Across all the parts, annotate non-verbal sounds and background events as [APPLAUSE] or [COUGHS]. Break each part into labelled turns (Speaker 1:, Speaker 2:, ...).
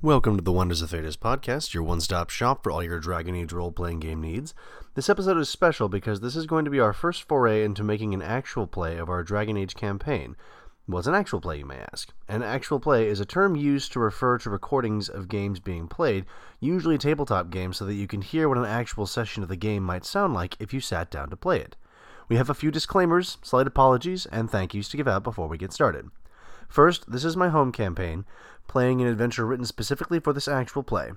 Speaker 1: Welcome to the Wonders of Thetis podcast, your one stop shop for all your Dragon Age role playing game needs. This episode is special because this is going to be our first foray into making an actual play of our Dragon Age campaign. What's an actual play, you may ask? An actual play is a term used to refer to recordings of games being played, usually tabletop games, so that you can hear what an actual session of the game might sound like if you sat down to play it. We have a few disclaimers, slight apologies, and thank yous to give out before we get started. First, this is my home campaign, playing an adventure written specifically for this actual play.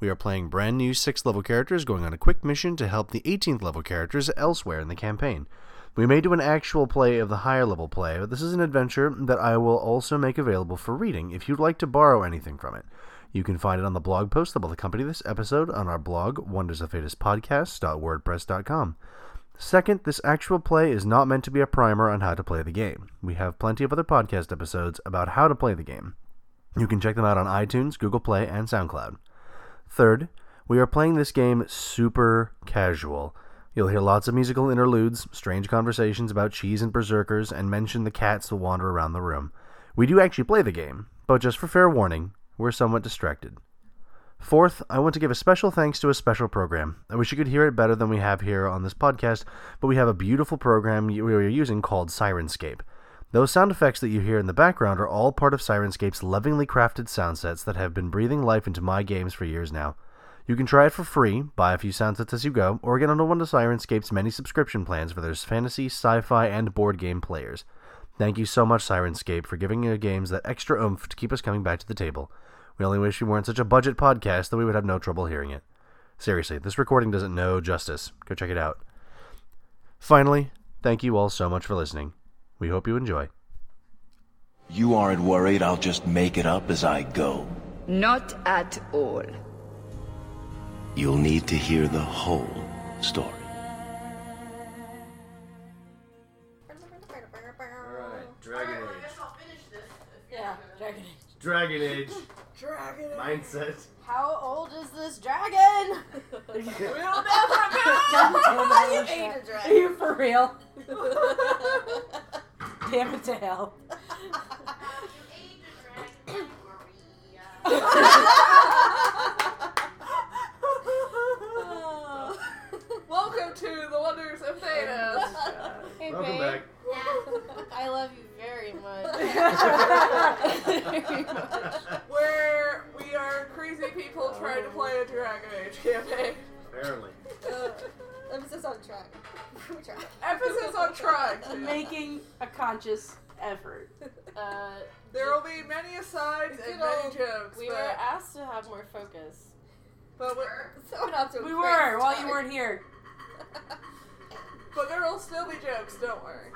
Speaker 1: We are playing brand new 6th level characters going on a quick mission to help the 18th level characters elsewhere in the campaign. We may do an actual play of the higher level play, but this is an adventure that I will also make available for reading if you'd like to borrow anything from it. You can find it on the blog post that will accompany this episode on our blog, wondersofhatispodcast.wordpress.com. Second, this actual play is not meant to be a primer on how to play the game. We have plenty of other podcast episodes about how to play the game. You can check them out on iTunes, Google Play, and SoundCloud. Third, we are playing this game super casual. You'll hear lots of musical interludes, strange conversations about cheese and berserkers, and mention the cats that wander around the room. We do actually play the game, but just for fair warning, we're somewhat distracted. Fourth, I want to give a special thanks to a special program. I wish you could hear it better than we have here on this podcast, but we have a beautiful program we are using called Sirenscape. Those sound effects that you hear in the background are all part of Sirenscape's lovingly crafted sound sets that have been breathing life into my games for years now. You can try it for free, buy a few sound sets as you go, or get onto one of Sirenscape's many subscription plans for their fantasy, sci fi, and board game players. Thank you so much, Sirenscape, for giving your games that extra oomph to keep us coming back to the table. We only wish we weren't such a budget podcast that we would have no trouble hearing it. Seriously, this recording doesn't know justice. Go check it out. Finally, thank you all so much for listening. We hope you enjoy.
Speaker 2: You aren't worried I'll just make it up as I go.
Speaker 3: Not at all.
Speaker 2: You'll need to hear the whole story.
Speaker 4: Alright, Dragon Age. Dragon Age.
Speaker 5: Dragon.
Speaker 4: Mindset.
Speaker 5: How old is this
Speaker 6: [COUGHS]
Speaker 5: dragon? we don't know. you ate a
Speaker 7: Are
Speaker 5: dragon.
Speaker 7: you for real? [LAUGHS] Damn it to hell.
Speaker 5: Welcome to the wonders of Thanos.
Speaker 7: Hey,
Speaker 4: Welcome back.
Speaker 5: I love you very
Speaker 6: [LAUGHS]
Speaker 5: much.
Speaker 4: Apparently.
Speaker 8: where we are crazy people trying to play a Dragon Age campaign.
Speaker 5: Emphasis on track. We try.
Speaker 8: Emphasis on trying.
Speaker 7: Making a conscious effort.
Speaker 6: Uh,
Speaker 8: There will be many asides and
Speaker 5: You know,
Speaker 8: many jokes,
Speaker 6: we
Speaker 8: but,
Speaker 6: were asked to have more focus.
Speaker 8: but, we,
Speaker 5: So not to
Speaker 7: We
Speaker 5: embrace
Speaker 7: were while you
Speaker 5: track.
Speaker 7: weren't here.
Speaker 8: but there will still be jokes. Don't worry.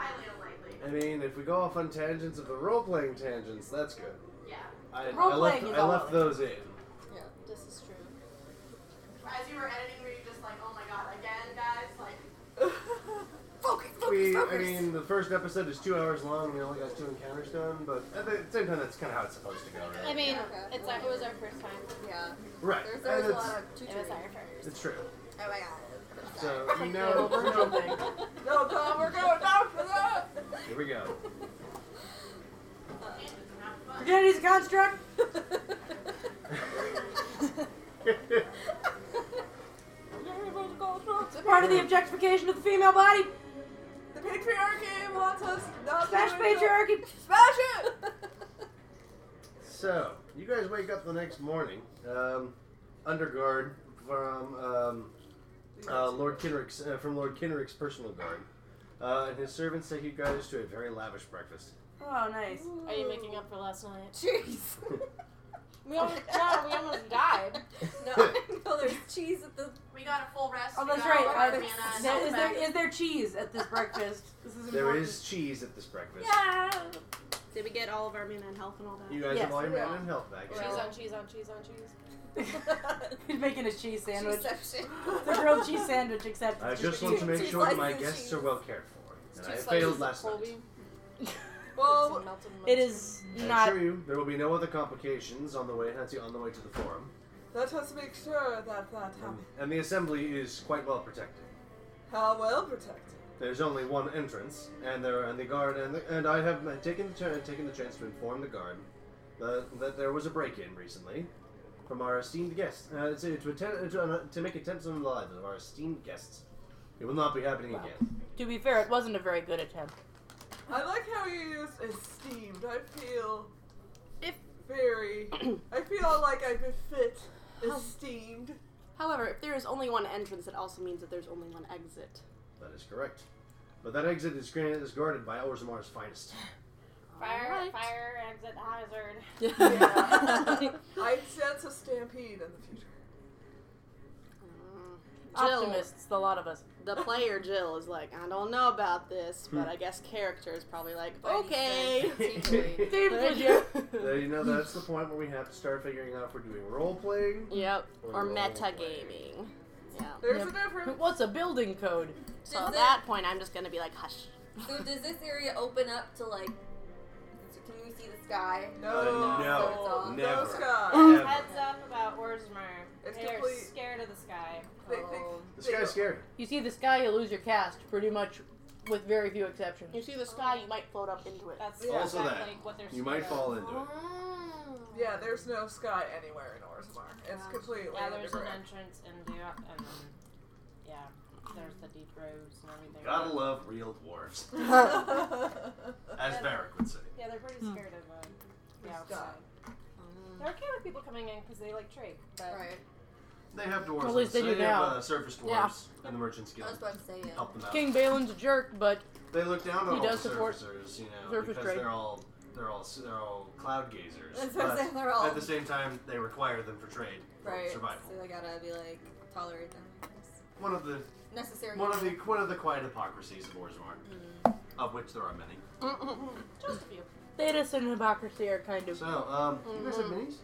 Speaker 4: I mean, if we go off on tangents of the role playing tangents, that's good. Yeah. I, I left,
Speaker 7: Role-playing is
Speaker 4: I
Speaker 7: all
Speaker 4: left
Speaker 7: right.
Speaker 4: those in.
Speaker 5: Yeah, this is true.
Speaker 9: As you were editing, were you just like, oh my god, again, guys? Like,
Speaker 5: Focus, focus,
Speaker 4: We, I
Speaker 5: focus.
Speaker 4: mean, the first episode is two hours long and we only got two encounters done, but at the same time, that's kind of how it's supposed to go,
Speaker 6: I
Speaker 4: right?
Speaker 6: mean,
Speaker 5: Okay.
Speaker 6: it's like, it was our first time.
Speaker 5: yeah,
Speaker 4: Right.
Speaker 5: there's,
Speaker 4: and
Speaker 5: there's a
Speaker 4: it's,
Speaker 5: lot of
Speaker 6: It was
Speaker 5: tutoring.
Speaker 6: our first.
Speaker 4: it's true.
Speaker 5: Oh my god.
Speaker 4: So,
Speaker 5: [LAUGHS]
Speaker 4: you know, you know-
Speaker 8: No, Tom, we're going down for that.
Speaker 4: here we go.
Speaker 7: Forget his construct. [LAUGHS] It's a part of the objectification of the female body.
Speaker 8: The patriarchy wants us not
Speaker 7: Smash
Speaker 8: to
Speaker 7: patriarchy.
Speaker 8: Smash it.
Speaker 4: So, you guys wake up the next morning. Um, under guard from um, uh, Lord Kinrick's, uh, from Lord Kinrick's personal guard, uh, and his servants take you guys to a very lavish breakfast.
Speaker 7: Oh, nice.
Speaker 6: Are you making up for last night?
Speaker 5: Cheese.
Speaker 6: We almost, yeah, we almost died.
Speaker 4: [LAUGHS]
Speaker 5: no, [LAUGHS] no, there's cheese at the.
Speaker 9: we got a full rest.
Speaker 7: Oh,
Speaker 9: we
Speaker 7: that's
Speaker 9: got
Speaker 7: right.
Speaker 9: all
Speaker 7: Uh,
Speaker 5: [LAUGHS]
Speaker 9: our mana
Speaker 7: is,
Speaker 9: and
Speaker 7: there,
Speaker 9: health
Speaker 7: is,
Speaker 9: back.
Speaker 7: there, is there cheese at this breakfast? [LAUGHS] This is
Speaker 4: There
Speaker 7: important.
Speaker 4: is cheese at this breakfast.
Speaker 6: Yeah. Did we get all of our mana and health and all that?
Speaker 4: You guys have
Speaker 7: Yes,
Speaker 4: all your
Speaker 5: yeah.
Speaker 4: mana and health back.
Speaker 6: Cheese on cheese on cheese on cheese.
Speaker 7: He's making a cheese sandwich.
Speaker 5: Cheese
Speaker 7: It's a grilled cheese sandwich, except
Speaker 4: I
Speaker 7: it's
Speaker 4: just
Speaker 7: cheese.
Speaker 4: want to make
Speaker 5: Two
Speaker 4: sure that my
Speaker 5: slices of
Speaker 4: guests
Speaker 5: cheese.
Speaker 4: are well cared for. And I
Speaker 6: Two
Speaker 4: failed last
Speaker 6: slices of
Speaker 4: night.
Speaker 6: Colby.
Speaker 8: Well,
Speaker 6: Some melted mustard.
Speaker 7: It is
Speaker 4: I
Speaker 7: not.
Speaker 4: assure you, there will be no other complications on the way. That's on the way to the forum,
Speaker 8: let us make sure that that happens.
Speaker 4: and the assembly is quite well protected.
Speaker 8: How well protected.
Speaker 4: There's only one entrance, and there and the guard and the, and I have taken the turn, taken the chance to inform the guard that, that there was a break-in recently,
Speaker 1: from our esteemed guests. Uh, to, to, attempt, to, uh, to make attempts on the lives of our esteemed guests. It will not be happening again.
Speaker 7: To be fair, it wasn't a very good attempt.
Speaker 8: I like how you used esteemed. I feel if very. I feel like I befit esteemed.
Speaker 10: However, if there is only one entrance, it also means that there's only one exit.
Speaker 1: That is correct. But that exit is, gra- is guarded by Orzamar's finest.
Speaker 6: Fire,
Speaker 10: Alright.
Speaker 6: fire, exit hazard.
Speaker 8: Yeah. I sense a stampede in the future.
Speaker 10: Jill,
Speaker 7: Optimists, the lot
Speaker 10: [LAUGHS]
Speaker 7: of us.
Speaker 10: the player Jill is like, I don't know about this, but I guess character is probably like, okay.
Speaker 6: [LAUGHS]
Speaker 10: There you go.
Speaker 1: There you know, that's the point where we have to start figuring out if we're doing role playing.
Speaker 10: Yep.
Speaker 1: Or
Speaker 10: Or
Speaker 1: role
Speaker 10: metagaming. Yeah.
Speaker 8: There's
Speaker 7: Yep.
Speaker 8: a difference.
Speaker 7: What's a building code?
Speaker 10: So at
Speaker 6: Does
Speaker 10: that point, I'm just gonna be like, hush.
Speaker 6: So does this area open up to like? Can we see the sky?
Speaker 8: No,
Speaker 1: no,
Speaker 8: no,
Speaker 1: never.
Speaker 8: sky.
Speaker 1: Never.
Speaker 6: Heads up about Orzmer.
Speaker 8: It's
Speaker 6: They're
Speaker 8: complete-
Speaker 6: scared of the sky.
Speaker 8: They think
Speaker 1: This
Speaker 8: they
Speaker 1: guy's
Speaker 8: don't-
Speaker 1: scary.
Speaker 7: You see the sky, you lose your cast, pretty much, with very few exceptions.
Speaker 10: You see the sky, you might float up into it.
Speaker 6: That's
Speaker 8: Yeah.
Speaker 1: Also that.
Speaker 6: exactly what they're
Speaker 1: You might
Speaker 6: scared of.
Speaker 1: fall into it.
Speaker 8: Yeah, there's no sky anywhere in Orzammar. It's
Speaker 6: Yeah.
Speaker 8: completely
Speaker 6: Yeah, there's an
Speaker 8: underground.
Speaker 6: entrance and the uh, and then yeah, there's the deep roads and everything.
Speaker 1: Gotta love real dwarves,
Speaker 8: [LAUGHS]
Speaker 1: as Barrick would say.
Speaker 6: Yeah, they're pretty
Speaker 10: Hmm.
Speaker 6: scared of um, the
Speaker 8: The
Speaker 6: outside.
Speaker 8: sky.
Speaker 6: They're okay with people coming in because they like trade, but
Speaker 5: Right.
Speaker 1: They have dwarves.
Speaker 7: At least
Speaker 1: so
Speaker 7: they do
Speaker 1: have,
Speaker 7: now.
Speaker 1: uh, surface dwarves
Speaker 7: Yeah.
Speaker 1: and the merchants guild
Speaker 5: That's what I'm saying.
Speaker 1: help them out.
Speaker 7: King Balin's a jerk, but
Speaker 1: They look down on
Speaker 7: He
Speaker 1: all
Speaker 7: does
Speaker 1: the
Speaker 7: support
Speaker 1: surfacers, you know,
Speaker 7: surface
Speaker 1: because
Speaker 7: trade.
Speaker 1: they're all they're all they're all cloud gazers.
Speaker 5: That's what I'm
Speaker 1: But
Speaker 5: saying, they're all-
Speaker 1: at the same time, they require them for trade, for
Speaker 5: Right.
Speaker 1: survival.
Speaker 5: So I gotta be like tolerate them. I guess.
Speaker 1: One of the
Speaker 5: Necessary.
Speaker 1: one of the one of the quiet hypocrisies of Orzammar,
Speaker 5: Mm.
Speaker 1: of which there are many.
Speaker 10: Just a few.
Speaker 7: Thetis and hypocrisy are kind of.
Speaker 1: So, um, you guys have
Speaker 5: Mm-hmm.
Speaker 1: minis?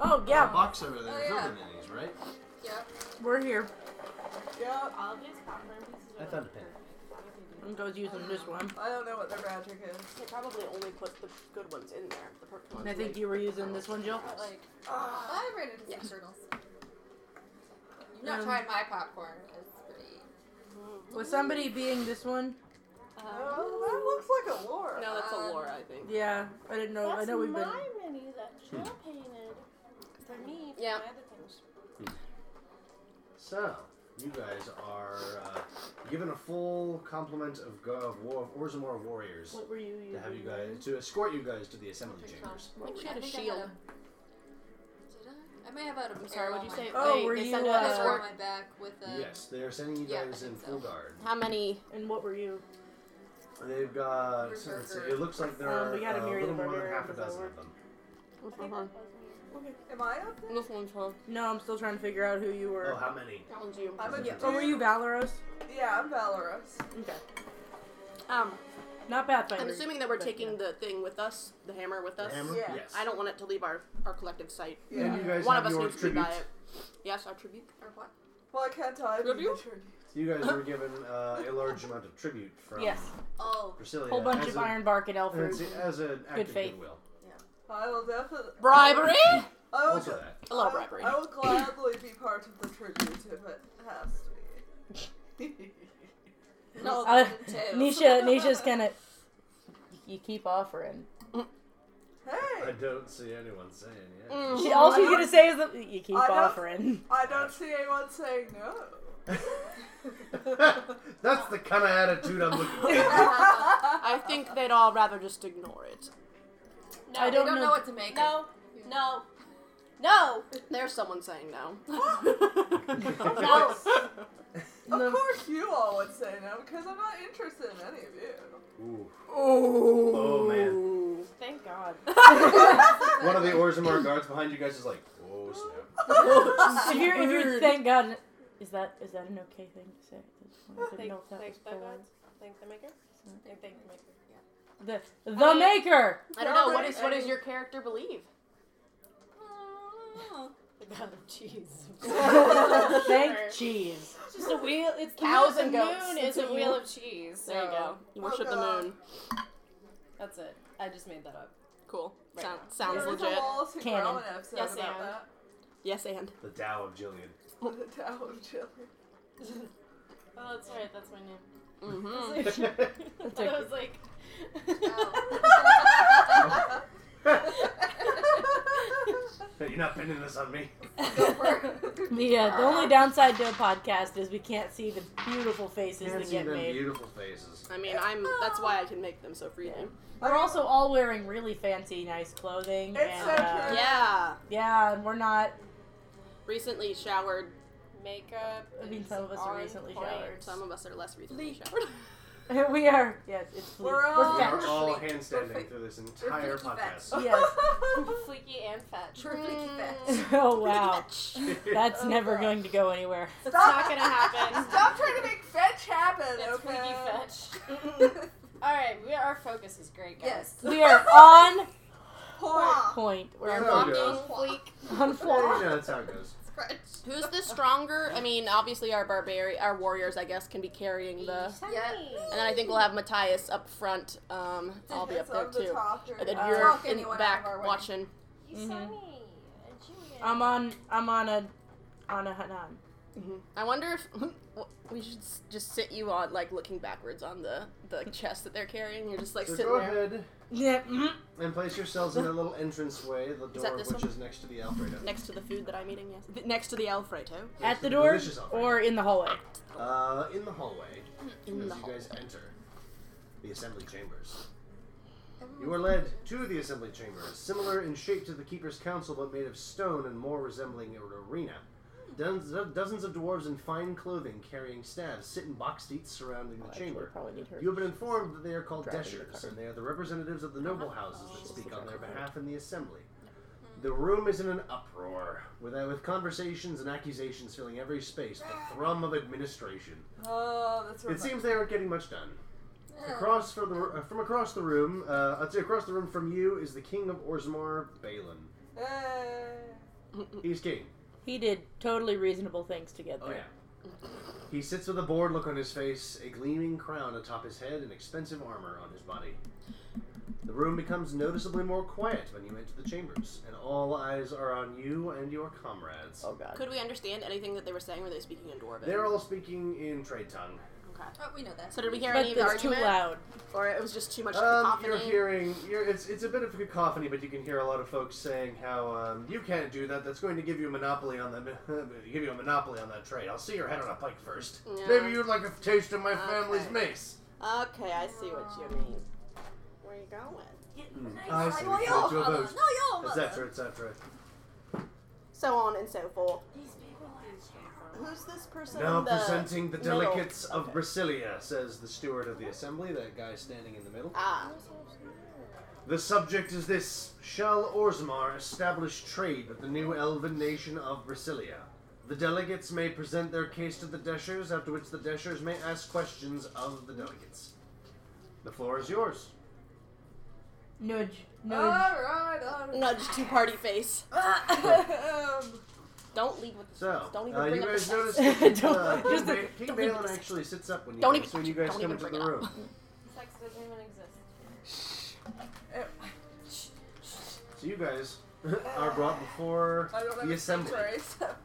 Speaker 7: Oh,
Speaker 1: Yeah.
Speaker 7: yeah,
Speaker 1: box over there
Speaker 5: Oh,
Speaker 1: filled
Speaker 5: yeah.
Speaker 1: with minis, right?
Speaker 7: we're here.
Speaker 8: Yeah,
Speaker 6: all of these popcorn pieces are
Speaker 1: I found a pen.
Speaker 7: I'm just using this one.
Speaker 8: I don't know what their magic is.
Speaker 10: They probably only put the good ones in there. The perfect ones.
Speaker 7: And I think you were using this one, Jill.
Speaker 5: But like, I've ran into some turtles. You've not tried my popcorn. It's pretty.
Speaker 7: Was somebody being this one?
Speaker 8: Oh, that looks like a lore.
Speaker 10: No, that's
Speaker 5: Um,
Speaker 10: a lore, I think.
Speaker 7: Yeah, I didn't know. I know we've been.
Speaker 6: menu that Jill painted for me.
Speaker 10: Yeah.
Speaker 1: So, you guys are uh, given a full complement of, go- of, war- of Orzammar warriors
Speaker 7: What were you using?
Speaker 1: to have you guys to escort you guys to the assembly chambers.
Speaker 10: Like she had
Speaker 5: I
Speaker 10: a
Speaker 5: think I
Speaker 10: shield.
Speaker 5: had a- Did I? I may have had a.
Speaker 10: I'm sorry, what'd you say?
Speaker 7: Oh,
Speaker 10: They-
Speaker 7: were
Speaker 10: they
Speaker 7: you,
Speaker 10: sent
Speaker 7: uh,
Speaker 10: out
Speaker 5: Uh,
Speaker 10: this
Speaker 5: arrow on
Speaker 10: work.
Speaker 5: my back with a.
Speaker 1: yes, they are sending you
Speaker 5: yeah, I
Speaker 1: guys
Speaker 5: think
Speaker 1: in
Speaker 5: so.
Speaker 1: full guard.
Speaker 10: How many?
Speaker 7: And what were you?
Speaker 1: They've got.
Speaker 5: Berserker.
Speaker 1: let's see, it looks like there
Speaker 7: Um,
Speaker 1: are
Speaker 7: we gotta
Speaker 1: uh, a
Speaker 7: marry the
Speaker 1: little more than
Speaker 7: barbarian,
Speaker 1: half a
Speaker 7: does that
Speaker 1: dozen
Speaker 7: work?
Speaker 1: of them.
Speaker 10: What's my one?
Speaker 8: Am I up there?
Speaker 10: This one's her.
Speaker 7: No, I'm still trying to figure out who you
Speaker 1: Oh,
Speaker 7: were.
Speaker 1: how many?
Speaker 10: That one's you.
Speaker 8: I'm a
Speaker 1: Yeah.
Speaker 8: dude.
Speaker 7: Oh, were you Valoros?
Speaker 8: Yeah, I'm Valorous.
Speaker 7: Okay.
Speaker 10: Um,
Speaker 7: Not Pathfinder.
Speaker 10: I'm assuming that we're
Speaker 7: but,
Speaker 10: taking
Speaker 7: yeah.
Speaker 10: the thing with us, the hammer with
Speaker 1: The
Speaker 10: us.
Speaker 1: hammer?
Speaker 8: Yeah.
Speaker 1: Yes.
Speaker 10: I don't want it to leave our, our collective sight.
Speaker 8: Yeah.
Speaker 1: And you guys
Speaker 10: One
Speaker 1: have
Speaker 10: of us
Speaker 1: your
Speaker 10: needs to buy
Speaker 1: tributes.
Speaker 10: it. Yes, our tribute. Or what?
Speaker 8: Why can't I
Speaker 10: Good
Speaker 8: be
Speaker 10: you?
Speaker 8: the tribute?
Speaker 1: You guys were given uh, a large amount of tribute from
Speaker 7: Yes.
Speaker 5: Oh,
Speaker 1: Priscilla.
Speaker 7: Whole bunch
Speaker 1: as
Speaker 7: of
Speaker 1: a-
Speaker 7: iron bark and elf
Speaker 1: As,
Speaker 7: fruit.
Speaker 1: a- as an act of
Speaker 7: faith.
Speaker 1: goodwill.
Speaker 8: I will definitely. Oh,
Speaker 10: Bribery?
Speaker 8: I will,
Speaker 1: Also that.
Speaker 10: A little bribery.
Speaker 8: I will gladly be part of the tribute if it has to be.
Speaker 5: no,
Speaker 7: Uh,
Speaker 5: them too.
Speaker 7: Nisha, Nisha's gonna. You keep offering.
Speaker 1: I
Speaker 8: hey,
Speaker 1: don't see anyone saying yes.
Speaker 7: She, all she's gonna say is that you keep
Speaker 8: I don't-
Speaker 7: offering.
Speaker 8: I don't see anyone saying no.
Speaker 1: [LAUGHS] That's the kind of attitude I'm looking for.
Speaker 10: I think they'd all rather just ignore it.
Speaker 6: No,
Speaker 7: I
Speaker 5: I
Speaker 7: don't
Speaker 5: don't
Speaker 7: know-
Speaker 5: know what to make.
Speaker 6: No, no, no.
Speaker 10: There's someone saying no.
Speaker 6: No.
Speaker 8: Of course, you all would say no because I'm not interested in any of you.
Speaker 1: Ooh.
Speaker 7: Oh.
Speaker 1: Oh man.
Speaker 6: Thank God.
Speaker 1: One of the Orzammar guards behind you guys is like, oh snap. [LAUGHS]
Speaker 7: If you're, if you're, thank God. Is that is that an okay thing to say? at this point? I didn't
Speaker 6: Thank,
Speaker 7: know if that was
Speaker 6: thank the
Speaker 7: polite.
Speaker 6: gods.
Speaker 10: [LAUGHS]
Speaker 6: Thank the maker.
Speaker 10: Hmm.
Speaker 6: Thank, thank the maker.
Speaker 7: The the [LAUGHS] maker.
Speaker 10: I don't know. What is
Speaker 6: uh,
Speaker 10: what does your character believe?
Speaker 6: The god of [LAUGHS] cheese.
Speaker 7: Thank cheese.
Speaker 6: It's just a wheel. It's the
Speaker 10: Cows
Speaker 6: wheel of
Speaker 10: and
Speaker 6: the
Speaker 10: goats.
Speaker 6: moon.
Speaker 10: It's a
Speaker 6: It's, a wheel
Speaker 10: wheel.
Speaker 6: of cheese.
Speaker 10: There you
Speaker 6: so
Speaker 10: go. You worship the
Speaker 5: Oh,
Speaker 8: God.
Speaker 10: moon.
Speaker 6: That's it. I just made that up.
Speaker 10: Cool.
Speaker 6: Right
Speaker 10: Sound,
Speaker 6: now.
Speaker 10: sounds
Speaker 8: There was
Speaker 10: legit.
Speaker 8: a Wallace and
Speaker 7: Canon.
Speaker 8: Gromit episode
Speaker 10: Yes,
Speaker 8: about
Speaker 10: and.
Speaker 8: that.
Speaker 10: Yes, and
Speaker 1: The Tao of Jillian.
Speaker 8: The Tao of Chile.
Speaker 6: Oh, that's right. That's my name.
Speaker 10: hmm
Speaker 6: I was like, [LAUGHS]
Speaker 7: okay.
Speaker 6: I was [LAUGHS] like
Speaker 5: Oh.
Speaker 1: Hey, You're not pinning this on me.
Speaker 7: The, uh, the only downside to a podcast is we can't see the beautiful faces
Speaker 1: Can't
Speaker 7: that
Speaker 1: see
Speaker 7: get
Speaker 1: them
Speaker 7: made.
Speaker 1: beautiful faces.
Speaker 11: I mean, I'm. That's why I can make them so freely.
Speaker 7: We're also all wearing really fancy, nice clothing.
Speaker 11: It's
Speaker 7: and,
Speaker 11: so
Speaker 7: uh,
Speaker 11: cute. Yeah.
Speaker 7: Yeah, and we're not. [LAUGHS]
Speaker 11: Recently showered. Makeup.
Speaker 7: I mean, some of us are recently showered.
Speaker 11: Some of us are less recently showered.
Speaker 7: we are. Yes, it's.
Speaker 11: We're
Speaker 7: we're
Speaker 11: all-
Speaker 7: fat.
Speaker 10: [LAUGHS]
Speaker 1: We're all hand standing through this entire podcast.
Speaker 7: [LAUGHS] Yes. [LAUGHS]
Speaker 6: [LAUGHS] Fleeky and fat. True fleeky
Speaker 5: [LAUGHS]
Speaker 6: fat.
Speaker 7: Oh wow, that's
Speaker 11: [LAUGHS]
Speaker 7: never going to go anywhere.
Speaker 6: It's not gonna happen.
Speaker 10: [LAUGHS]
Speaker 6: Stop trying to make fetch happen. It's okay? fetch.
Speaker 5: [LAUGHS]
Speaker 10: [LAUGHS]
Speaker 6: All right, we our focus is great, guys. Yes,
Speaker 7: We are on
Speaker 6: Point.
Speaker 7: point. We're
Speaker 1: There
Speaker 7: on
Speaker 1: we go.
Speaker 7: point. On
Speaker 1: Yeah,
Speaker 7: floor.
Speaker 1: that's how it goes.
Speaker 11: Who's the stronger? I mean, obviously our barbarian, our warriors, I guess, can be carrying the.
Speaker 6: Yeah.
Speaker 11: And then I think we'll have Matthias up front. Um, I'll be up
Speaker 6: It's
Speaker 11: there
Speaker 6: up the
Speaker 11: too.
Speaker 6: top, you're-
Speaker 11: and then
Speaker 6: uh,
Speaker 11: you're
Speaker 6: Talk
Speaker 11: in the
Speaker 6: anyone out
Speaker 11: back
Speaker 6: of our way.
Speaker 11: watching.
Speaker 7: I'm on. I'm on a. On a Hanan.
Speaker 11: I wonder if [LAUGHS] we should s- just sit you on, like, looking backwards on the the chest that they're carrying. You're just like
Speaker 1: So
Speaker 11: sitting
Speaker 1: go
Speaker 11: there.
Speaker 1: ahead
Speaker 7: Yeah. mm-hmm.
Speaker 1: and place yourselves in a little entranceway, the
Speaker 11: Is
Speaker 1: door
Speaker 11: that
Speaker 1: of
Speaker 11: this
Speaker 1: which
Speaker 11: one?
Speaker 1: is next to the Alfredo.
Speaker 11: Next to the food that I'm eating, yes. Th- Next to the Alfredo.
Speaker 7: At the
Speaker 1: the
Speaker 7: door
Speaker 1: delicious offer.
Speaker 7: or in the hallway.
Speaker 1: Uh, in the hallway,
Speaker 11: Mm, In
Speaker 1: as
Speaker 11: the
Speaker 1: you guys enter the assembly chambers, you are led to the assembly chambers, similar in shape to the Keeper's Council, but made of stone and more resembling an arena.
Speaker 11: Hmm.
Speaker 1: Dozens, dozens of dwarves in fine clothing carrying staves sit in box seats surrounding the chamber.
Speaker 7: Oh, Probably need her.
Speaker 1: You have been informed that they are called
Speaker 7: Dragon
Speaker 1: Deshers,
Speaker 7: card.
Speaker 1: and they are the representatives of the noble houses that speak on their behalf in the assembly. The room is in an uproar, with, uh, with conversations and accusations filling every space, the thrum of administration.
Speaker 8: Oh, that's what
Speaker 1: It seems they aren't getting much done. Across from, the, uh, from across the room, uh, I'd say across the room from you is the king of Orsmar, Balin. He's king.
Speaker 7: He did totally reasonable things to get
Speaker 1: Oh
Speaker 7: there.
Speaker 1: yeah. He sits with a bored look on his face, a gleaming crown atop his head, and expensive armor on his body. The room becomes noticeably more quiet when you enter the chambers, and all eyes are on you and your comrades.
Speaker 7: Oh god.
Speaker 11: Could we understand anything that they were saying? Were they speaking in Dwarven?
Speaker 1: They're all speaking in trade tongue.
Speaker 11: Okay.
Speaker 6: Oh, we know that.
Speaker 11: So did we hear
Speaker 7: But
Speaker 11: any of the
Speaker 7: it's too
Speaker 11: argument?
Speaker 7: loud.
Speaker 11: Or it was just too much
Speaker 1: Um,
Speaker 11: cacophony?
Speaker 1: you're hearing, you're, it's it's a bit of a cacophony, but you can hear a lot of folks saying how um, you can't do that. That's going to give you a monopoly on the [LAUGHS] give you a monopoly on that trade. I'll see your head on a pike first.
Speaker 11: Yeah.
Speaker 1: Maybe you'd like a taste of my
Speaker 11: Okay.
Speaker 1: family's mace.
Speaker 11: Okay, I see what you mean. Where you going?
Speaker 1: I see.
Speaker 6: Well,
Speaker 1: Come
Speaker 6: your
Speaker 1: to a
Speaker 6: mother.
Speaker 1: vote.
Speaker 6: No, your mother.
Speaker 1: etc., etc.
Speaker 11: So on and so forth. Who's this person?
Speaker 1: Now
Speaker 11: in the
Speaker 1: presenting the
Speaker 11: middle?
Speaker 1: delegates of
Speaker 11: Okay.
Speaker 1: Brasilia, says the steward of the assembly, that guy standing in the middle.
Speaker 11: Ah,
Speaker 1: The subject is this Shall Orzmar establish trade with the new elven nation of Brasilia? The delegates may present their case to the Deshers, after which the Deshers may ask questions of the delegates. The floor is yours.
Speaker 7: Nudge. Nudge.
Speaker 8: All right, all right.
Speaker 11: nudge to party face.
Speaker 8: Um,
Speaker 11: [LAUGHS] Don't leave with the
Speaker 1: So,
Speaker 11: Don't even
Speaker 1: uh,
Speaker 11: bring
Speaker 1: you
Speaker 11: up
Speaker 1: guys
Speaker 11: the
Speaker 1: notice
Speaker 11: sex.
Speaker 1: that King,
Speaker 7: Don't-
Speaker 11: [LAUGHS]
Speaker 1: uh, King,
Speaker 7: just
Speaker 1: ba-
Speaker 7: the-
Speaker 1: King
Speaker 7: don't even
Speaker 1: Balin
Speaker 7: touch it.
Speaker 1: actually sits up when you
Speaker 11: Don't
Speaker 1: guys,
Speaker 11: even
Speaker 1: when you
Speaker 11: touch it.
Speaker 1: guys
Speaker 11: Don't
Speaker 1: come
Speaker 11: even
Speaker 1: into the
Speaker 11: bring it up.
Speaker 1: room.
Speaker 6: Sex doesn't even exist.
Speaker 1: So you guys [LAUGHS] are brought before
Speaker 8: I don't have
Speaker 1: the
Speaker 8: a
Speaker 1: assembly.
Speaker 8: sanctuary, so. [LAUGHS]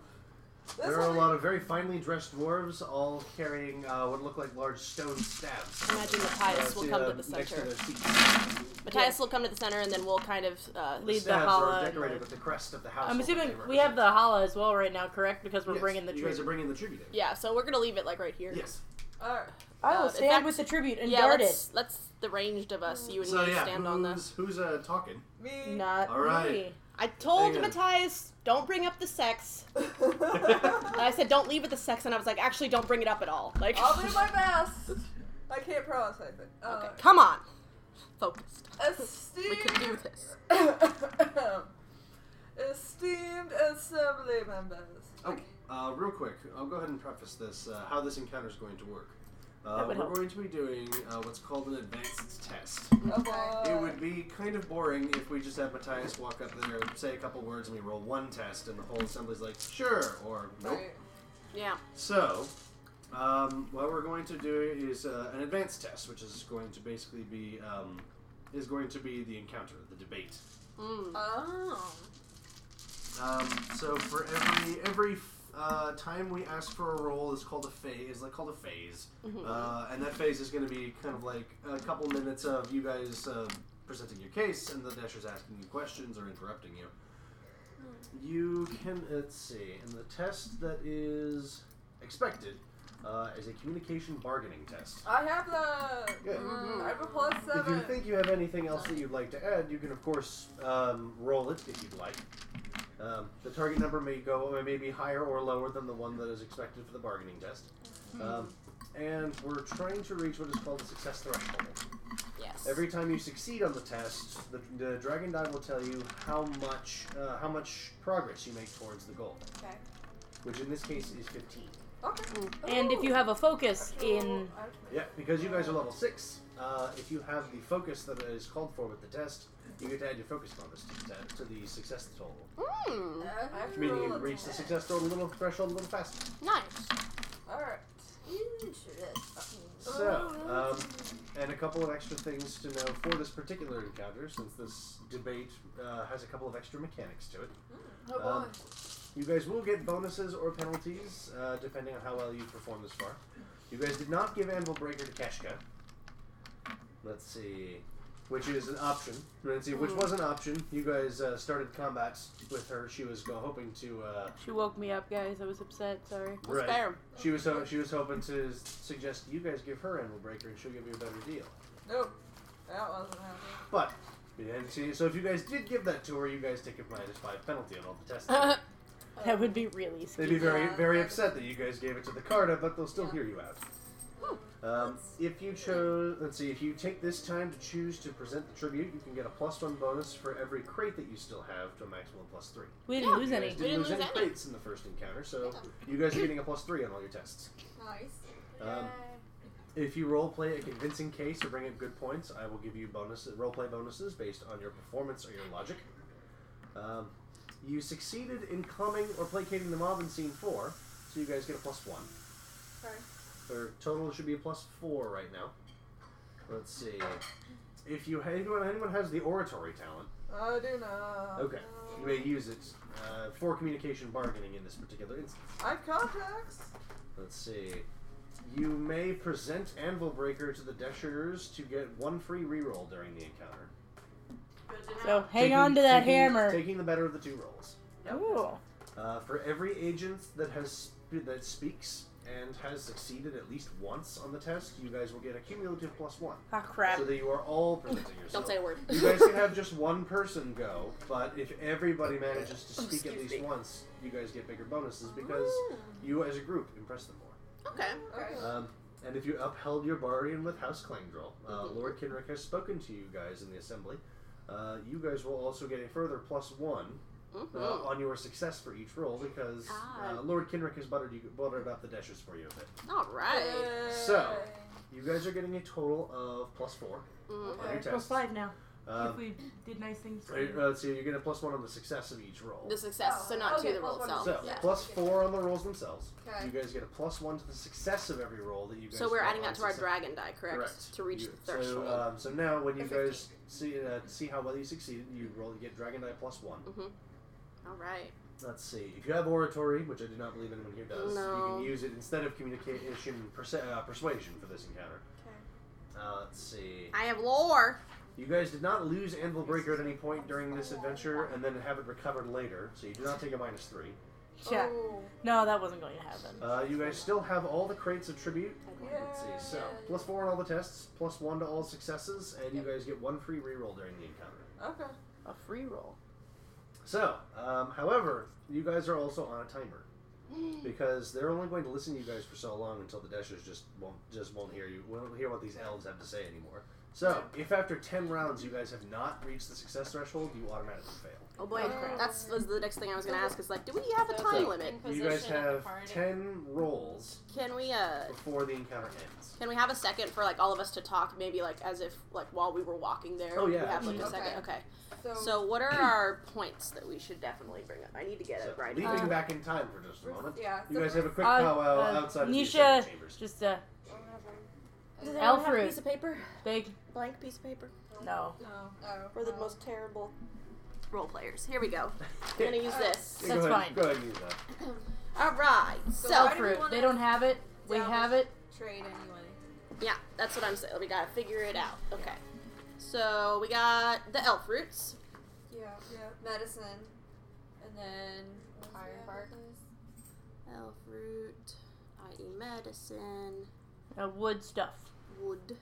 Speaker 8: This
Speaker 1: There are a
Speaker 8: one-
Speaker 1: lot of very finely dressed dwarves, all carrying uh, what look like large stone stabs.
Speaker 11: Imagine
Speaker 1: Uh,
Speaker 11: Matthias will
Speaker 1: to,
Speaker 11: come
Speaker 1: uh,
Speaker 11: to the
Speaker 1: next
Speaker 11: center.
Speaker 1: their seats.
Speaker 11: Matthias will come to the center, and then we'll kind of uh, lead the
Speaker 1: stabs
Speaker 11: holla.
Speaker 1: are
Speaker 11: and-
Speaker 1: decorated with the crest of the house.
Speaker 7: I'm assuming we have the challah as well right now, correct? Because we're bringing the
Speaker 1: You guys are
Speaker 7: tribute.
Speaker 1: bringing the tribute. in.
Speaker 11: Yeah, so we're gonna leave it like right here.
Speaker 1: Yes.
Speaker 8: All right.
Speaker 7: I
Speaker 11: Uh,
Speaker 7: will
Speaker 11: in
Speaker 7: Oh, stand
Speaker 11: fact-
Speaker 7: with the tribute and
Speaker 11: Yeah,
Speaker 7: guard it.
Speaker 11: let's, let's the ranged of us. You and
Speaker 1: So
Speaker 11: me
Speaker 1: yeah,
Speaker 11: stand
Speaker 1: who's,
Speaker 11: on the.
Speaker 1: who's uh, talking?
Speaker 8: Me.
Speaker 7: Not
Speaker 1: All right.
Speaker 7: me.
Speaker 11: I told
Speaker 1: Hang on.
Speaker 11: Matthias, don't bring up the
Speaker 1: [LAUGHS]
Speaker 11: sex. And I said, don't leave with the sex, and I was like, actually, don't bring it up at all. Like, [LAUGHS]
Speaker 8: I'll do my best. I can't promise anything. Uh,
Speaker 11: okay, come on, focused.
Speaker 8: Esteemed,
Speaker 11: We can do this.
Speaker 8: [LAUGHS] esteemed assembly members.
Speaker 1: Oh, uh, real quick, I'll go ahead and preface this uh, how this encounter is going to work. Uh,
Speaker 7: That
Speaker 1: we're
Speaker 7: would help.
Speaker 1: going to be doing uh, what's called an advanced test.
Speaker 8: Uh. Okay.
Speaker 1: It would be kind of boring if we just had Matthias walk up there, say a couple words, and we roll one test, and the whole assembly's like, sure, or nope.
Speaker 8: Right.
Speaker 11: Yeah.
Speaker 1: So, um, what we're going to do is uh, an advanced test, which is going to basically be um, is going to be the encounter, the debate.
Speaker 8: Oh.
Speaker 1: Um, so for every every uh, time we ask for a roll is called a phase, is like called a phase, uh, and that phase is going to be kind of like a couple minutes of you guys uh, presenting your case and the dashers asking you questions or interrupting you. You can, let's see, and the test that is expected uh, is a communication bargaining test.
Speaker 8: I have the.
Speaker 1: Good.
Speaker 8: Mm, I have a plus
Speaker 1: Mm-hmm. If you
Speaker 8: seven.
Speaker 1: think you have anything else that you'd like to add, you can of course um, roll it if you'd like. Um, the target number may go may be higher or lower than the one that is expected for the bargaining test. Um, and we're trying to reach what is called the success threshold.
Speaker 6: Yes.
Speaker 1: Every time you succeed on the test, the, the dragon die will tell you how much uh, how much progress you make towards the goal,
Speaker 8: Okay.
Speaker 1: which in this case is 15.
Speaker 8: Okay.
Speaker 7: And
Speaker 6: Oh,
Speaker 7: if you have a focus in.
Speaker 1: Yeah, because you guys are level six. Uh, if you have the focus that is called for with the test, you get to add your focus bonus to the, te- to the success total.
Speaker 11: Mm.
Speaker 8: I have to
Speaker 1: Meaning
Speaker 8: roll
Speaker 1: you
Speaker 8: a
Speaker 1: reach the
Speaker 8: 10.
Speaker 1: success total a little threshold a little faster.
Speaker 11: Nice.
Speaker 8: Alright.
Speaker 1: So, um, and a couple of extra things to know for this particular encounter, since this debate uh, has a couple of extra mechanics to it.
Speaker 8: Oh boy.
Speaker 1: Um, you guys will get bonuses or penalties uh, depending on how well you perform this far. You guys did not give Anvil Breaker to Keshka. Let's see, which is an option. Let's see, which
Speaker 8: Hmm.
Speaker 1: was an option. You guys uh, started combats with her. She was go- hoping to. Uh,
Speaker 7: She woke me up, guys. I was upset. Sorry.
Speaker 1: right. She was ho- she was hoping to s- suggest you guys give her Anvil Breaker and she'll give you a better deal.
Speaker 8: Nope. That wasn't happening.
Speaker 1: But and see, so if you guys did give that to her, you guys take a minus five penalty on all the tests.
Speaker 7: [LAUGHS] That would be really
Speaker 1: They'd
Speaker 7: scary.
Speaker 1: be very very upset that you guys gave it to the Carta, but they'll still hear you out. Um, if you chose, let's see, if you take this time to choose to present the tribute, you can get a plus one bonus for every crate that you still have to a maximum of plus three.
Speaker 7: We didn't lose
Speaker 1: You guys
Speaker 7: any.
Speaker 1: Didn't lose any crates in the first encounter, so you guys are getting a plus three on all your tests.
Speaker 5: Nice.
Speaker 1: Um, if you role play a convincing case or bring up good points, I will give you bonus role play bonuses based on your performance or your logic. Um, you succeeded in calming or placating the mob in scene four, so you guys get a plus one. For total, it should be a plus four right now. Let's see. If you anyone anyone has the oratory talent,
Speaker 8: I do not.
Speaker 1: okay, you may use it uh, for communication bargaining in this particular instance.
Speaker 8: I have contacts.
Speaker 1: Let's see. You may present Anvil Breaker to the Deshers to get one free reroll during the encounter.
Speaker 7: So hang
Speaker 1: Taking-
Speaker 7: on to that
Speaker 1: taking-
Speaker 7: hammer.
Speaker 1: Taking the better of the two rolls.
Speaker 7: Ooh.
Speaker 1: Uh, for every agent that has sp- that speaks and has succeeded at least once on the test, you guys will get a cumulative plus one.
Speaker 7: Ah, crap.
Speaker 1: So that you are all presenting yourself.
Speaker 11: [LAUGHS] Don't say a word.
Speaker 1: You guys can have just one person go, but if everybody manages to speak at least once, you guys get bigger bonuses because you as a group impress them more.
Speaker 11: Okay.
Speaker 1: Um, and if you upheld your bargain with House Clangdrel, uh,
Speaker 11: Mm-hmm.
Speaker 1: Lord Kinrick has spoken to you guys in the assembly. Uh, you guys will also get a further plus one uh,
Speaker 11: Mhm.
Speaker 1: on your success for each roll because
Speaker 11: Ah.
Speaker 1: uh, Lord Kinrick has buttered you, buttered up the dashes for you a bit.
Speaker 11: All right.
Speaker 1: So you guys are getting a total of plus four
Speaker 11: Mm.
Speaker 1: on your
Speaker 12: Plus
Speaker 1: test.
Speaker 12: five now. if
Speaker 1: Um,
Speaker 12: we did nice things.
Speaker 1: uh, let's see, you're getting a plus one on the success of each roll.
Speaker 11: The success, so not
Speaker 13: Okay,
Speaker 11: to the
Speaker 13: plus
Speaker 11: roll
Speaker 13: one.
Speaker 11: itself.
Speaker 1: So
Speaker 11: yeah.
Speaker 1: plus four on the rolls themselves.
Speaker 13: Okay.
Speaker 1: You guys get a plus one to the success of every roll that you guys.
Speaker 11: So we're
Speaker 1: roll
Speaker 11: adding
Speaker 1: on
Speaker 11: that to our
Speaker 1: success.
Speaker 11: dragon die, correct? To reach
Speaker 1: You-
Speaker 11: the threshold.
Speaker 1: So, um, so now when you
Speaker 11: Or
Speaker 1: guys see uh, see how well you succeeded, you roll you get dragon die plus one.
Speaker 11: All right.
Speaker 1: Let's see. If you have oratory, which I do not believe anyone here does, you
Speaker 11: No.
Speaker 1: can use it instead of communication perse- uh, persuasion for this encounter. Uh, let's see.
Speaker 11: I have lore.
Speaker 1: You guys did not lose Anvil Breaker at any point during this adventure, and then have it recovered later, so you do not take a minus three.
Speaker 7: Yeah.
Speaker 12: Oh.
Speaker 7: No, that wasn't going to happen.
Speaker 1: Uh, you guys still have all the crates of tribute.
Speaker 8: Yeah.
Speaker 1: Let's see. So plus four on all the tests, plus one to all successes, and you guys get one free reroll during the encounter.
Speaker 8: Okay.
Speaker 7: A free roll.
Speaker 1: So, um, however, you guys are also on a timer because they're only going to listen to you guys for so long until the deshers just won't just won't hear you won't hear what these elves have to say anymore. So, if after ten rounds you guys have not reached the success threshold, you automatically fail.
Speaker 11: Oh boy, that's was the next thing I was gonna ask. Is like, do we have a
Speaker 6: So-
Speaker 11: time
Speaker 1: So-
Speaker 11: limit?
Speaker 1: You
Speaker 6: Position
Speaker 1: guys
Speaker 6: of the
Speaker 1: have
Speaker 6: party.
Speaker 1: ten rolls
Speaker 11: Can we uh,
Speaker 1: before the encounter ends.
Speaker 11: can we have a second for like all of us to talk? Maybe like as if like while we were walking there.
Speaker 1: Oh, yeah,
Speaker 11: We have like a
Speaker 1: absolutely.
Speaker 11: second. Okay.
Speaker 8: So,
Speaker 11: So what are our points that we should definitely bring up? I need to get
Speaker 1: So,
Speaker 11: it right.
Speaker 1: leaping
Speaker 11: now.
Speaker 1: back in time for just a moment.
Speaker 8: yeah.
Speaker 1: You
Speaker 8: so
Speaker 1: guys have a quick
Speaker 7: Uh,
Speaker 1: powwow
Speaker 7: uh,
Speaker 1: outside of the
Speaker 7: Nisha,
Speaker 1: assembly chambers.
Speaker 7: just a
Speaker 11: Does anyone have a
Speaker 7: Alfred.
Speaker 11: piece of paper?
Speaker 7: big
Speaker 11: Blank piece of paper.
Speaker 7: no.
Speaker 8: No. Oh.
Speaker 11: We're the most terrible role players. Here we go.
Speaker 1: [LAUGHS]
Speaker 11: I'm gonna use this.
Speaker 1: Yeah, go
Speaker 7: That's
Speaker 1: ahead,
Speaker 7: fine.
Speaker 1: Go ahead and use that.
Speaker 11: All right. So
Speaker 7: Alfred. they don't have it. We have it.
Speaker 6: Trade anyway.
Speaker 11: yeah, that's what I'm saying. We gotta figure it out. Okay. So we got the elf roots.
Speaker 8: Yeah.
Speaker 6: Medicine.
Speaker 5: And then
Speaker 6: Firebark.
Speaker 11: Elf root. I eat medicine.
Speaker 7: Uh, wood stuff.
Speaker 11: Wood.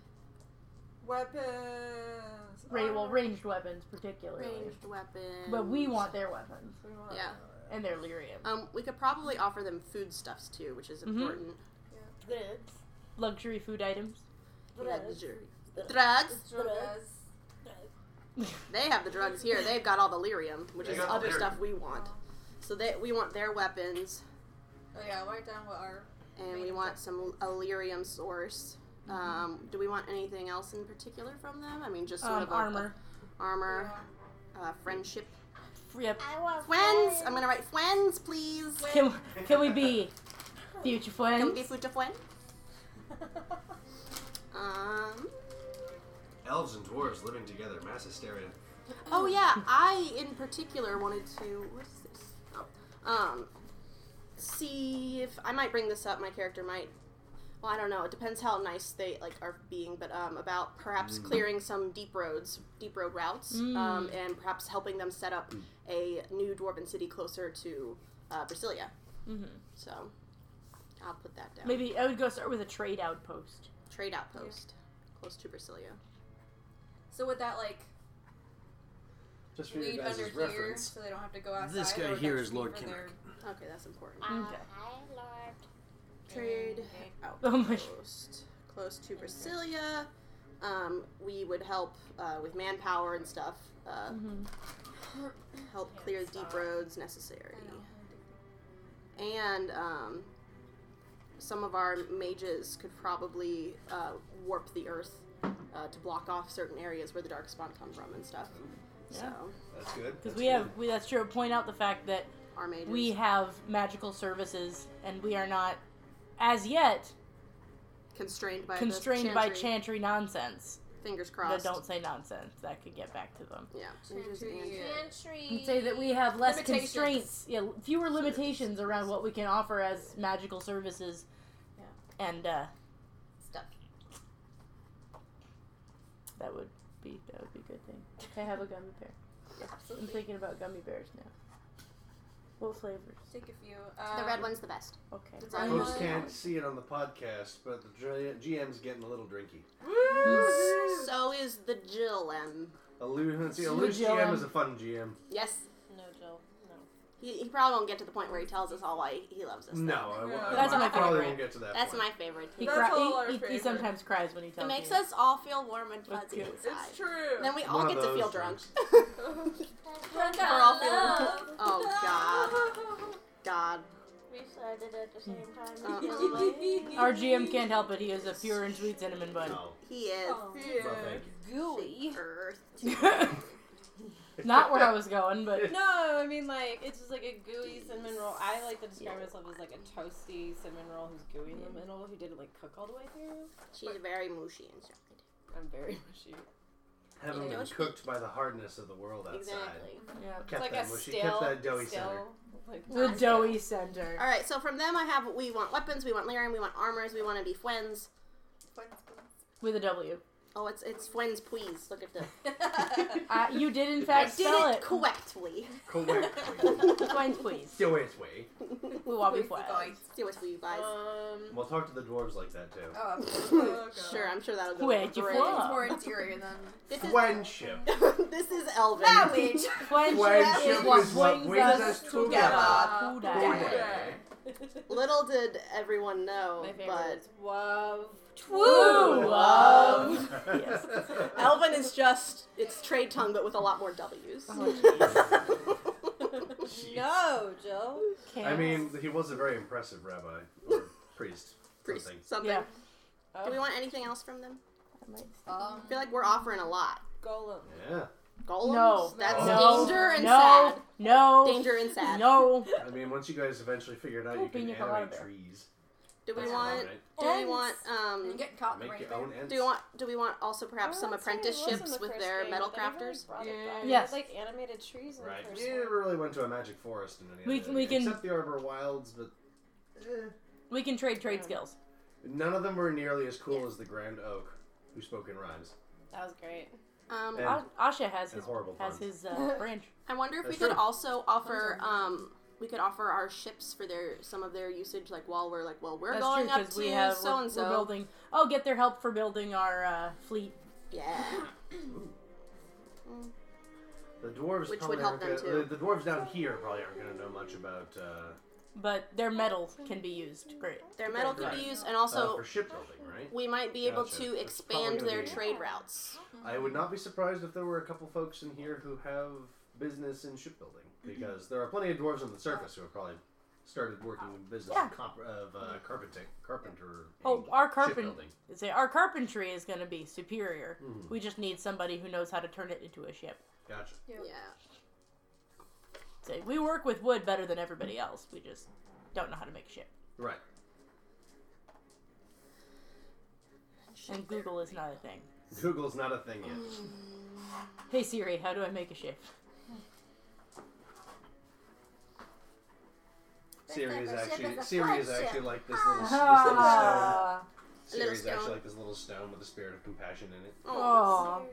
Speaker 8: Weapons. Um,
Speaker 7: Ra- well,
Speaker 8: armor.
Speaker 7: ranged weapons particularly.
Speaker 11: Ranged weapons.
Speaker 7: But we want their weapons
Speaker 8: We want-
Speaker 11: Yeah.
Speaker 7: and their lyrium.
Speaker 11: Um, we could probably offer them foodstuffs too, which is
Speaker 7: Mhm.
Speaker 11: important.
Speaker 6: Goods.
Speaker 7: Luxury food items.
Speaker 11: Luxury. Drugs.
Speaker 6: Drugs.
Speaker 11: They have the drugs here. They've got all the lyrium, which
Speaker 1: They
Speaker 11: is
Speaker 1: got the
Speaker 11: other
Speaker 1: lyrium.
Speaker 11: stuff we want. So they, we want their weapons,
Speaker 6: Oh yeah, write down what our
Speaker 11: and we want some Illyrium source.
Speaker 7: Mm-hmm.
Speaker 11: Um, do we want anything else in particular from them? I mean, just sort
Speaker 7: Um,
Speaker 11: of a-
Speaker 7: armor.
Speaker 11: armor, uh, friendship.
Speaker 7: Yep.
Speaker 11: Friends. I'm gonna write friends, please.
Speaker 7: Can, can we be future
Speaker 11: Can we
Speaker 7: friends?
Speaker 11: be food
Speaker 7: [LAUGHS]
Speaker 11: to friend? Um.
Speaker 1: Elves and dwarves living together, mass hysteria.
Speaker 11: Oh yeah, I in particular wanted to. What is this? Oh, um, see if I might bring this up. My character might. Well, I don't know. It depends how nice they like are being, but um, about perhaps clearing some deep roads, deep road routes, um,
Speaker 7: Mm.
Speaker 11: and perhaps helping them set up a new dwarven city closer to uh, Brasilia.
Speaker 7: hmm
Speaker 11: So, I'll put that down.
Speaker 7: Maybe I would go start with a trade outpost.
Speaker 11: trade outpost close to Brasilia.
Speaker 6: So would that like
Speaker 1: Just for
Speaker 6: lead
Speaker 1: your guys'
Speaker 6: under here
Speaker 1: reference.
Speaker 6: so they don't have to go outside?
Speaker 1: This guy
Speaker 6: or would
Speaker 1: here
Speaker 6: that
Speaker 1: is
Speaker 6: be
Speaker 1: Lord
Speaker 6: for their-
Speaker 11: Okay, that's important.
Speaker 7: Ah, Okay.
Speaker 11: Trade
Speaker 7: Oh my-
Speaker 11: outpost close to Brasilia. Um, we would help uh, with manpower and stuff. Uh,
Speaker 7: Mhm.
Speaker 11: help clear the deep roads necessary. And um, some of our mages could probably uh, warp the earth uh, to block off certain areas where the darkspawn come from and stuff. So
Speaker 7: Yeah.
Speaker 1: That's good.
Speaker 7: Because
Speaker 1: that's
Speaker 7: we
Speaker 1: good.
Speaker 7: have we, that's true. Point out the fact that
Speaker 11: our mages.
Speaker 7: we have magical services and we are not, as yet,
Speaker 11: constrained by
Speaker 7: constrained
Speaker 11: the
Speaker 7: by chantry nonsense.
Speaker 11: Fingers
Speaker 7: But
Speaker 11: crossed.
Speaker 7: don't say nonsense. That could get back to them.
Speaker 11: Yeah. mages and-
Speaker 6: Pantry.
Speaker 7: And say that we have less
Speaker 6: Limitations.
Speaker 7: constraints, yeah, fewer limitations around what we can offer as magical services, and uh,
Speaker 6: Stuff.
Speaker 7: that would be that would be a good thing. Can I have a gummy bear? I'm thinking about gummy bears now. What flavors?
Speaker 6: Take a few. Um,
Speaker 11: The red one's the best.
Speaker 7: Okay.
Speaker 6: Does
Speaker 11: Red
Speaker 6: that
Speaker 11: one's
Speaker 1: Folks
Speaker 6: Uh,
Speaker 1: can't see it on the podcast, but the dr- GM's getting a little drinky.
Speaker 11: So is the Jill M.
Speaker 1: A loose, let's [LAUGHS] see, a
Speaker 7: The
Speaker 1: loose
Speaker 7: GM.
Speaker 1: GM is a fun GM.
Speaker 11: Yes.
Speaker 6: No, Jill.
Speaker 11: He, he probably won't get to the point where he tells us all why he loves us.
Speaker 1: No, I, won't- I
Speaker 7: That's
Speaker 1: won't-
Speaker 7: my
Speaker 1: I probably
Speaker 7: favorite.
Speaker 1: won't get to that.
Speaker 11: That's
Speaker 1: point.
Speaker 11: my favorite.
Speaker 7: He,
Speaker 8: That's
Speaker 7: cry-
Speaker 8: all
Speaker 7: he-
Speaker 8: our
Speaker 7: he- he
Speaker 8: favorite.
Speaker 7: sometimes cries when he tells
Speaker 11: it makes
Speaker 7: me.
Speaker 11: us all feel warm and
Speaker 7: That's
Speaker 11: fuzzy
Speaker 7: good.
Speaker 11: inside.
Speaker 8: It's true.
Speaker 11: Then we all
Speaker 1: One of
Speaker 11: get to feel
Speaker 1: those
Speaker 11: drunk.
Speaker 6: Run
Speaker 11: We're all
Speaker 6: [LAUGHS]
Speaker 11: feeling. Oh God, God.
Speaker 5: We started at the same time.
Speaker 11: Uh, anyway,
Speaker 7: Our GM can't help it. He is a pure and sweet cinnamon bun.
Speaker 1: No.
Speaker 11: he is
Speaker 5: Oh.
Speaker 6: [LAUGHS]
Speaker 8: Yeah.
Speaker 1: No, thank
Speaker 11: gooey. Earth.
Speaker 7: [LAUGHS] Not where I was going, but
Speaker 6: No, I mean like it's just like a gooey cinnamon roll. I like to describe myself as like a toasty cinnamon roll who's gooey in
Speaker 11: Mm-hmm.
Speaker 6: the middle, who didn't like cook all the way through.
Speaker 11: She's very mushy inside.
Speaker 6: I'm very [LAUGHS] mushy.
Speaker 1: you. Haven't been
Speaker 11: Don't-
Speaker 1: cooked by the hardness of the world outside.
Speaker 11: Exactly.
Speaker 7: yeah.
Speaker 1: Kept
Speaker 6: like
Speaker 1: that
Speaker 6: a
Speaker 1: mushy,
Speaker 6: stale-
Speaker 1: kept that doughy
Speaker 6: still,
Speaker 1: center.
Speaker 6: like,
Speaker 7: The doughy center.
Speaker 11: All right. So from them, I have we want weapons, we want lyrium, we want armors, we want to be friends.
Speaker 7: With a W.
Speaker 11: Oh, it's it's friends, please. Look at the.
Speaker 7: Uh, you did in
Speaker 11: I
Speaker 7: fact
Speaker 11: did
Speaker 7: spell
Speaker 11: it
Speaker 7: it.
Speaker 11: [LAUGHS] correctly. [LAUGHS]
Speaker 1: Correctly.
Speaker 7: Coins, please.
Speaker 1: Do it way.
Speaker 7: We want
Speaker 6: Please
Speaker 7: before.
Speaker 6: be going.
Speaker 11: Do it for you guys. [LAUGHS]
Speaker 6: Um.
Speaker 1: We'll talk to the dwarves like that too.
Speaker 6: Oh,
Speaker 8: Oh, God.
Speaker 11: Sure, I'm sure that'll go.
Speaker 7: Where'd you
Speaker 11: great.
Speaker 7: from?
Speaker 6: it's more endearing than
Speaker 11: This is
Speaker 1: Friendship.
Speaker 11: [LAUGHS] this is Elvin.
Speaker 6: marriage. [LAUGHS]
Speaker 7: Friendship
Speaker 1: Friendship
Speaker 7: is what
Speaker 1: is what
Speaker 7: brings
Speaker 1: brings
Speaker 7: us
Speaker 1: us
Speaker 7: together.
Speaker 1: together.
Speaker 7: Together.
Speaker 1: Okay.
Speaker 11: Little did everyone know,
Speaker 6: My favorite
Speaker 11: but
Speaker 6: is wov.
Speaker 7: Woo! Um,
Speaker 1: [LAUGHS]
Speaker 11: [LAUGHS] Elvin is just it's trade tongue, but with a lot more W's. [LAUGHS]
Speaker 1: Jeez.
Speaker 6: No, Oh, Jill.
Speaker 1: I mean, he was a very impressive rabbi
Speaker 7: [LAUGHS]
Speaker 1: or priest.
Speaker 11: Priest,
Speaker 1: Something.
Speaker 11: something.
Speaker 7: Yeah.
Speaker 11: Do we want anything else from them?
Speaker 6: Um,
Speaker 11: I feel like we're offering a lot.
Speaker 6: golem.
Speaker 1: Yeah.
Speaker 11: Golems.
Speaker 7: No.
Speaker 11: that's
Speaker 7: No.
Speaker 11: danger and
Speaker 7: no. No.
Speaker 11: sad. Danger and sad.
Speaker 7: No.
Speaker 1: I mean, once you guys eventually figured out
Speaker 7: Oh,
Speaker 1: you can
Speaker 7: piña colada
Speaker 1: animate
Speaker 7: bear.
Speaker 1: trees,
Speaker 11: Do we
Speaker 1: that's
Speaker 11: want?
Speaker 1: fine, right?
Speaker 11: Do we want?
Speaker 6: I'm
Speaker 11: Um.
Speaker 6: getting caught in the
Speaker 1: make
Speaker 6: rain.
Speaker 1: your own ends.
Speaker 11: Do we want? Do we want also perhaps
Speaker 6: Oh,
Speaker 11: some
Speaker 6: that's right, it was in
Speaker 11: apprenticeships
Speaker 6: the
Speaker 11: with
Speaker 6: first
Speaker 11: their
Speaker 6: game,
Speaker 11: metal
Speaker 6: but they haven't
Speaker 11: crafters?
Speaker 6: brought it back.
Speaker 7: Yes.
Speaker 6: They had, like animated trees in
Speaker 1: Right.
Speaker 6: the
Speaker 1: We
Speaker 6: first one.
Speaker 1: never really went to a magic forest in any
Speaker 7: We
Speaker 1: other
Speaker 7: can- we
Speaker 1: game,
Speaker 7: can-
Speaker 1: except the Arbor Wilds, but eh,
Speaker 7: We can trade trade skills.
Speaker 1: none of them were nearly as cool as the Grand Oak, who spoke in rhymes.
Speaker 6: That was great. [LAUGHS]
Speaker 11: Um,
Speaker 7: And- A- Asha has and his- horrible has puns. his,
Speaker 11: [LAUGHS]
Speaker 7: uh, branch.
Speaker 11: I wonder if
Speaker 7: That's
Speaker 11: we could
Speaker 7: true.
Speaker 11: also offer um, we could offer our ships for their some of their usage, like while we're like, well, we're
Speaker 7: That's
Speaker 11: going
Speaker 7: true,
Speaker 11: up
Speaker 7: 'cause
Speaker 11: to
Speaker 7: we have
Speaker 11: so and
Speaker 7: we're, we're
Speaker 11: so.
Speaker 7: building. Oh, get their help for building our uh, fleet.
Speaker 11: Yeah.
Speaker 6: [LAUGHS]
Speaker 1: The dwarves
Speaker 7: Which
Speaker 1: probably
Speaker 7: would
Speaker 1: aren't
Speaker 7: help them
Speaker 1: gonna-
Speaker 7: too.
Speaker 1: The, the dwarves down here probably aren't going to know much about. Uh,
Speaker 7: But their metal can be used. Great.
Speaker 11: Their metal
Speaker 1: Right.
Speaker 11: can be used, and
Speaker 1: Uh,
Speaker 11: also
Speaker 1: for shipbuilding, right?
Speaker 11: we might be able
Speaker 1: Gotcha.
Speaker 11: to
Speaker 1: That's
Speaker 11: expand
Speaker 1: probably
Speaker 11: their
Speaker 1: gonna be-
Speaker 11: trade routes.
Speaker 1: I would not be surprised if there were a couple folks in here who have business in shipbuilding,
Speaker 7: Mm-hmm.
Speaker 1: because there are plenty of dwarves on the surface who have probably started working in business
Speaker 7: Yeah.
Speaker 1: of, comp- of uh, carpenter, carpenter.
Speaker 7: Oh, our carpent.
Speaker 1: Shipbuilding.
Speaker 7: Say our carpentry is going to be superior.
Speaker 1: Mhm.
Speaker 7: We just need somebody who knows how to turn it into a ship.
Speaker 1: Gotcha.
Speaker 11: Yeah.
Speaker 7: Say we work with wood better than everybody else. We just don't know how to make a ship.
Speaker 1: Right.
Speaker 7: And Google is not a thing.
Speaker 1: Google's not a thing yet.
Speaker 7: Mm. Hey Siri, how do I make a ship?
Speaker 1: Siri is
Speaker 7: The ship
Speaker 1: actually
Speaker 7: is a
Speaker 1: Siri is
Speaker 7: flagship.
Speaker 1: actually like this little, this
Speaker 11: Ah.
Speaker 1: little stone.
Speaker 7: Ah.
Speaker 11: A
Speaker 1: Siri
Speaker 11: little
Speaker 1: is actually
Speaker 11: stone.
Speaker 1: like this little stone with a spirit of compassion in it.
Speaker 7: Oh.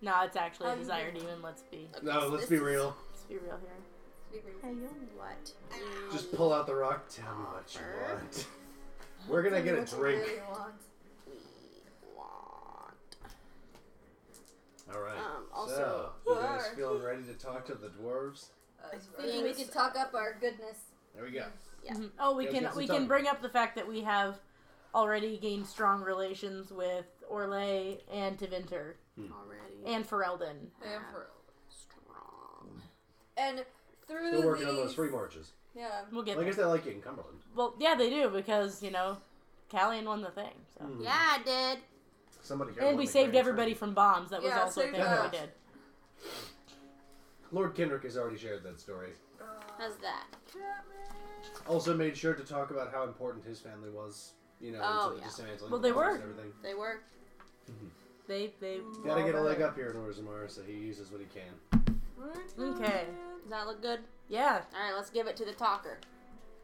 Speaker 7: No, it's actually a desire demon. Let's be.
Speaker 1: No, let's be real.
Speaker 7: Let's be real here.
Speaker 11: What?
Speaker 1: Just pull out the rock. Tell
Speaker 7: Oh,
Speaker 1: me what you want. [LAUGHS] We're gonna get a drink. All right.
Speaker 11: Um,
Speaker 1: so,
Speaker 11: also-
Speaker 1: you guys feeling ready to talk to the dwarves?
Speaker 5: I think we could talk up our goodness.
Speaker 1: There we go.
Speaker 7: Mhm. [CLEARS THROAT] Oh, we
Speaker 1: Guys
Speaker 7: can
Speaker 1: got some
Speaker 7: we
Speaker 1: time.
Speaker 7: can bring up the fact that we have already gained strong relations with Orlay and Tevinter
Speaker 1: Hmm.
Speaker 11: Already.
Speaker 6: Eh.
Speaker 7: and Ferelden.
Speaker 11: Yeah.
Speaker 5: Strong. And through
Speaker 1: Still working on
Speaker 5: these-
Speaker 1: those free marches.
Speaker 5: Yeah.
Speaker 7: We'll get
Speaker 1: Well, I
Speaker 7: there.
Speaker 1: guess they like it in Cumberland.
Speaker 7: Well, yeah, they do because you know, Callian won the thing. So.
Speaker 1: Mhm.
Speaker 11: Yeah, I did.
Speaker 1: Somebody. gotta
Speaker 7: And
Speaker 1: win
Speaker 7: we
Speaker 1: the
Speaker 7: saved
Speaker 1: grand
Speaker 7: everybody
Speaker 1: prix.
Speaker 7: from bombs. That was
Speaker 8: Yeah,
Speaker 7: also a
Speaker 8: save
Speaker 7: thing that we
Speaker 8: that.
Speaker 7: did.
Speaker 1: Lord Kendrick has already shared that story.
Speaker 11: How's that?
Speaker 1: Also made sure to talk about how important his family was. You know,
Speaker 11: Oh,
Speaker 1: to the
Speaker 11: yeah.
Speaker 1: dismantling
Speaker 7: Well,
Speaker 1: of
Speaker 7: they
Speaker 1: the walls
Speaker 7: were.
Speaker 1: And everything.
Speaker 11: They were.
Speaker 7: They they
Speaker 1: Gotta get a leg up here in Orzammar, so he uses what he can.
Speaker 7: Okay.
Speaker 11: Does that look good?
Speaker 7: Yeah.
Speaker 11: All right, let's give it to the talker.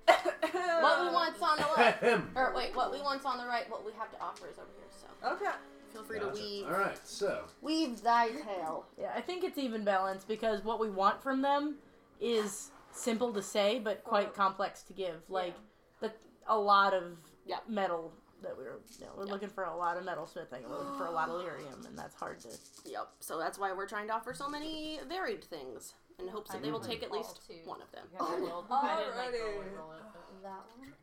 Speaker 11: what we want's
Speaker 1: [LAUGHS]
Speaker 11: on the left, or wait, what we want's on the right, what we have to offer is over here. So
Speaker 8: okay,
Speaker 11: feel free to
Speaker 1: Gotcha.
Speaker 11: weave.
Speaker 1: All right, so
Speaker 11: Weave thy tail.
Speaker 7: Yeah, I think it's even balanced because what we want from them is simple to say but quite complex to give. Like the a lot of metal that we were you know, we're looking for a lot of metal smithing, we're looking for a lot of lyrium and that's hard to
Speaker 11: Yep. So that's why we're trying to offer so many varied things in hopes that they will take at least one of them.
Speaker 5: That one is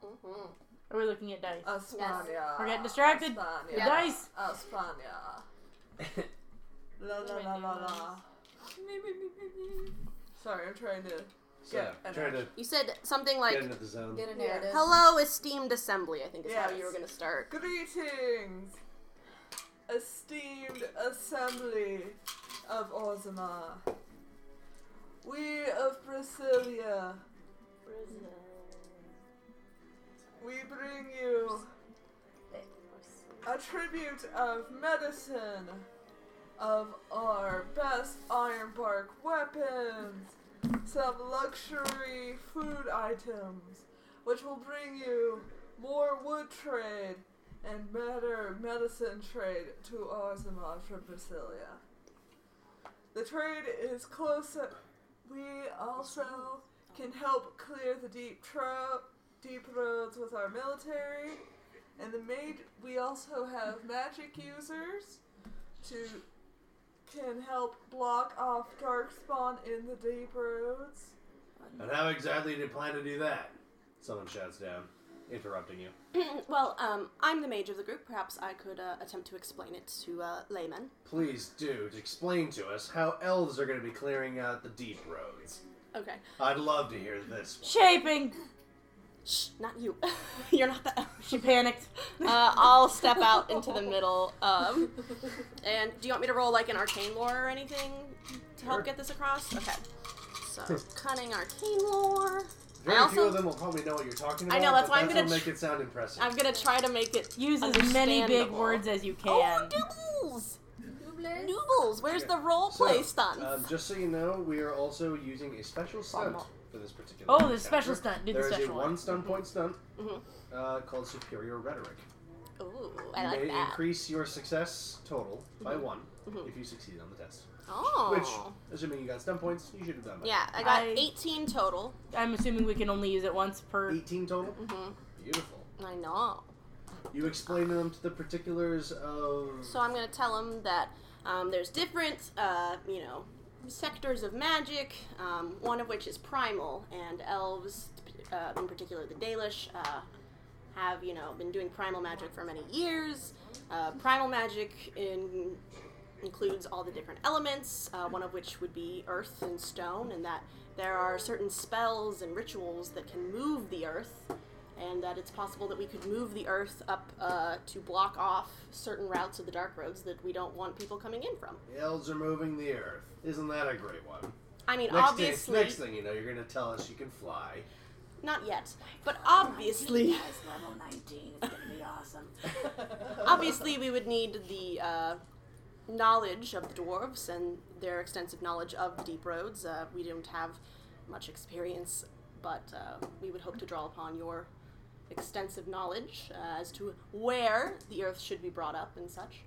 Speaker 5: beautiful.
Speaker 1: Mm-hmm.
Speaker 7: Are we looking at
Speaker 12: Uh,
Speaker 7: dice?
Speaker 8: Espana.
Speaker 7: We're getting distracted. The
Speaker 8: Espana.
Speaker 7: dice.
Speaker 1: [LAUGHS]
Speaker 8: Espana. la la la la la. Sorry, I'm trying to.
Speaker 1: So, trying to
Speaker 11: You said something like.
Speaker 1: get into the zone.
Speaker 8: Get a narrative.
Speaker 11: Hello, esteemed assembly. I think is how
Speaker 8: Yes.
Speaker 11: you were going to start.
Speaker 8: Greetings, esteemed assembly of Ozma. We of Brasilia, we bring you a tribute of medicine, of our best ironbark weapons, some luxury food items, which will bring you more wood trade and better medicine trade to Ozma from Brasilia. The trade is close. We also can help clear the deep tro- deep roads with our military, and the maid. We also have magic users to can help block off darkspawn in the deep roads.
Speaker 1: And how exactly do you plan to do that? Someone shouts down, interrupting you.
Speaker 11: well, um, I'm the mage of the group. Perhaps I could uh, attempt to explain it to uh, laymen.
Speaker 1: Please, dude, explain to us how elves are going to be clearing out the deep roads.
Speaker 11: Okay.
Speaker 1: I'd love to hear this one.
Speaker 7: Shaping.
Speaker 11: Shh, not you. [LAUGHS] You're not the.
Speaker 12: [LAUGHS]
Speaker 7: She panicked.
Speaker 11: Uh, I'll step out
Speaker 7: [LAUGHS]
Speaker 11: into the middle. Um, and do you want me to roll like an arcane lore or anything to help get this across? Okay. So cunning arcane lore.
Speaker 1: Very
Speaker 11: I
Speaker 1: few of
Speaker 11: also
Speaker 1: them will probably know what you're talking about.
Speaker 11: I know, that's
Speaker 1: but
Speaker 11: why I'm
Speaker 1: that's
Speaker 11: gonna
Speaker 1: what
Speaker 11: tr-
Speaker 1: make it sound impressive.
Speaker 11: I'm gonna try to make it
Speaker 7: Use as many big
Speaker 11: understandable.
Speaker 7: words as you
Speaker 11: Oh,
Speaker 7: can.
Speaker 11: Noobles! Noobles! Where's the role
Speaker 1: So,
Speaker 11: play stunts?
Speaker 1: Um, just so you know, we are also using a special stunt for this particular.
Speaker 7: Oh, the
Speaker 1: encounter.
Speaker 7: special stunt. Do the
Speaker 1: There
Speaker 11: Mm-hmm.
Speaker 1: is
Speaker 7: special
Speaker 1: a
Speaker 7: one.
Speaker 1: one stun point stunt
Speaker 11: Mhm.
Speaker 1: uh, called Superior Rhetoric.
Speaker 11: Ooh,
Speaker 1: You
Speaker 11: I like
Speaker 1: may
Speaker 11: that.
Speaker 1: increase your success total by
Speaker 11: Mhm.
Speaker 1: one
Speaker 11: Mhm.
Speaker 1: if you succeed on the test.
Speaker 11: Oh.
Speaker 1: Which, assuming you got stun points, you should have done. by
Speaker 11: Yeah,
Speaker 1: now.
Speaker 11: I got 18 total.
Speaker 7: I'm assuming we can only use it once per.
Speaker 1: 18 total?
Speaker 11: Mm-hmm.
Speaker 1: Beautiful.
Speaker 11: I know.
Speaker 1: You explain them to the particulars of.
Speaker 11: So I'm gonna tell him that um, there's different, uh, you know, sectors of magic. Um, one of which is primal, and elves, uh, in particular the Dalish, uh, have you know been doing primal magic for many years. Uh, primal magic in, includes all the different elements, uh, one of which would be earth and stone, and that there are certain spells and rituals that can move the earth and that it's possible that we could move the earth up uh, to block off certain routes of the dark roads that we don't want people coming in from.
Speaker 1: The elves are moving the earth. Isn't that a great one?
Speaker 11: I mean,
Speaker 1: next thing-
Speaker 11: obviously,
Speaker 1: next thing you know, you're going to tell us you can fly.
Speaker 11: not yet, but obviously,
Speaker 12: level 19. It's gonna be awesome.
Speaker 11: obviously, we would need the uh, knowledge of the dwarves and their extensive knowledge of the deep roads. Uh, we don't have much experience, but uh, we would hope to draw upon your extensive knowledge uh, as to where the earth should be brought up and such.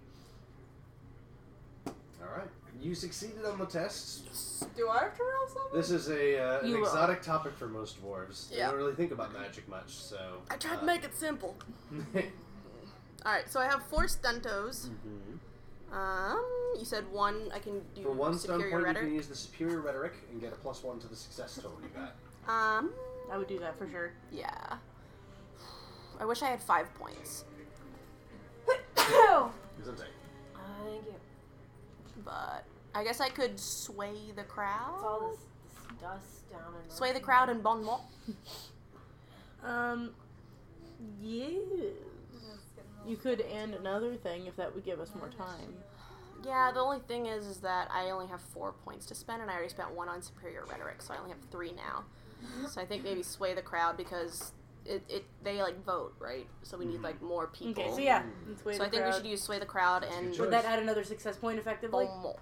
Speaker 1: All right. You succeeded on the test.
Speaker 8: Do I have to roll something?
Speaker 1: This is a uh, an
Speaker 8: You will.
Speaker 1: exotic topic for most dwarves. They
Speaker 11: Yeah.
Speaker 1: don't really think about magic much, so.
Speaker 11: I tried
Speaker 1: uh,
Speaker 11: to make it simple.
Speaker 1: make.
Speaker 11: All right, so I have four stuntos. Um, you said one. I can
Speaker 1: [LAUGHS]
Speaker 11: do
Speaker 1: Mm-hmm. For one stun point,
Speaker 11: superior
Speaker 1: you
Speaker 11: rhetoric.
Speaker 1: can use the superior rhetoric and get a plus one to the success total you got.
Speaker 11: Um,
Speaker 7: I would do that for sure.
Speaker 11: Yeah. I wish I had five points,
Speaker 1: Because I'm saying.
Speaker 11: Thank you. but I guess I could sway the crowd.
Speaker 14: It's all this, this dust down and
Speaker 11: Sway the crowd in bon mot.
Speaker 7: Um, yes. You could and another thing if that would give us more time.
Speaker 11: Yeah, the only thing is, is that I only have four points to spend, and I already spent one on superior rhetoric, so I only have three now. So I think maybe sway the crowd because it, it they like vote right, so we need
Speaker 7: Mm-hmm.
Speaker 11: like more people.
Speaker 7: Okay, so yeah, let's sway
Speaker 11: so
Speaker 7: the
Speaker 11: I think we
Speaker 7: crowd.
Speaker 11: should Oh. use sway the crowd
Speaker 7: That's a
Speaker 11: and
Speaker 7: good Would that choice. add another success point effectively?
Speaker 11: Bon mot.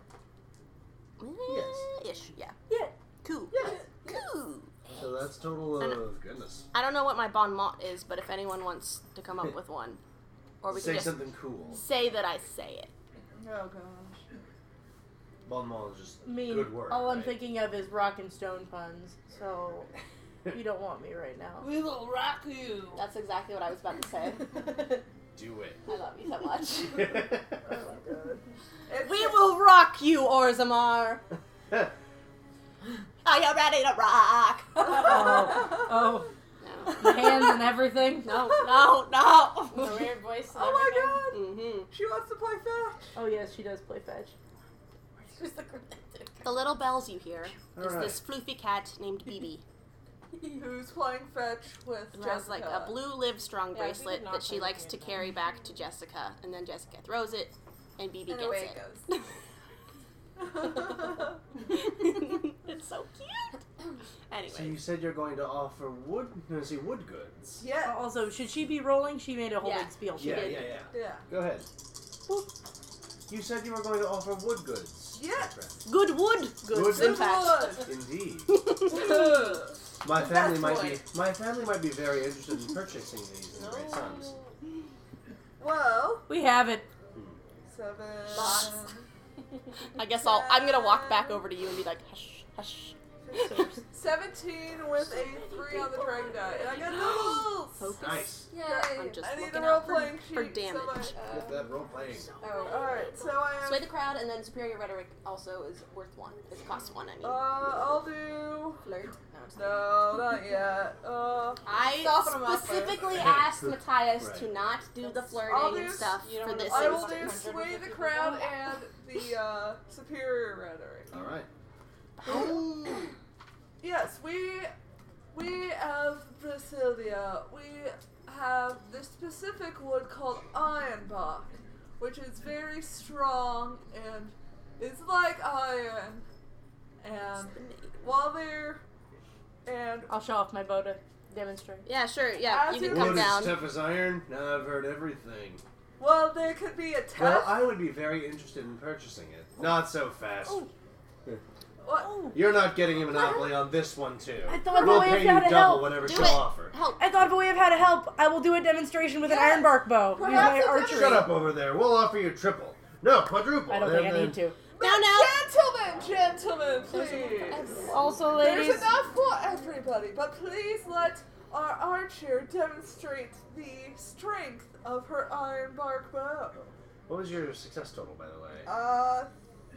Speaker 11: Eh, Ish, yeah.
Speaker 7: Yeah.
Speaker 11: Cool. Cool.
Speaker 1: So that's total
Speaker 11: And-
Speaker 1: of goodness.
Speaker 11: I don't know what my bon mot is, but if anyone wants to come up with one, or we
Speaker 1: Say
Speaker 11: can just
Speaker 1: something cool.
Speaker 11: say that I say it.
Speaker 8: Oh gosh.
Speaker 1: Bon mot is just
Speaker 7: I mean,
Speaker 1: good word.
Speaker 7: all I'm
Speaker 1: right?
Speaker 7: thinking of is rock and stone puns, so you don't want me right
Speaker 6: [LAUGHS]
Speaker 7: now.
Speaker 11: We will rock you. [LAUGHS] That's exactly what I was about to say.
Speaker 1: Do
Speaker 11: [LAUGHS]
Speaker 1: it.
Speaker 11: I love you so much.
Speaker 8: It's
Speaker 11: [LAUGHS] we will rock you, Orzammar.
Speaker 1: [LAUGHS]
Speaker 11: Are you ready to rock?
Speaker 7: Oh, oh. hands and everything.
Speaker 11: No, [LAUGHS] no, no.
Speaker 6: The weird voice. And
Speaker 8: Oh
Speaker 6: everything.
Speaker 8: my god!
Speaker 11: Mm-hmm.
Speaker 8: She wants to play fetch.
Speaker 7: Oh yes, she does play fetch.
Speaker 11: The little bells you hear is
Speaker 7: Alright.
Speaker 11: this floofy cat named BB,
Speaker 8: Who's playing fetch with [LAUGHS]
Speaker 11: who
Speaker 8: Jessica?
Speaker 11: has like a blue Livestrong
Speaker 8: Yeah, she
Speaker 11: bracelet
Speaker 8: did not
Speaker 11: that she
Speaker 8: play
Speaker 11: likes
Speaker 8: the
Speaker 11: to
Speaker 8: game,
Speaker 11: carry back to Jessica, and then Jessica throws it, and BB
Speaker 6: And
Speaker 11: gets
Speaker 6: away
Speaker 11: it.
Speaker 6: it
Speaker 11: [LAUGHS] it's so [COUGHS] cute. Anyway.
Speaker 1: So you said you're going to offer wood, no, see wood goods.
Speaker 7: Yeah. Also, should she be rolling? She made a whole
Speaker 1: Yeah.
Speaker 7: big spiel. She
Speaker 1: Yeah,
Speaker 7: did.
Speaker 1: yeah, yeah. Go ahead. You said you were going to offer wood goods.
Speaker 8: Yeah.
Speaker 11: Good wood.
Speaker 1: Goods,
Speaker 11: in fact.
Speaker 1: Indeed.
Speaker 11: [LAUGHS]
Speaker 8: Ugh.
Speaker 1: My
Speaker 8: That's
Speaker 1: family might be
Speaker 8: right.
Speaker 1: my family might be very interested in purchasing these in great sums.
Speaker 8: Well,
Speaker 7: We have it.
Speaker 8: seven.
Speaker 11: I guess I'll. I'm gonna walk back over to you and be like, hush, hush.
Speaker 8: Seventeen with a three on the dragon die, and I got no.
Speaker 11: Focus.
Speaker 1: Nice.
Speaker 8: Yay.
Speaker 11: I'm just
Speaker 8: I need
Speaker 11: looking
Speaker 8: a role
Speaker 11: out for,
Speaker 8: playing
Speaker 11: for
Speaker 8: sheet, so
Speaker 11: damage.
Speaker 8: I-
Speaker 1: Get that role playing.
Speaker 8: Oh, alright, so I am.
Speaker 11: Sway the crowd, and then superior rhetoric also is worth one. It's cost one. I mean.
Speaker 8: Uh, I'll do.
Speaker 11: Flirt.
Speaker 8: No, not yet. Uh,
Speaker 11: I specifically asked Matthias to
Speaker 8: Right.
Speaker 11: not do the
Speaker 8: I'll
Speaker 11: flirting
Speaker 8: do
Speaker 11: and stuff
Speaker 8: you don't
Speaker 11: for
Speaker 8: wanna-
Speaker 11: this
Speaker 8: I will do
Speaker 11: instance.
Speaker 8: sway the crowd and the uh, superior rhetoric.
Speaker 1: All right.
Speaker 11: Oh.
Speaker 8: Yes, we we of Brasilia, we have this specific wood called ironbark, which is very strong and it's like iron. And while they're and
Speaker 7: I'll show off my bow to demonstrate.
Speaker 11: Yeah, sure. Yeah,
Speaker 8: As
Speaker 11: you
Speaker 8: you-
Speaker 11: can
Speaker 1: wood
Speaker 11: come
Speaker 1: is
Speaker 11: down.
Speaker 1: tough as iron. Now I've heard everything.
Speaker 8: well, there could be a test.
Speaker 1: Well, I would be very interested in purchasing it. Not so fast.
Speaker 8: Ooh. What?
Speaker 1: You're not getting a monopoly on this one too.
Speaker 15: I thought of
Speaker 1: we'll
Speaker 15: a way of
Speaker 1: pay
Speaker 15: how
Speaker 1: you
Speaker 15: to
Speaker 1: double
Speaker 15: help.
Speaker 1: whatever
Speaker 15: Do
Speaker 1: she'll
Speaker 15: it.
Speaker 1: offer.
Speaker 11: Help.
Speaker 15: I thought of a way of how to help. I will do a demonstration with an iron bark bow. Use
Speaker 1: Perhaps
Speaker 15: my
Speaker 1: it's
Speaker 15: archery.
Speaker 1: Shut up over there. We'll offer you triple. No, quadruple.
Speaker 15: I don't
Speaker 1: And
Speaker 15: think I
Speaker 1: then-
Speaker 15: need to.
Speaker 11: Now, now.
Speaker 8: Gentlemen, gentlemen, please.
Speaker 7: Also,
Speaker 8: There's
Speaker 7: ladies-
Speaker 8: enough for everybody, but please let our archer demonstrate the strength of her iron bark bow.
Speaker 1: What was your success total, by the way?
Speaker 8: Uh,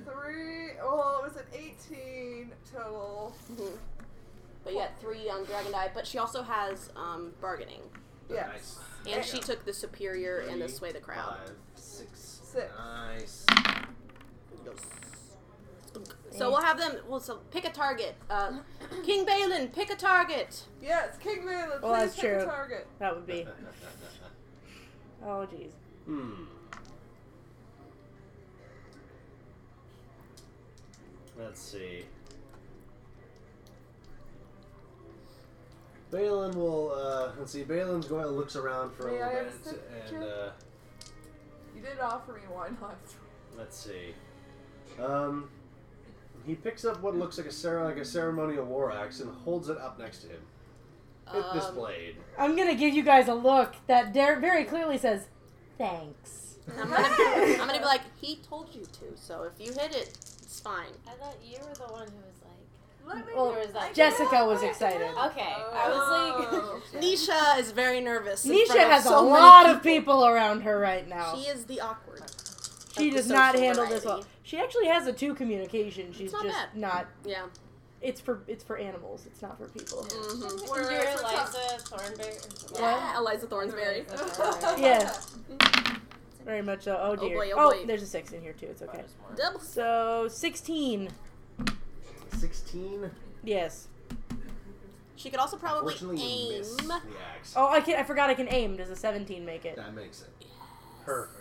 Speaker 8: three. Well, it was an 18 total.
Speaker 11: But you got three on Dragon Die, but she also has um, bargaining.
Speaker 8: Yeah.
Speaker 1: Nice.
Speaker 11: And she took the superior and the sway the crowd.
Speaker 1: Five, six.
Speaker 8: Six.
Speaker 1: Nice.
Speaker 11: So we'll have them. Well, so pick a target. Uh, King Balin, pick a target.
Speaker 8: Yes, King Balin.
Speaker 15: Well, that's
Speaker 11: please pick a
Speaker 15: true.
Speaker 11: target.
Speaker 15: That would be. Oh, jeez.
Speaker 1: Hmm. Let's see. Balin will. Uh, let's see. Balin's going. Looks around for a
Speaker 8: May I
Speaker 1: little
Speaker 8: have a
Speaker 1: bit,
Speaker 8: suggestion?
Speaker 1: and uh,
Speaker 8: You did offer me one not.
Speaker 1: let's see. Um, he picks up what looks like a cer- like a ceremonial war axe and holds it up next to him. Hit this
Speaker 7: Um,
Speaker 1: blade.
Speaker 7: I'm gonna give you guys a look that there very clearly says, "Thanks."
Speaker 11: I'm gonna, I'm gonna be like, he told you to. So if you hit it, it's fine.
Speaker 14: I thought you were the one who was like.
Speaker 8: Let me
Speaker 7: Well,
Speaker 14: Or is that
Speaker 7: Jessica was excited.
Speaker 14: Okay,
Speaker 1: Oh,
Speaker 14: I
Speaker 5: [LAUGHS]
Speaker 11: [LAUGHS]
Speaker 14: was like.
Speaker 11: Nisha is very nervous. in
Speaker 7: Nisha
Speaker 11: front of
Speaker 7: has
Speaker 11: so
Speaker 7: a
Speaker 11: many
Speaker 7: lot of people around her right now.
Speaker 11: people. She is the awkward.
Speaker 7: She
Speaker 11: of the
Speaker 7: does not
Speaker 11: social
Speaker 7: handle this well.
Speaker 11: variety.
Speaker 7: She actually has a two communication. She's
Speaker 11: not
Speaker 7: just
Speaker 11: bad.
Speaker 7: not.
Speaker 11: Yeah.
Speaker 7: It's for it's for animals. It's not for people.
Speaker 14: Didn't
Speaker 8: Where-
Speaker 14: you do
Speaker 8: what's up?
Speaker 14: Eliza Thornberry?
Speaker 11: Mm-hmm. Yeah, Eliza Thornsberry.
Speaker 7: yeah. Very much so. Oh dear.
Speaker 11: boy, oh boy.
Speaker 7: there's a six in here too. It's okay.
Speaker 11: [LAUGHS] Double.
Speaker 7: So sixteen.
Speaker 1: Sixteen.
Speaker 7: Yes.
Speaker 11: She could also probably
Speaker 1: Unfortunately, you
Speaker 11: aim.
Speaker 1: missed the axe.
Speaker 7: Oh, I can. I forgot I can aim. Does a seventeen make it?
Speaker 1: That makes it. Perfect.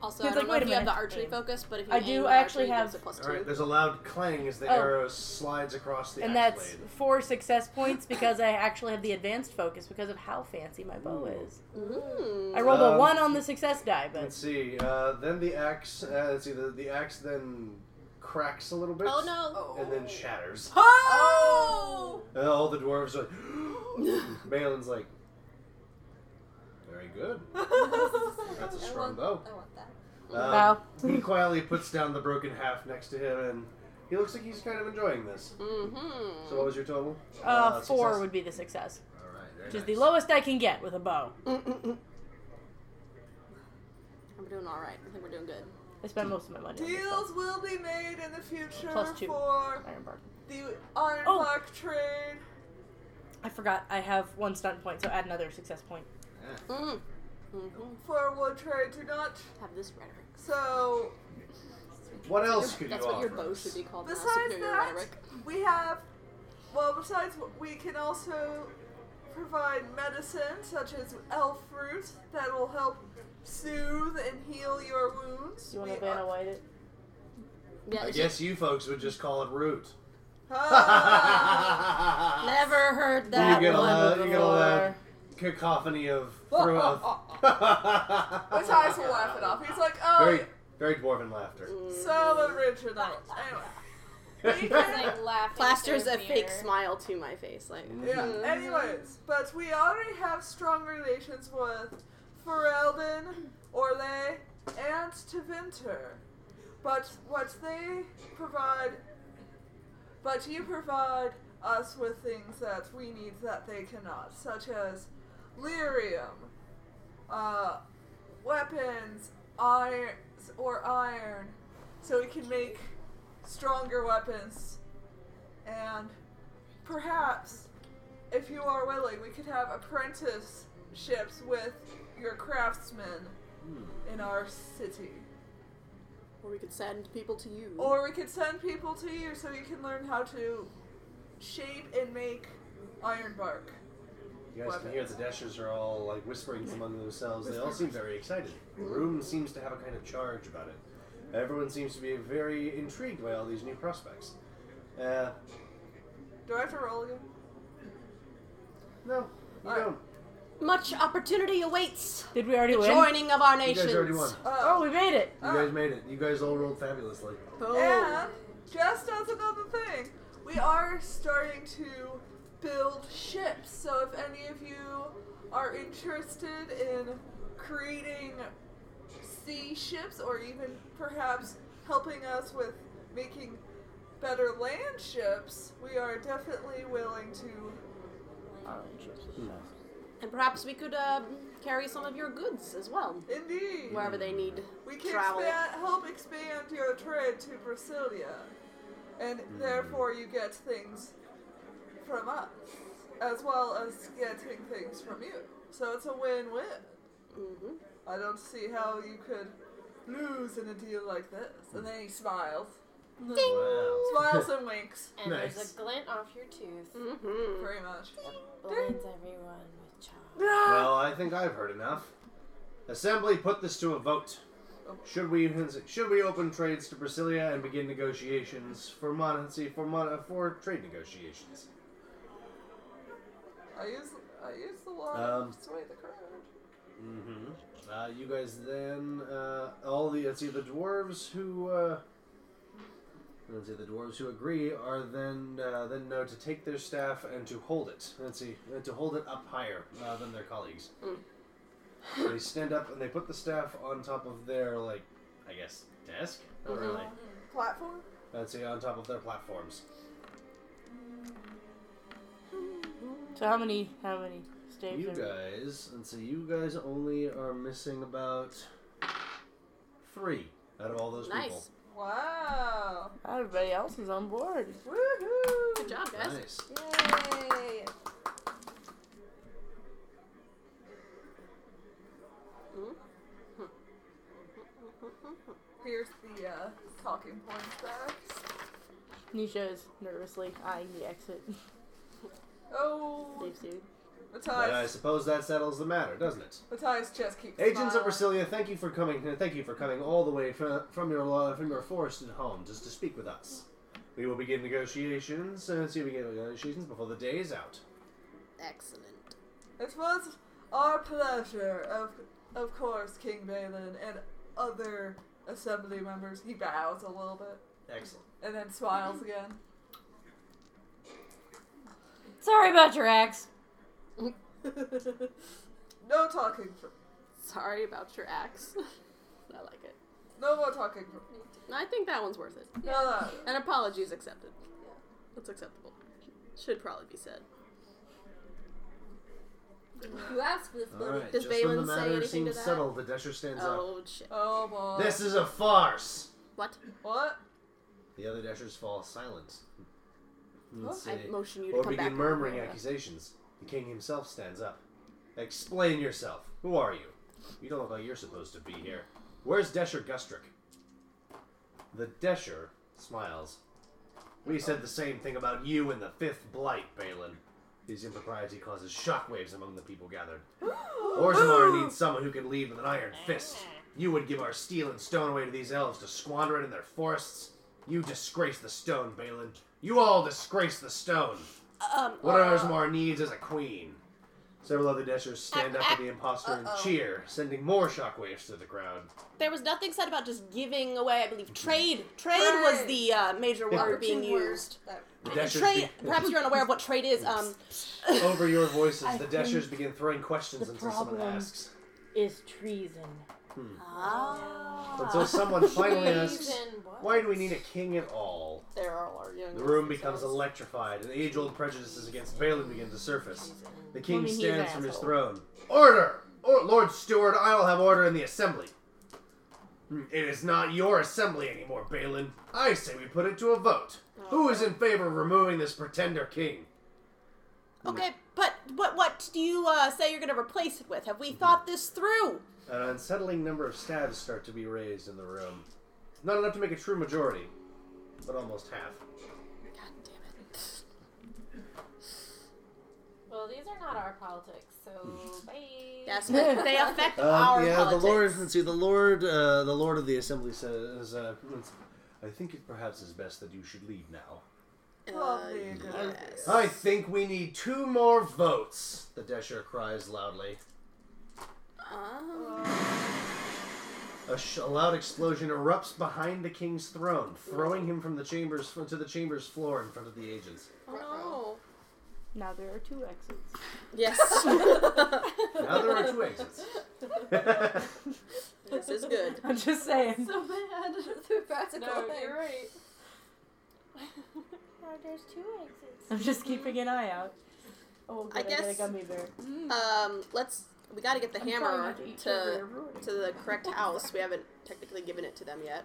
Speaker 11: Also,
Speaker 7: He's
Speaker 11: I
Speaker 7: like,
Speaker 11: don't know
Speaker 7: "Wait
Speaker 11: if
Speaker 7: a
Speaker 11: you have the
Speaker 7: minute."
Speaker 11: archery focus, but if you
Speaker 7: I
Speaker 11: aim
Speaker 7: do,
Speaker 11: with
Speaker 7: I actually
Speaker 11: archery, it
Speaker 7: have-
Speaker 11: gives a plus
Speaker 1: All right.
Speaker 11: two.
Speaker 1: There's a loud clang as the
Speaker 7: Oh.
Speaker 1: arrow slides across the
Speaker 7: and
Speaker 1: axe
Speaker 7: that's
Speaker 1: blade.
Speaker 7: four success points because I actually have the advanced focus because of how fancy my bow is.
Speaker 11: Mm-hmm.
Speaker 7: I rolled a
Speaker 1: Um,
Speaker 7: one on the success die,
Speaker 1: Let's
Speaker 7: but
Speaker 1: see. Uh, then the axe. Uh, let's see. The, the axe then cracks a little bit.
Speaker 11: Oh, no.
Speaker 1: And then shatters.
Speaker 11: Oh!
Speaker 1: And all the dwarves are. [GASPS] like, Balin's like. Very good.
Speaker 7: Oh.
Speaker 1: That's a strong bow.
Speaker 5: I want that.
Speaker 1: Uh, he quietly puts down the broken half next to him, and he looks like he's kind of enjoying this.
Speaker 11: Mm-hmm.
Speaker 1: So what was your total?
Speaker 7: uh, four
Speaker 1: success.
Speaker 7: would be the success,
Speaker 1: All right, very
Speaker 7: which is
Speaker 1: nice.
Speaker 7: the lowest I can get with a bow.
Speaker 11: I'm doing all right. I think we're doing good.
Speaker 7: I spend most of my money. on this bow.
Speaker 8: Deals will be made in the future
Speaker 7: Plus two.
Speaker 8: for
Speaker 7: Iron bark.
Speaker 8: the iron
Speaker 7: Oh.
Speaker 8: bark trade.
Speaker 7: I forgot I have one stunt point, so add another success point.
Speaker 11: Mm.
Speaker 8: for wood trade do not.
Speaker 11: Have this rhetoric.
Speaker 8: So
Speaker 1: What else could
Speaker 11: That's
Speaker 1: you
Speaker 11: what your
Speaker 1: offer
Speaker 11: bow
Speaker 1: us?
Speaker 11: should be called. now,
Speaker 8: besides
Speaker 11: superior
Speaker 8: that,
Speaker 11: rhetoric.
Speaker 8: we have. Well, besides we can also provide medicine such as elf root that will help soothe and heal your wounds.
Speaker 7: Do you
Speaker 8: We
Speaker 7: want to Vanna
Speaker 8: are-
Speaker 7: White it?
Speaker 11: Yeah,
Speaker 1: I
Speaker 11: it's
Speaker 1: guess you folks would just call it
Speaker 11: [LAUGHS]
Speaker 1: root.
Speaker 8: [LAUGHS] Ah.
Speaker 11: Never heard
Speaker 1: you
Speaker 11: that
Speaker 1: get a
Speaker 11: one uh,
Speaker 1: loud, you get a loud
Speaker 11: before.
Speaker 1: cacophony of throw
Speaker 11: uh.
Speaker 1: [LAUGHS] of
Speaker 8: Which eyes will laugh it off. He's like, oh,
Speaker 1: very very dwarven laughter.
Speaker 11: Mm.
Speaker 8: so original. Anyway. We can-
Speaker 5: [LAUGHS]
Speaker 11: plasters a fake smile to my face, like.
Speaker 1: Mm-hmm.
Speaker 8: Yeah.
Speaker 11: mhm.
Speaker 8: Anyways, but we already have strong relations with Ferelden, Orle, and Tevinter. But what they provide, but you provide us with things that we need that they cannot, such as lyrium, uh, weapons, iron or iron, so we can make stronger weapons and perhaps, if you are willing, we could have apprenticeships with your craftsmen in our city.
Speaker 11: Or we could send people to you.
Speaker 8: Or we could send people to you so you can learn how to shape and make iron bark.
Speaker 1: You guys can hear the dashers are all like whispering among themselves. They all seem very excited. The room seems to have a kind of charge about it. Everyone seems to be very intrigued by all these new prospects. Uh,
Speaker 8: Do I have to roll again?
Speaker 1: no, you don't.
Speaker 11: Much opportunity awaits.
Speaker 7: Did we already
Speaker 11: the
Speaker 7: win?
Speaker 11: joining of our
Speaker 1: You
Speaker 11: nations.
Speaker 1: guys already won.
Speaker 8: Uh,
Speaker 7: Oh, we made it.
Speaker 11: Oh,
Speaker 1: You guys made it. You guys all rolled fabulously.
Speaker 11: Boom.
Speaker 8: And just as another thing, are starting to build ships, so if any of you are interested in creating sea ships or even perhaps helping us with making better land ships, we are definitely willing to.
Speaker 11: And perhaps we could uh, carry some of your goods as well.
Speaker 8: Indeed.
Speaker 11: Wherever they need
Speaker 8: We can
Speaker 11: travel.
Speaker 8: expand, help expand your trade to Brasilia, and therefore you get things from us, as well as getting things from you. So it's a win-win.
Speaker 11: Mhm.
Speaker 8: I don't see how you could lose in a deal like this. And then he smiles.
Speaker 1: Ding. Wow.
Speaker 8: Smiles and winks.
Speaker 14: And there's a glint off your tooth.
Speaker 8: Mm-hmm. Pretty much.
Speaker 14: Blinds everyone with charm.
Speaker 1: Well, I think I've heard enough. Assembly, put this to a vote. Should we should we open trades to Brasilia and begin negotiations for mon- see, for mon- for trade negotiations?
Speaker 8: I use I use the wand
Speaker 1: Um,
Speaker 8: to sway the crowd.
Speaker 1: Mm-hmm. Uh, you guys then uh, all the let's see the dwarves who uh, let's see the dwarves who agree are then uh, then know to take their staff and to hold it. Let's see uh, to hold it up higher uh, than their colleagues. So they stand up and they put the staff on top of their like I guess desk. Not really.
Speaker 8: Platform.
Speaker 1: Let's see on top of their platforms.
Speaker 7: So how many? How many staves?
Speaker 1: You
Speaker 7: are-
Speaker 1: guys, and so you guys only are missing about three out of all those people.
Speaker 8: Wow.
Speaker 7: Everybody else is on board.
Speaker 8: Woohoo!
Speaker 11: Good job, guys.
Speaker 1: Nice.
Speaker 8: Yay! Here's the uh, talking points back.
Speaker 7: Nisha is nervously eyeing the exit. [LAUGHS]
Speaker 8: Oh,
Speaker 7: Stave suit.
Speaker 1: But I
Speaker 8: Matthias.
Speaker 1: suppose that settles the matter, doesn't it?
Speaker 8: Matthias just keeps
Speaker 1: Agents of
Speaker 8: smiling.
Speaker 1: Brasilia, thank you for coming. uh, Thank you for coming all the way from, from your lo- from your forested homes to speak with us. We will begin negotiations. Uh, see, we begin negotiations before the day is out.
Speaker 11: Excellent.
Speaker 8: It was our pleasure, of of course, King Balin and other assembly members. He bows a little bit
Speaker 1: Excellent.
Speaker 8: and then
Speaker 7: [LAUGHS]
Speaker 8: smiles again.
Speaker 14: Sorry about your ex.
Speaker 8: No talking. From,
Speaker 11: Sorry about your axe. [LAUGHS] I like it.
Speaker 8: no more talking. From,
Speaker 11: I think that one's worth it.
Speaker 8: no,
Speaker 11: An apology is accepted. That's acceptable. Should probably be said.
Speaker 5: You asked for this,
Speaker 1: All
Speaker 5: buddy.
Speaker 1: right.
Speaker 11: Does
Speaker 1: just
Speaker 11: Balin
Speaker 1: when
Speaker 11: say
Speaker 1: the matter
Speaker 11: anything
Speaker 1: seems
Speaker 11: to that?
Speaker 1: settled, the Desher stands
Speaker 11: Oh shit.
Speaker 8: Oh boy.
Speaker 1: up. This is a farce.
Speaker 11: What?
Speaker 8: What?
Speaker 1: The other Deshers fall silent. Let's
Speaker 11: I
Speaker 1: see.
Speaker 11: motion you to
Speaker 1: or
Speaker 11: come
Speaker 1: begin
Speaker 11: back.
Speaker 1: murmuring accusations. The king himself stands up. Explain yourself. Who are you? You don't look like you're supposed to be here. Where's Desher Gustrick? The Desher smiles. We said the same thing about you and the fifth blight, Balin. His impropriety causes shockwaves among the people gathered. Orzammar needs someone who can lead with an iron fist. You would give our steel and stone away to these elves to squander it in their forests. You disgrace the stone, Balin. You all disgrace the stone.
Speaker 11: Um,
Speaker 1: What
Speaker 7: uh,
Speaker 1: Orzammar needs is a queen. Several other Deshers stand up to the imposter and
Speaker 11: Uh-oh.
Speaker 1: cheer, sending more shockwaves to the crowd.
Speaker 11: There was nothing said about just giving away. I believe trade. Trade was the uh, major
Speaker 1: Yeah.
Speaker 11: word being
Speaker 1: Opportune word.
Speaker 11: used.
Speaker 1: The
Speaker 11: Uh,
Speaker 1: Deshers
Speaker 11: Trade.
Speaker 1: be-
Speaker 11: Perhaps you're unaware of what trade is. Um,
Speaker 1: [LAUGHS] Over your voices,
Speaker 7: I
Speaker 1: the
Speaker 7: think
Speaker 1: Deshers begin throwing questions
Speaker 7: the
Speaker 1: until someone
Speaker 7: problem-
Speaker 1: asks.
Speaker 7: Is treason.
Speaker 1: Hmm.
Speaker 11: Ah.
Speaker 1: Until
Speaker 7: [LAUGHS]
Speaker 1: someone finally asks,
Speaker 7: Treason
Speaker 1: why do we need a king at all?
Speaker 11: They're all arguing.
Speaker 1: The room becomes electrified, and age-old prejudices against Balin begin to surface. The king
Speaker 11: Well, he's an
Speaker 1: stands from his
Speaker 11: asshole.
Speaker 1: throne. Order! Or- Lord Steward, I will have order in the assembly. Hmm, It is not your assembly anymore, Balin. I say we put it to a vote. Who is in favor of removing this pretender king?
Speaker 11: Okay, but what what do you uh, say you're going to replace it with? Have we thought this through?
Speaker 1: An unsettling number of staves start to be raised in the room. Not enough to make a true majority, but almost half.
Speaker 14: Well, these are not our politics, so bye. [LAUGHS]
Speaker 11: [LAUGHS] That's right. They affect
Speaker 1: Um, yeah, the Lord. Let's see, the Lord, uh, the Lord of the Assembly says, uh, let's- "I think it perhaps is best that you should leave now."
Speaker 7: Uh,
Speaker 8: Lovely girl.
Speaker 1: I think we need two more votes. The Desher cries loudly.
Speaker 11: Um,
Speaker 1: A, sh- a loud explosion erupts behind the king's throne, throwing him from the chambers to the chamber's floor in front of the agents.
Speaker 11: Oh
Speaker 7: Now there are two exits.
Speaker 11: Yes.
Speaker 1: [LAUGHS] Now there are two exits.
Speaker 11: [LAUGHS] This is good.
Speaker 7: I'm
Speaker 14: [LAUGHS]
Speaker 7: just saying. [LAUGHS]
Speaker 6: So bad.
Speaker 5: [LAUGHS] Through practical
Speaker 6: No,
Speaker 5: thing.
Speaker 6: you're right.
Speaker 14: Now there's two exits.
Speaker 7: I'm just keeping an eye out. Oh, good,
Speaker 11: I
Speaker 7: I, got a
Speaker 11: guess-
Speaker 7: gummy bear.
Speaker 11: Um, let's. We got to get the
Speaker 7: I'm trying
Speaker 11: hammer
Speaker 7: not to eat
Speaker 11: to
Speaker 7: sugar, I'm
Speaker 11: to the correct house. We haven't technically given it to them yet.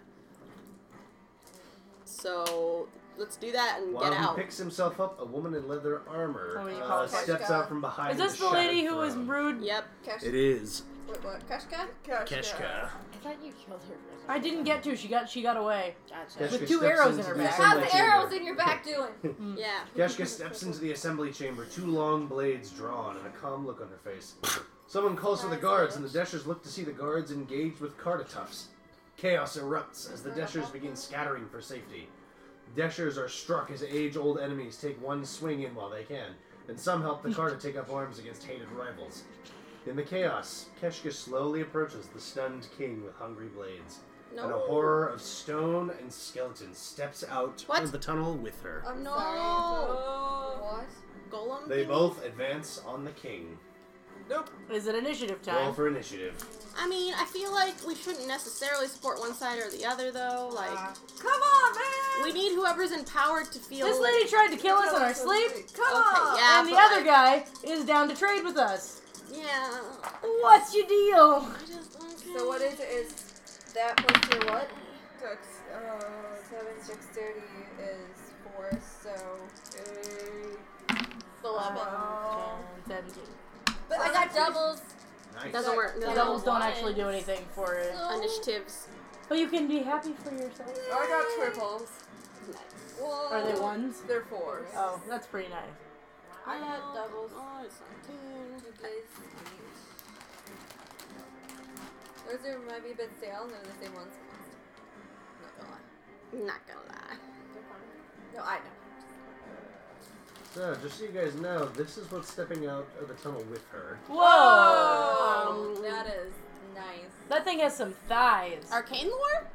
Speaker 11: So let's do that and
Speaker 1: While
Speaker 11: get
Speaker 1: he
Speaker 11: out.
Speaker 1: picks himself up, a woman in leather armor
Speaker 7: Oh, you
Speaker 1: uh,
Speaker 7: call
Speaker 1: steps
Speaker 7: Keshka.
Speaker 1: out from behind.
Speaker 7: Is this the lady who was rude?
Speaker 11: Yep.
Speaker 1: It is
Speaker 5: Wait, what? Kashka?
Speaker 1: Keshka.
Speaker 6: I thought you killed her.
Speaker 7: I didn't get to. She got she got away.
Speaker 1: Keshka
Speaker 7: With two
Speaker 1: steps
Speaker 7: arrows in
Speaker 1: into
Speaker 7: her
Speaker 1: the
Speaker 7: back.
Speaker 1: assembly
Speaker 5: How's the
Speaker 1: chamber.
Speaker 5: arrows in
Speaker 1: [LAUGHS]
Speaker 5: your back doing?
Speaker 11: yeah.
Speaker 1: Keshka steps into the assembly chamber, two long blades drawn, and a calm look on her face. Someone calls for the guards, and the Deshers look to see the guards engaged with Cartatuffs. Chaos erupts as the Deshers begin scattering for safety. Deshers are struck as age-old enemies take one swing in while they can, and some help the Carta take up arms against hated rivals. In the chaos, Keshka slowly approaches the stunned king with hungry blades, and a
Speaker 11: No.
Speaker 1: horror of stone and skeletons steps out
Speaker 11: What?
Speaker 1: of the tunnel with her.
Speaker 5: I'm
Speaker 11: No.
Speaker 5: What?
Speaker 11: Golem.
Speaker 1: They
Speaker 11: thingy?
Speaker 1: both advance on the king.
Speaker 7: Nope. Is it initiative
Speaker 1: Roll
Speaker 7: time?
Speaker 1: for initiative.
Speaker 11: I mean, I feel like we shouldn't necessarily support one side or the other, though. Like,
Speaker 5: come on, man.
Speaker 11: We need whoever's in power to feel.
Speaker 7: This lady tried to kill us in our sleep.
Speaker 5: Come
Speaker 11: Okay,
Speaker 5: on.
Speaker 11: yeah,
Speaker 7: and the
Speaker 11: but
Speaker 7: other guy is down to trade with us.
Speaker 11: Yeah.
Speaker 7: What's your deal?
Speaker 11: I just. Okay.
Speaker 5: So what is is that plus your what?
Speaker 8: Dex, uh,
Speaker 5: Seven six thirty is four, so uh,
Speaker 8: eight.
Speaker 5: eleven.
Speaker 8: Wow.
Speaker 7: Oh, Seventeen.
Speaker 5: But I got doubles.
Speaker 1: Nice.
Speaker 11: Doesn't work.
Speaker 7: The doubles don't actually do anything for it.
Speaker 11: Initiatives.
Speaker 7: But you can be happy for yourself.
Speaker 8: I got triples.
Speaker 5: Whoa.
Speaker 7: Are they ones?
Speaker 8: They're fours.
Speaker 7: Oh, that's pretty nice.
Speaker 14: I got doubles.
Speaker 11: Oh, it's not
Speaker 5: You
Speaker 11: two.
Speaker 5: guys. Those are remind me a bit stale. They're the same ones. Not gonna lie.
Speaker 11: Not gonna lie.
Speaker 5: No, I know.
Speaker 1: So, just so you guys know, this is what's stepping out of the tunnel with her.
Speaker 7: Whoa!
Speaker 5: Um, that is nice.
Speaker 7: That thing has some thighs.
Speaker 11: Arcane lore?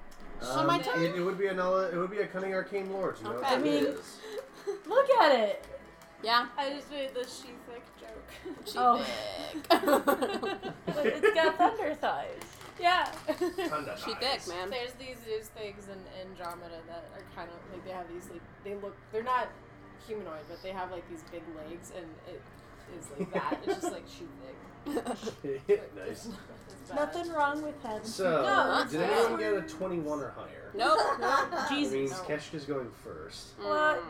Speaker 11: So
Speaker 1: Um,
Speaker 11: my turn.
Speaker 1: It, it would be a knowl- it would be a cunning arcane lore to know
Speaker 11: Okay.
Speaker 1: what
Speaker 11: I
Speaker 1: that
Speaker 7: mean-
Speaker 11: [LAUGHS]
Speaker 1: is.
Speaker 7: Look at it.
Speaker 11: Yeah.
Speaker 14: I just made the she thick joke.
Speaker 11: She
Speaker 7: Oh.
Speaker 11: thick.
Speaker 7: But it's
Speaker 1: [LAUGHS]
Speaker 7: [LAUGHS] got thunder thighs.
Speaker 14: yeah.
Speaker 1: Thunder
Speaker 11: [LAUGHS] she
Speaker 1: thighs.
Speaker 11: thick, man.
Speaker 14: [LAUGHS] There's these these things in Andromeda that are kind of like they have these like they look they're not humanoid but they have like these big legs and it is like that. it's just like she thick.
Speaker 1: [LAUGHS] nice.
Speaker 14: It's bad.
Speaker 7: wrong with him.
Speaker 1: So,
Speaker 11: [LAUGHS] No,
Speaker 1: did
Speaker 11: that's
Speaker 1: anyone get a 21 or higher?
Speaker 11: Nope.
Speaker 1: That means
Speaker 7: Jesus.
Speaker 1: Keshka's going first.
Speaker 7: What?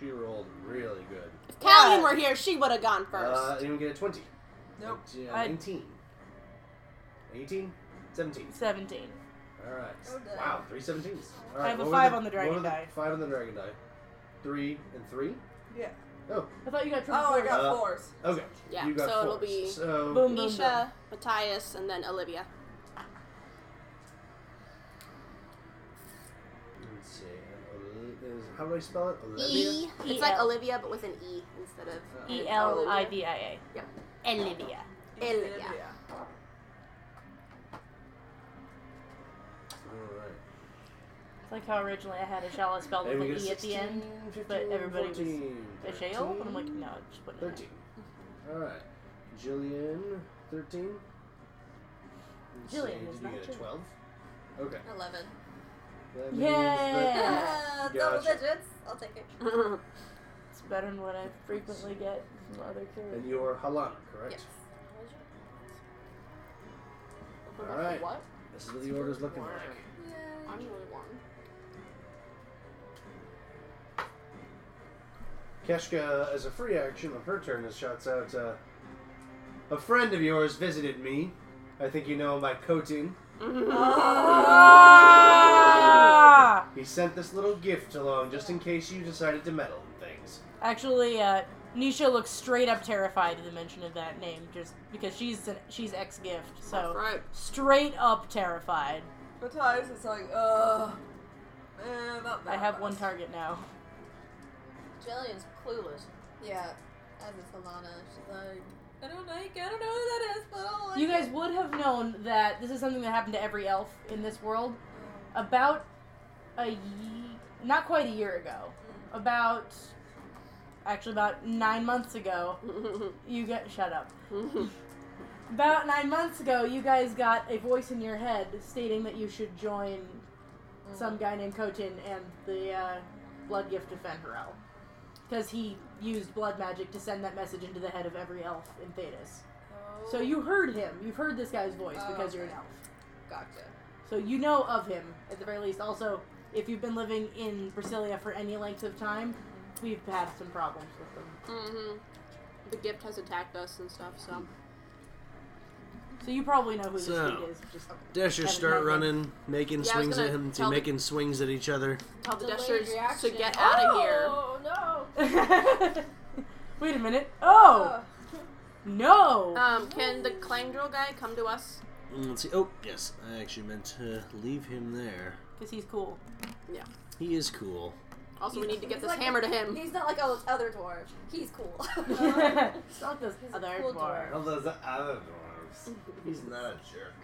Speaker 1: She rolled really good.
Speaker 11: If Callion were here, she would have gone first.
Speaker 1: Uh, anyone get a 20?
Speaker 8: Nope.
Speaker 1: Uh,
Speaker 7: I-
Speaker 1: 19. 18? 17.
Speaker 7: Seventeen.
Speaker 1: Alright.
Speaker 5: Oh, damn.
Speaker 1: Wow, three seventeens. All right,
Speaker 7: have a
Speaker 1: what were
Speaker 7: five on the dragon
Speaker 1: what were
Speaker 7: die.
Speaker 1: Five on the dragon die. Three and three?
Speaker 8: Yeah.
Speaker 1: Oh,
Speaker 7: I thought you got triple
Speaker 8: Oh, I got
Speaker 1: Uh,
Speaker 8: fours.
Speaker 1: okay.
Speaker 11: Yeah,
Speaker 1: You got
Speaker 11: so it'll
Speaker 1: fours.
Speaker 11: be
Speaker 1: So,
Speaker 7: Boom, boom, boom.
Speaker 11: Misha, Matthias, and then Olivia.
Speaker 1: Let's see. uh, is- How do I spell it? Olivia? Uh,
Speaker 11: E. It's
Speaker 7: E-L.
Speaker 11: like Olivia, but with an E instead of
Speaker 7: E L I V I A.
Speaker 11: Yep.
Speaker 7: Olivia.
Speaker 11: Olivia.
Speaker 1: Alright.
Speaker 7: It's like how originally I had a shall spelled with
Speaker 1: Anyone
Speaker 7: an
Speaker 1: get
Speaker 7: E at the
Speaker 1: 16,
Speaker 7: end,
Speaker 1: 15,
Speaker 7: but everybody
Speaker 1: 14,
Speaker 7: was a shale, and I'm like,
Speaker 1: 13,
Speaker 7: no, just put it in.
Speaker 1: 13. Alright. Jillian, 13. Let's
Speaker 7: Jillian
Speaker 1: see,
Speaker 7: is
Speaker 1: Did
Speaker 7: not
Speaker 1: you get a
Speaker 7: Jillian.
Speaker 1: 12? Okay.
Speaker 5: Eleven.
Speaker 1: That means that-
Speaker 7: Yeah.
Speaker 5: Uh, double
Speaker 1: Gotcha.
Speaker 5: digits. I'll take it.
Speaker 7: It's better than what I frequently get from other characters.
Speaker 1: And you're Halana, correct?
Speaker 5: Yes.
Speaker 1: All right.
Speaker 14: What?
Speaker 1: This is what the order's looking like.
Speaker 5: Yeah.
Speaker 14: I'm really one.
Speaker 1: Keshka, uh, as a free action on her turn, shouts out, uh, "A friend of yours visited me. I think you know him by Kotin.
Speaker 7: Ah!
Speaker 1: He sent this little gift along just in case you decided to meddle in things.
Speaker 7: Actually, uh, Nisha looks straight up terrified at the mention of that name, just because she's an, she's ex gift, so
Speaker 11: right.
Speaker 7: straight up terrified.
Speaker 8: Matthias is like, uh, eh, not that
Speaker 7: I have one
Speaker 8: much.
Speaker 7: target now.
Speaker 14: Jillian's clueless.
Speaker 5: Yeah. As is Alana. She's like, I don't like. I don't know who that is, but I don't like
Speaker 7: You guys
Speaker 5: it.
Speaker 7: would have known that this is something that happened to every elf in this world about a ye- not quite a year ago. About actually about 9 months ago.
Speaker 5: [LAUGHS]
Speaker 7: you got shut up. about 9 months ago, you guys got a voice in your head stating that you should join some
Speaker 5: Mm-hmm.
Speaker 7: guy named Kotin and the uh, blood gift of Fenharel. Because he used blood magic to send that message into the head of every elf in Thetis. So you heard him. You've heard this guy's voice
Speaker 5: Oh,
Speaker 7: because you're an
Speaker 5: okay.
Speaker 7: elf.
Speaker 5: Gotcha.
Speaker 7: So you know of him, at the very least. Also, if you've been living in Brasilia for any length of time, we've had some problems with them.
Speaker 11: Mm-hmm. The gift has attacked us and stuff, so.
Speaker 7: So you probably know who this
Speaker 1: So,
Speaker 7: dude is. Just [LAUGHS]
Speaker 1: Dashers
Speaker 7: haven't
Speaker 1: start
Speaker 7: met him.
Speaker 1: running, making
Speaker 11: Yeah, I was
Speaker 1: swings at
Speaker 11: gonna
Speaker 1: him,
Speaker 11: tell
Speaker 1: to
Speaker 11: the-
Speaker 1: making swings at each other.
Speaker 11: Tell the
Speaker 6: Delayed
Speaker 11: Desters to
Speaker 6: reaction.
Speaker 11: get out of here.
Speaker 6: Oh no!
Speaker 7: Wait a minute. Oh! No!
Speaker 11: Um, can the clang drill guy come to us?
Speaker 1: Mm, Let's see. Oh, yes, I actually meant to leave him there.
Speaker 7: Because he's cool.
Speaker 11: Yeah.
Speaker 1: He is cool.
Speaker 11: Also, we need to get
Speaker 5: He's
Speaker 11: this
Speaker 5: like-
Speaker 11: hammer to him.
Speaker 5: He's not like all those other dwarves. He's cool.
Speaker 7: [LAUGHS] It's not this other
Speaker 5: cool
Speaker 7: dwarf.
Speaker 1: All those other dwarves. He's not a jerk.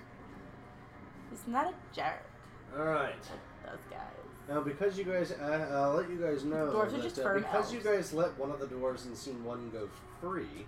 Speaker 7: He's not a jerk.
Speaker 1: All right.
Speaker 7: Those guys.
Speaker 1: Now, because you guys, uh, I'll let you guys know
Speaker 7: Dwarves are
Speaker 1: that,
Speaker 7: just
Speaker 1: uh,
Speaker 7: firm
Speaker 1: because
Speaker 7: elves.
Speaker 1: you guys let one of the dwarves in scene one go free,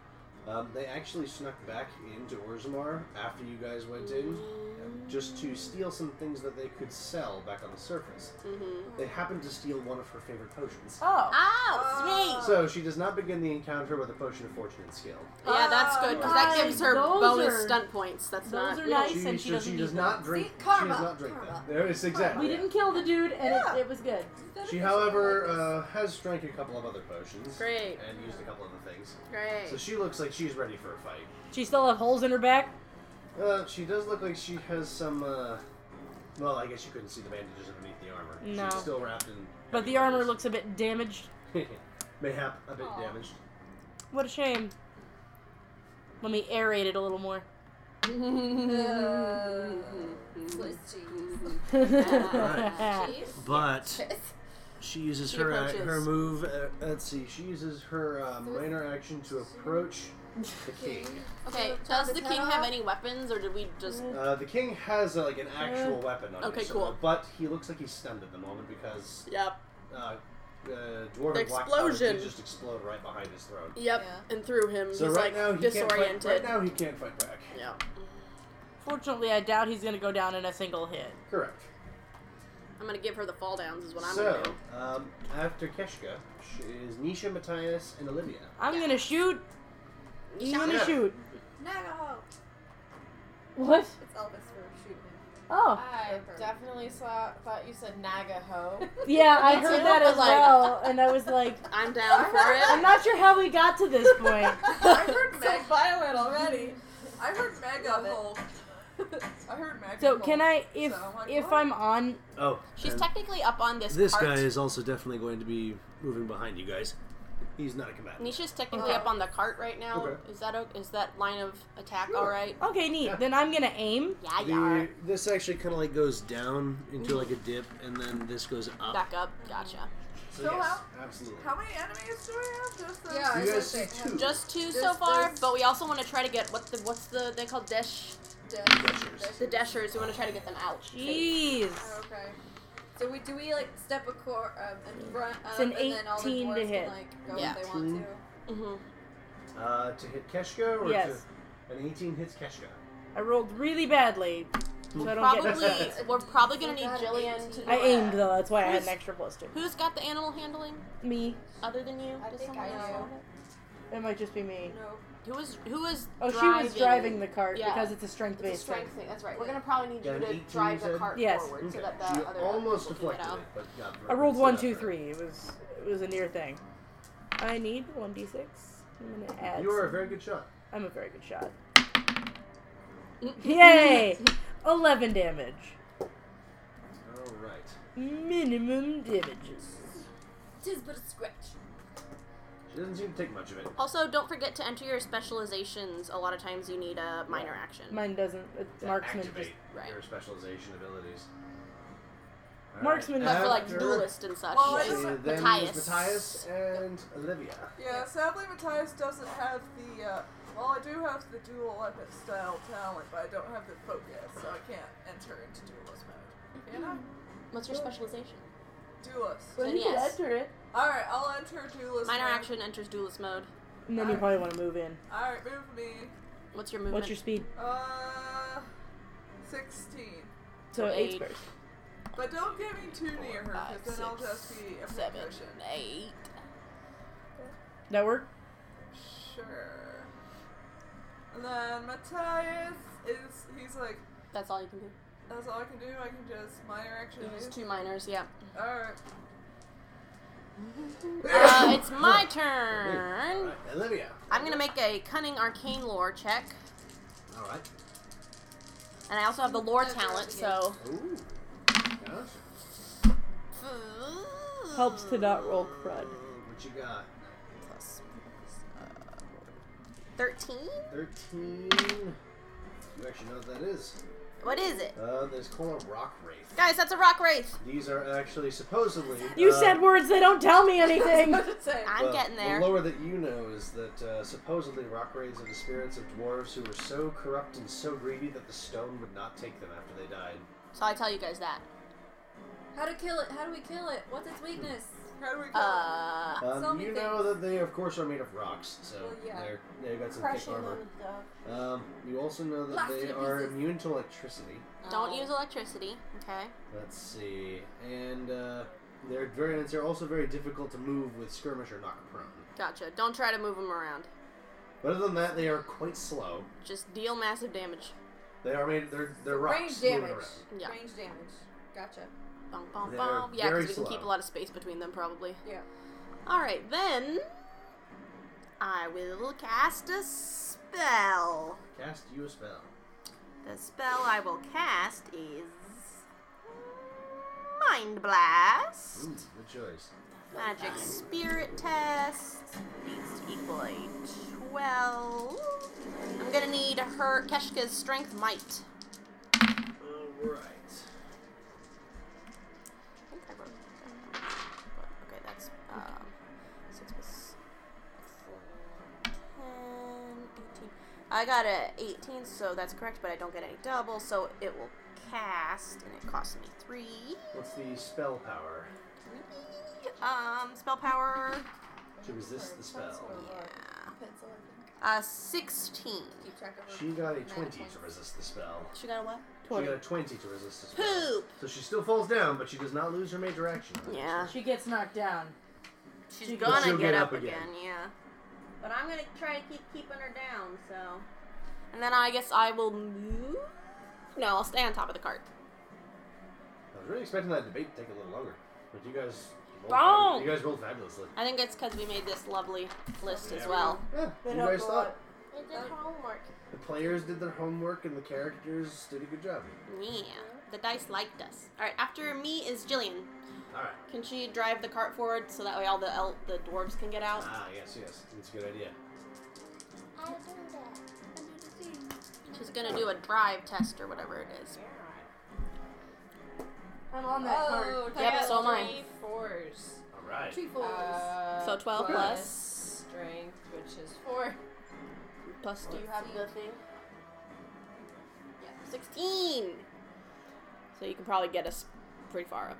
Speaker 1: um, they actually snuck back into Orzammar after you guys went in,
Speaker 7: Mm.
Speaker 1: uh, just to steal some things that they could sell back on the surface.
Speaker 11: Mm-hmm.
Speaker 1: They happened to steal one of her favorite potions.
Speaker 7: Oh.
Speaker 11: Uh, Oh, sweet!
Speaker 1: So she does not begin the encounter with a potion of fortune and skill.
Speaker 11: yeah, that's good, because that gives her
Speaker 7: Those
Speaker 11: bonus
Speaker 7: are-
Speaker 11: stunt points. That's
Speaker 7: those
Speaker 11: not.
Speaker 7: are nice,
Speaker 1: She,
Speaker 7: and she
Speaker 1: so
Speaker 7: doesn't
Speaker 1: she
Speaker 7: need
Speaker 1: does
Speaker 7: them.
Speaker 1: not drink.
Speaker 5: See,
Speaker 1: She does
Speaker 5: karma,
Speaker 1: not drink
Speaker 5: karma.
Speaker 1: that. There is exactly.
Speaker 7: We didn't kill the dude, and it, it was good.
Speaker 1: She, however, [LAUGHS] uh, has drank a couple of other potions.
Speaker 11: Great.
Speaker 1: And used a couple other things.
Speaker 11: Great.
Speaker 1: So she looks like she's ready for a fight.
Speaker 7: She still have holes in her back?
Speaker 1: Uh, she does look like she has some. Uh, well, I guess you couldn't see the bandages underneath the armor.
Speaker 7: No.
Speaker 1: She's still wrapped in.
Speaker 7: But the armor looks a bit damaged.
Speaker 1: [LAUGHS] Mayhap a bit
Speaker 6: Aw.
Speaker 1: damaged.
Speaker 7: What a shame. Let me aerate it a little more.
Speaker 5: Swiss cheese.
Speaker 1: Right. But she uses
Speaker 5: She
Speaker 1: her ac-
Speaker 5: approaches.
Speaker 1: her move. Uh, let's see. She uses her uh, minor action to approach the king.
Speaker 11: Okay, does the king have any weapons, or did we just.
Speaker 1: Uh, the king has uh, like an actual
Speaker 11: Uh,
Speaker 1: weapon on
Speaker 11: okay,
Speaker 1: his shoulder,
Speaker 11: cool.
Speaker 1: but he looks like he's stunned at the moment because
Speaker 11: Yep.
Speaker 1: uh, uh, dwarven
Speaker 11: The
Speaker 1: black powder
Speaker 11: explosion.
Speaker 1: did just explode right behind his throat.
Speaker 11: Yep, and through him.
Speaker 1: So
Speaker 11: he's
Speaker 1: right
Speaker 11: like
Speaker 1: now he
Speaker 11: disoriented.
Speaker 1: can't fight. Right now he can't fight back.
Speaker 11: Yeah.
Speaker 7: [LAUGHS] Fortunately, I doubt he's gonna go down in a single hit.
Speaker 1: Correct.
Speaker 11: I'm gonna give her the fall downs, is what I'm
Speaker 1: so
Speaker 11: gonna do.
Speaker 1: um, after Keshka sh- is Nisha, Matthias, and Olivia.
Speaker 7: I'm gonna shoot. I'm gonna
Speaker 1: Yeah.
Speaker 7: shoot.
Speaker 5: No.
Speaker 7: What?
Speaker 5: It's Elvis for shooting him.
Speaker 7: Oh.
Speaker 14: I definitely saw, thought you said Nagaho.
Speaker 7: Yeah, I
Speaker 11: Me too,
Speaker 7: heard that
Speaker 11: but
Speaker 7: as
Speaker 11: like-
Speaker 7: well, and I was like,
Speaker 11: I'm down for
Speaker 7: I'm
Speaker 11: it.
Speaker 7: not sure how we got to this point.
Speaker 8: I heard
Speaker 6: so
Speaker 8: Meg.
Speaker 6: violent already.
Speaker 8: I heard Mega
Speaker 6: Love it.
Speaker 8: Hulk. I heard Mega
Speaker 7: So
Speaker 8: Hulk.
Speaker 7: can I, if
Speaker 8: So I'm like,
Speaker 7: if
Speaker 8: what?
Speaker 7: I'm on,
Speaker 1: Oh,
Speaker 11: She's
Speaker 1: and
Speaker 11: technically up on this.
Speaker 1: this
Speaker 11: cart.
Speaker 1: guy is also definitely going to be moving behind you guys. He's not a combatant.
Speaker 11: Nisha's technically up on the cart right now.
Speaker 1: Okay.
Speaker 11: Is that o- is that line of attack all right?
Speaker 7: okay, neat.
Speaker 1: Yeah.
Speaker 7: Then I'm gonna aim.
Speaker 11: Yeah, yeah.
Speaker 1: The, this actually kind of like goes down into like a dip, and then this goes up.
Speaker 11: Back up. Gotcha.
Speaker 1: So
Speaker 8: So
Speaker 1: yes,
Speaker 8: how-
Speaker 1: absolutely.
Speaker 8: How many enemies do we have? Just those
Speaker 5: Yeah, I
Speaker 1: You guys
Speaker 5: was gonna
Speaker 1: see
Speaker 5: say,
Speaker 1: two.
Speaker 11: Just two so
Speaker 5: There's-
Speaker 11: far,
Speaker 5: there's-
Speaker 11: but we also want to try to get what the what's the they call dash
Speaker 5: Dashers.
Speaker 11: the dashers. We want to try to get them out.
Speaker 7: Jeez.
Speaker 5: Oh, okay. So we do we like step a cor um, in front up,
Speaker 7: It's an
Speaker 5: and then all the
Speaker 7: 18 to
Speaker 5: dwarves
Speaker 7: hit.
Speaker 5: can like go
Speaker 11: Yeah.
Speaker 5: if they want to.
Speaker 11: Mm-hmm.
Speaker 1: Uh, to hit Keshka or
Speaker 7: Yes.
Speaker 1: to an 18 hits Keshka.
Speaker 7: I rolled really badly, so I don't
Speaker 1: [LAUGHS]
Speaker 7: get.
Speaker 11: Probably we're probably gonna need
Speaker 5: Got an
Speaker 11: Jillian to.
Speaker 5: 18.
Speaker 11: do
Speaker 7: I
Speaker 11: it.
Speaker 7: aimed though. That's why I had
Speaker 11: Who's-
Speaker 7: an extra plus two.
Speaker 11: Who's got the animal handling
Speaker 7: Me.
Speaker 11: other than you?
Speaker 6: I
Speaker 11: Does
Speaker 6: think
Speaker 11: someone
Speaker 6: I
Speaker 11: else
Speaker 6: know.
Speaker 11: have it?
Speaker 7: It might just be me.
Speaker 5: No.
Speaker 11: Who was who was?
Speaker 7: Oh,
Speaker 11: driving?
Speaker 7: she was driving the cart
Speaker 11: Yeah.
Speaker 7: because it's a strength
Speaker 14: It's a
Speaker 7: based
Speaker 14: strength
Speaker 7: thing.
Speaker 14: thing. That's right. We're gonna probably need
Speaker 1: Got
Speaker 14: you
Speaker 1: an
Speaker 14: to
Speaker 1: 18,
Speaker 14: drive
Speaker 1: you
Speaker 14: the
Speaker 1: said?
Speaker 14: cart
Speaker 7: Yes.
Speaker 14: forward
Speaker 1: Okay.
Speaker 14: so that the
Speaker 1: She
Speaker 14: other
Speaker 1: almost
Speaker 14: people can
Speaker 1: deflected
Speaker 14: get
Speaker 1: it,
Speaker 14: out.
Speaker 1: but got
Speaker 7: I rolled one,
Speaker 1: broken
Speaker 7: two,
Speaker 1: up there.
Speaker 7: three. It was it was a near thing. I need one d six. I'm gonna add.
Speaker 1: You are a
Speaker 7: some-
Speaker 1: very good shot.
Speaker 7: I'm a very good shot. Yay! Eleven damage.
Speaker 1: All right.
Speaker 7: Minimum damages.
Speaker 5: Tis but a scratch.
Speaker 1: She doesn't seem to take much of it.
Speaker 11: Also, don't forget to enter your specializations. A lot of times you need a minor action.
Speaker 7: Mine doesn't. It's
Speaker 1: To
Speaker 7: marksman.
Speaker 1: activate
Speaker 11: right.
Speaker 1: your specialization abilities. All
Speaker 15: Marksman.
Speaker 1: right.
Speaker 11: But for like
Speaker 1: After-
Speaker 11: duelist and such.
Speaker 8: Well,
Speaker 1: Let's see,
Speaker 8: Matthias.
Speaker 1: then
Speaker 11: Matthias.
Speaker 1: Matthias and Olivia.
Speaker 8: Yeah, sadly, Matthias doesn't have the. Uh, well, I do have the dual weapon style talent, but I don't have the focus, so I can't enter into duelist mode.
Speaker 11: [LAUGHS]
Speaker 8: Can I?
Speaker 11: What's your specialization?
Speaker 8: Duelist.
Speaker 11: Well, Then you can yes. enter
Speaker 15: it.
Speaker 8: Alright, I'll enter duelist
Speaker 11: Minor
Speaker 8: mode.
Speaker 11: action enters duelist mode.
Speaker 15: And then you probably want to move in.
Speaker 8: Alright, move me.
Speaker 11: What's your movement?
Speaker 15: What's your speed?
Speaker 8: Uh. 16.
Speaker 15: So eight
Speaker 11: Eight.
Speaker 15: squares.
Speaker 8: But don't get me too near her,
Speaker 11: five,
Speaker 8: because then I'll
Speaker 11: six,
Speaker 8: just be a
Speaker 11: seven,
Speaker 8: percussion.
Speaker 11: eight.
Speaker 15: That work?
Speaker 8: Sure. And then Matthias is. He's like.
Speaker 11: That's all you can do.
Speaker 8: That's all I can do. I can just minor action.
Speaker 11: You use
Speaker 8: move.
Speaker 11: two minors, yeah.
Speaker 8: Alright.
Speaker 11: Uh, it's my turn.
Speaker 1: Alright, Olivia.
Speaker 11: I'm gonna make a cunning arcane lore check,
Speaker 1: All right.
Speaker 11: and I also have the lore talent, so.
Speaker 1: Ooh. Gotcha.
Speaker 15: Helps to not roll crud.
Speaker 1: Uh, What you got?
Speaker 11: Plus, Thirteen.
Speaker 1: Thirteen. You actually know what that is?
Speaker 11: What is it,
Speaker 1: Uh, there's called a rock wraith.
Speaker 11: guys? That's a rock wraith.
Speaker 1: These are actually supposedly.
Speaker 15: You
Speaker 1: uh,
Speaker 15: said words that don't tell me anything.
Speaker 11: I'm
Speaker 1: the-
Speaker 11: getting there.
Speaker 1: The lore that you know is that uh, supposedly rock raids are the spirits of dwarves who were so corrupt and so greedy that the stone would not take them after they died.
Speaker 11: So I tell you guys that.
Speaker 5: How to kill it? How do we kill it? What's its weakness?
Speaker 8: How do we kill
Speaker 11: Uh,
Speaker 5: so
Speaker 1: Um,
Speaker 5: many
Speaker 1: you know that they, of course, are made of rocks, so
Speaker 5: Well, yeah.
Speaker 1: they're they've got some thick
Speaker 6: Crushing
Speaker 1: armor.
Speaker 6: them, though.
Speaker 1: Um, you also know that
Speaker 6: Blast
Speaker 1: they
Speaker 6: to
Speaker 1: are
Speaker 6: pieces.
Speaker 1: immune to electricity.
Speaker 11: don't use electricity, okay?
Speaker 1: Let's see, and uh, they're very they're also very difficult to move with skirmish or knock prone.
Speaker 11: Gotcha. Don't try to move them around.
Speaker 1: But other than that, they are quite slow.
Speaker 11: Just deal massive damage.
Speaker 1: They are made they're they're rocks.
Speaker 5: Range
Speaker 1: moving
Speaker 5: damage.
Speaker 1: around.
Speaker 11: Yeah.
Speaker 5: Range damage. Gotcha.
Speaker 11: Bum, bum,
Speaker 1: They're
Speaker 11: bum. Yeah,
Speaker 1: very
Speaker 11: because we can
Speaker 1: slow.
Speaker 11: keep a lot of space between them, probably.
Speaker 5: Yeah.
Speaker 11: All right, then I will cast a spell.
Speaker 1: Cast you a spell.
Speaker 11: The spell I will cast is Mind Blast.
Speaker 1: Ooh, good choice.
Speaker 11: Magic Spirit Test needs to equal a 12. I'm gonna need her Keshka's Strength Might.
Speaker 1: All right.
Speaker 11: I think I wrote it down. But, Okay, that's um, 6 plus 4, 10, 18. I got a 18, so that's correct, but I don't get any double, so it will cast, and it costs me 3.
Speaker 1: What's the spell power?
Speaker 11: Um, spell power,
Speaker 1: To resist the spell.
Speaker 5: Pencil. I think.
Speaker 11: uh, 16.
Speaker 5: Keep track of her.
Speaker 1: She got a
Speaker 5: mana
Speaker 1: twenty
Speaker 5: points.
Speaker 1: to resist the spell.
Speaker 11: She got a what?
Speaker 1: She got a twenty to resist the spell.
Speaker 11: Poop!
Speaker 1: So she still falls down, but she does not lose her major action.
Speaker 11: Yeah.
Speaker 7: She gets knocked down.
Speaker 11: She's
Speaker 7: She-
Speaker 11: gonna
Speaker 1: she'll
Speaker 11: get,
Speaker 1: get
Speaker 11: up,
Speaker 1: up again.
Speaker 11: again. yeah. But I'm gonna try to keep keeping her down, so. And then I guess I will move? No, I'll stay on top of the cart.
Speaker 1: I was really expecting that debate to take a little longer, but you guys, rolled
Speaker 11: Bonk!
Speaker 1: fab- you guys rolled fabulously.
Speaker 11: I think it's because we made this lovely list
Speaker 1: Yeah,
Speaker 11: as
Speaker 1: we-
Speaker 11: well.
Speaker 1: Yeah, you guys thought
Speaker 6: It did homework.
Speaker 1: the players did their homework and the characters did a good job.
Speaker 11: Yeah, the dice liked us. All right, after me is Jillian.
Speaker 1: All right.
Speaker 11: Can she drive the cart forward so that way all the el- the dwarves can get out?
Speaker 1: Ah, yes, yes, that's a good idea.
Speaker 6: I do that. I do the thing.
Speaker 11: She's gonna do a drive test or whatever it is.
Speaker 15: I'm on that
Speaker 6: Oh,
Speaker 15: card.
Speaker 11: Yep,
Speaker 6: I got
Speaker 11: so am I.
Speaker 6: three fours.
Speaker 1: All right.
Speaker 5: Two fours.
Speaker 6: Uh,
Speaker 11: So 12 plus-
Speaker 6: strength, which is four.
Speaker 11: Plus, do you have the thing?
Speaker 5: Yeah.
Speaker 11: Sixteen. So you can probably get us pretty far up.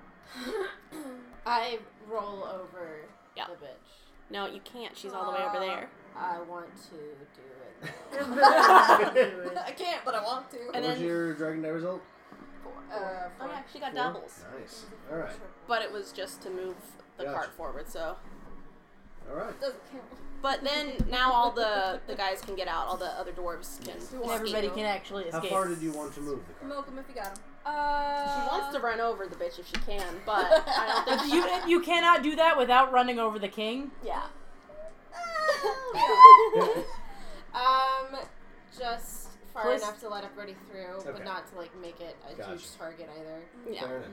Speaker 6: I roll over
Speaker 11: Yeah.
Speaker 6: the bitch.
Speaker 11: No, you can't. She's all the way over there.
Speaker 6: I want to do it.
Speaker 5: [LAUGHS] I can't, but I want to.
Speaker 11: And
Speaker 1: what was
Speaker 11: then-
Speaker 1: your dragon die result?
Speaker 6: Uh,
Speaker 11: Oh
Speaker 6: four.
Speaker 11: yeah, she got
Speaker 1: Four?
Speaker 11: doubles.
Speaker 1: Nice. All right.
Speaker 11: But it was just to move the
Speaker 1: Gotcha.
Speaker 11: cart forward. So,
Speaker 1: All right.
Speaker 5: Doesn't count.
Speaker 11: but then now all the the guys can get out. All the other dwarves can.
Speaker 7: And everybody can actually
Speaker 1: How
Speaker 7: escape.
Speaker 1: far did you want to move the car?
Speaker 5: Milk 'em if you got 'em.
Speaker 6: Uh,
Speaker 11: She wants to run over the bitch if she can, but I
Speaker 1: [LAUGHS]
Speaker 11: don't think she
Speaker 7: You, you cannot do that without running over the king.
Speaker 1: [LAUGHS]
Speaker 11: Yeah.
Speaker 6: [LAUGHS] um, just far
Speaker 7: Plus-
Speaker 6: enough to let everybody through,
Speaker 1: Okay.
Speaker 6: but not to like make it a
Speaker 1: Gotcha.
Speaker 6: huge target either.
Speaker 11: Yeah.
Speaker 1: Fair enough.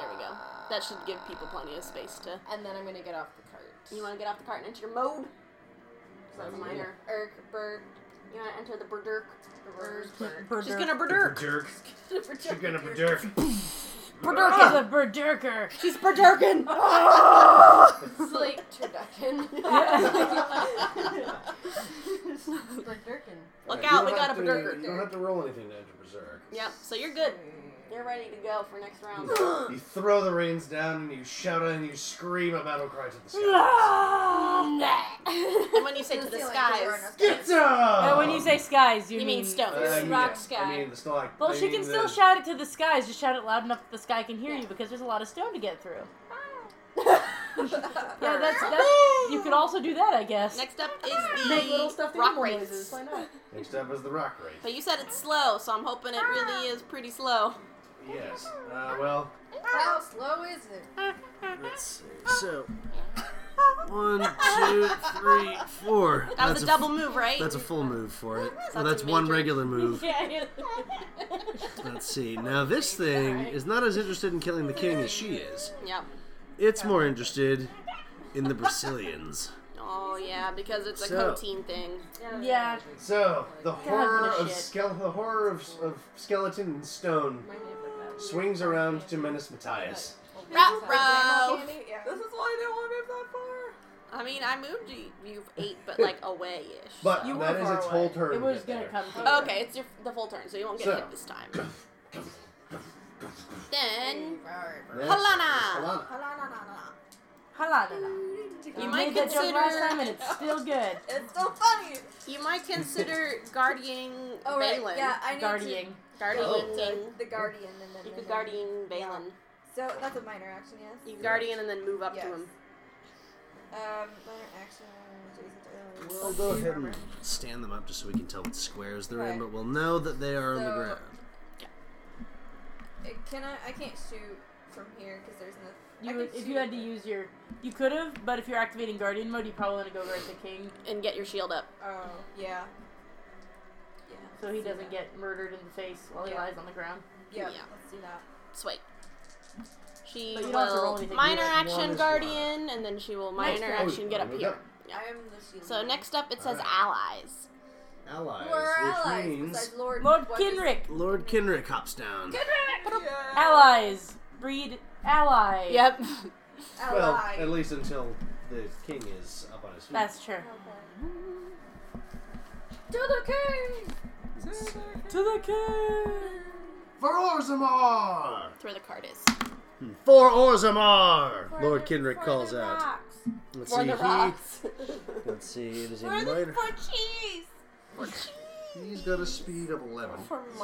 Speaker 11: There we go. That should give people plenty of space to.
Speaker 6: And then I'm gonna get off the cart.
Speaker 11: You want to get off the cart and enter your mode? 'Cause that's minor.
Speaker 6: Erk, Berk,
Speaker 11: You want to enter the berserk?
Speaker 6: Berk,
Speaker 11: [LAUGHS] She's gonna berserk.
Speaker 1: Berserk. You're gonna berserk.
Speaker 7: Berserker's a berserker.
Speaker 15: She's
Speaker 1: [LAUGHS]
Speaker 15: berserking.
Speaker 5: [LAUGHS]
Speaker 6: It's like turducken. Turducken.
Speaker 11: Look
Speaker 1: Alright,
Speaker 11: out,
Speaker 1: you
Speaker 11: we
Speaker 1: don't
Speaker 11: got a
Speaker 1: have to-
Speaker 11: berserker.
Speaker 1: You don't have to roll anything to enter Berserk.
Speaker 11: Yep, so
Speaker 1: [LAUGHS]
Speaker 11: you're good. You're ready to go for next round.
Speaker 1: You throw the reins down and you shout out and you scream a battle cry to the
Speaker 11: Ah! and when you say to the skies,
Speaker 1: Get up!
Speaker 7: And when you say skies, you,
Speaker 11: You mean
Speaker 7: stone.
Speaker 11: stones.
Speaker 1: I mean,
Speaker 11: Rock
Speaker 1: yeah,
Speaker 11: sky.
Speaker 1: I mean, the stalact-
Speaker 7: Well,
Speaker 1: I
Speaker 7: she
Speaker 1: mean,
Speaker 7: can still
Speaker 1: the-
Speaker 7: shout it to the skies. Just shout it loud enough that the sky can hear you because there's a lot of stone to get through. yeah,
Speaker 1: [LAUGHS]
Speaker 7: that's that. You could also do that, I guess.
Speaker 11: Next up is the
Speaker 7: Make little stuffed
Speaker 11: rock
Speaker 7: animal
Speaker 11: race.
Speaker 7: noises, why not? [LAUGHS]
Speaker 1: Next up is the rock race.
Speaker 11: But you said it's slow, so I'm hoping it really is pretty slow.
Speaker 1: Yes. Uh, well,
Speaker 5: How slow is it?
Speaker 16: Let's see. So, one, two, three, four.
Speaker 11: That was a double move, right?
Speaker 16: That's a full move for it.
Speaker 11: That's
Speaker 16: Well,
Speaker 11: a
Speaker 16: that's one
Speaker 11: major-
Speaker 16: regular move.
Speaker 11: yep.
Speaker 16: Let's see. Now, this thing is not as interested in killing the king as she is. It's more interested in the Brazilians.
Speaker 11: Oh yeah, because it's a
Speaker 16: So-
Speaker 11: co-team thing.
Speaker 7: Yeah.
Speaker 1: so the
Speaker 11: God,
Speaker 1: horror
Speaker 11: what a
Speaker 1: of
Speaker 11: shit.
Speaker 1: skele- the horror of, of skeleton and stone swings around to menace Matthias.
Speaker 11: Ruh, ruh.
Speaker 8: This is why I didn't want to move that far.
Speaker 11: I mean, I moved you, you eight, but like away ish.
Speaker 1: But that is its whole turn.
Speaker 7: It
Speaker 1: to
Speaker 7: was
Speaker 1: get
Speaker 7: gonna
Speaker 1: there.
Speaker 7: come. through.
Speaker 11: Okay, it's your, the full turn, so you won't get
Speaker 1: So-
Speaker 11: hit this time. then
Speaker 1: Next is
Speaker 11: Halana.
Speaker 1: Halana.
Speaker 7: Halala.
Speaker 11: You
Speaker 7: I
Speaker 11: might
Speaker 7: made that
Speaker 11: consider
Speaker 7: joke last time and it's still good.
Speaker 5: It's so funny.
Speaker 11: [LAUGHS] you might consider guardian
Speaker 5: Oh, right.
Speaker 11: Valen.
Speaker 5: Yeah, I need
Speaker 7: Guardian.
Speaker 5: to.
Speaker 11: Guardian.
Speaker 5: So the guardian and then.
Speaker 11: You
Speaker 5: and
Speaker 11: could
Speaker 5: then-
Speaker 11: guardian Valen.
Speaker 5: So that's a minor action, yes.
Speaker 11: You could guardian and then move up
Speaker 5: Yes.
Speaker 11: to him.
Speaker 5: Um, minor action. adjacent to
Speaker 16: We'll
Speaker 5: aliens.
Speaker 16: go ahead and stand them up just so we can tell what squares they're in,
Speaker 5: Right.
Speaker 16: but we'll know that they are on the
Speaker 5: So-
Speaker 16: ground.
Speaker 5: Uh, Can I? I can't shoot from here because there's no. I
Speaker 7: You
Speaker 5: can
Speaker 7: would, if you
Speaker 5: shoot,
Speaker 7: had to use your, you could have, but if you're activating guardian mode, you probably want to go right at the king,
Speaker 11: And get your shield up.
Speaker 5: but- Oh yeah. Yeah.
Speaker 7: so he doesn't get murdered in the face while he
Speaker 5: Yeah.
Speaker 7: lies on the ground.
Speaker 5: Yeah.
Speaker 11: Yeah.
Speaker 5: Let's do that.
Speaker 11: Sweet. She
Speaker 7: But you don't have to roll
Speaker 11: will
Speaker 7: anything, you
Speaker 11: minor
Speaker 7: just
Speaker 11: action
Speaker 16: roll.
Speaker 11: guardian, and then she will
Speaker 7: Next
Speaker 11: minor
Speaker 7: round.
Speaker 11: action get up
Speaker 1: Oh,
Speaker 11: here.
Speaker 5: I am the shield.
Speaker 11: So next up, it says
Speaker 16: Alright.
Speaker 11: allies.
Speaker 16: Allies,
Speaker 5: Who are
Speaker 16: which
Speaker 5: allies
Speaker 16: means
Speaker 5: besides Lord?
Speaker 7: Lord
Speaker 5: what is-
Speaker 7: Kinrick,
Speaker 16: Lord Kinrick hops down.
Speaker 7: allies, breed ally.
Speaker 11: Yep.
Speaker 1: Well,
Speaker 5: Ally.
Speaker 1: at least until the king is up on his feet.
Speaker 7: That's true.
Speaker 5: To the king.
Speaker 7: To the king.
Speaker 16: For Orzammar!
Speaker 11: That's where the card is.
Speaker 16: For Orzammar! Lord Kinrick calls out. Let's
Speaker 11: For
Speaker 16: see,
Speaker 11: the
Speaker 16: he-
Speaker 11: rocks.
Speaker 16: Let's see, it is a
Speaker 11: For the
Speaker 16: minor.
Speaker 11: for cheese. For cheese.
Speaker 16: He's got a speed of 11.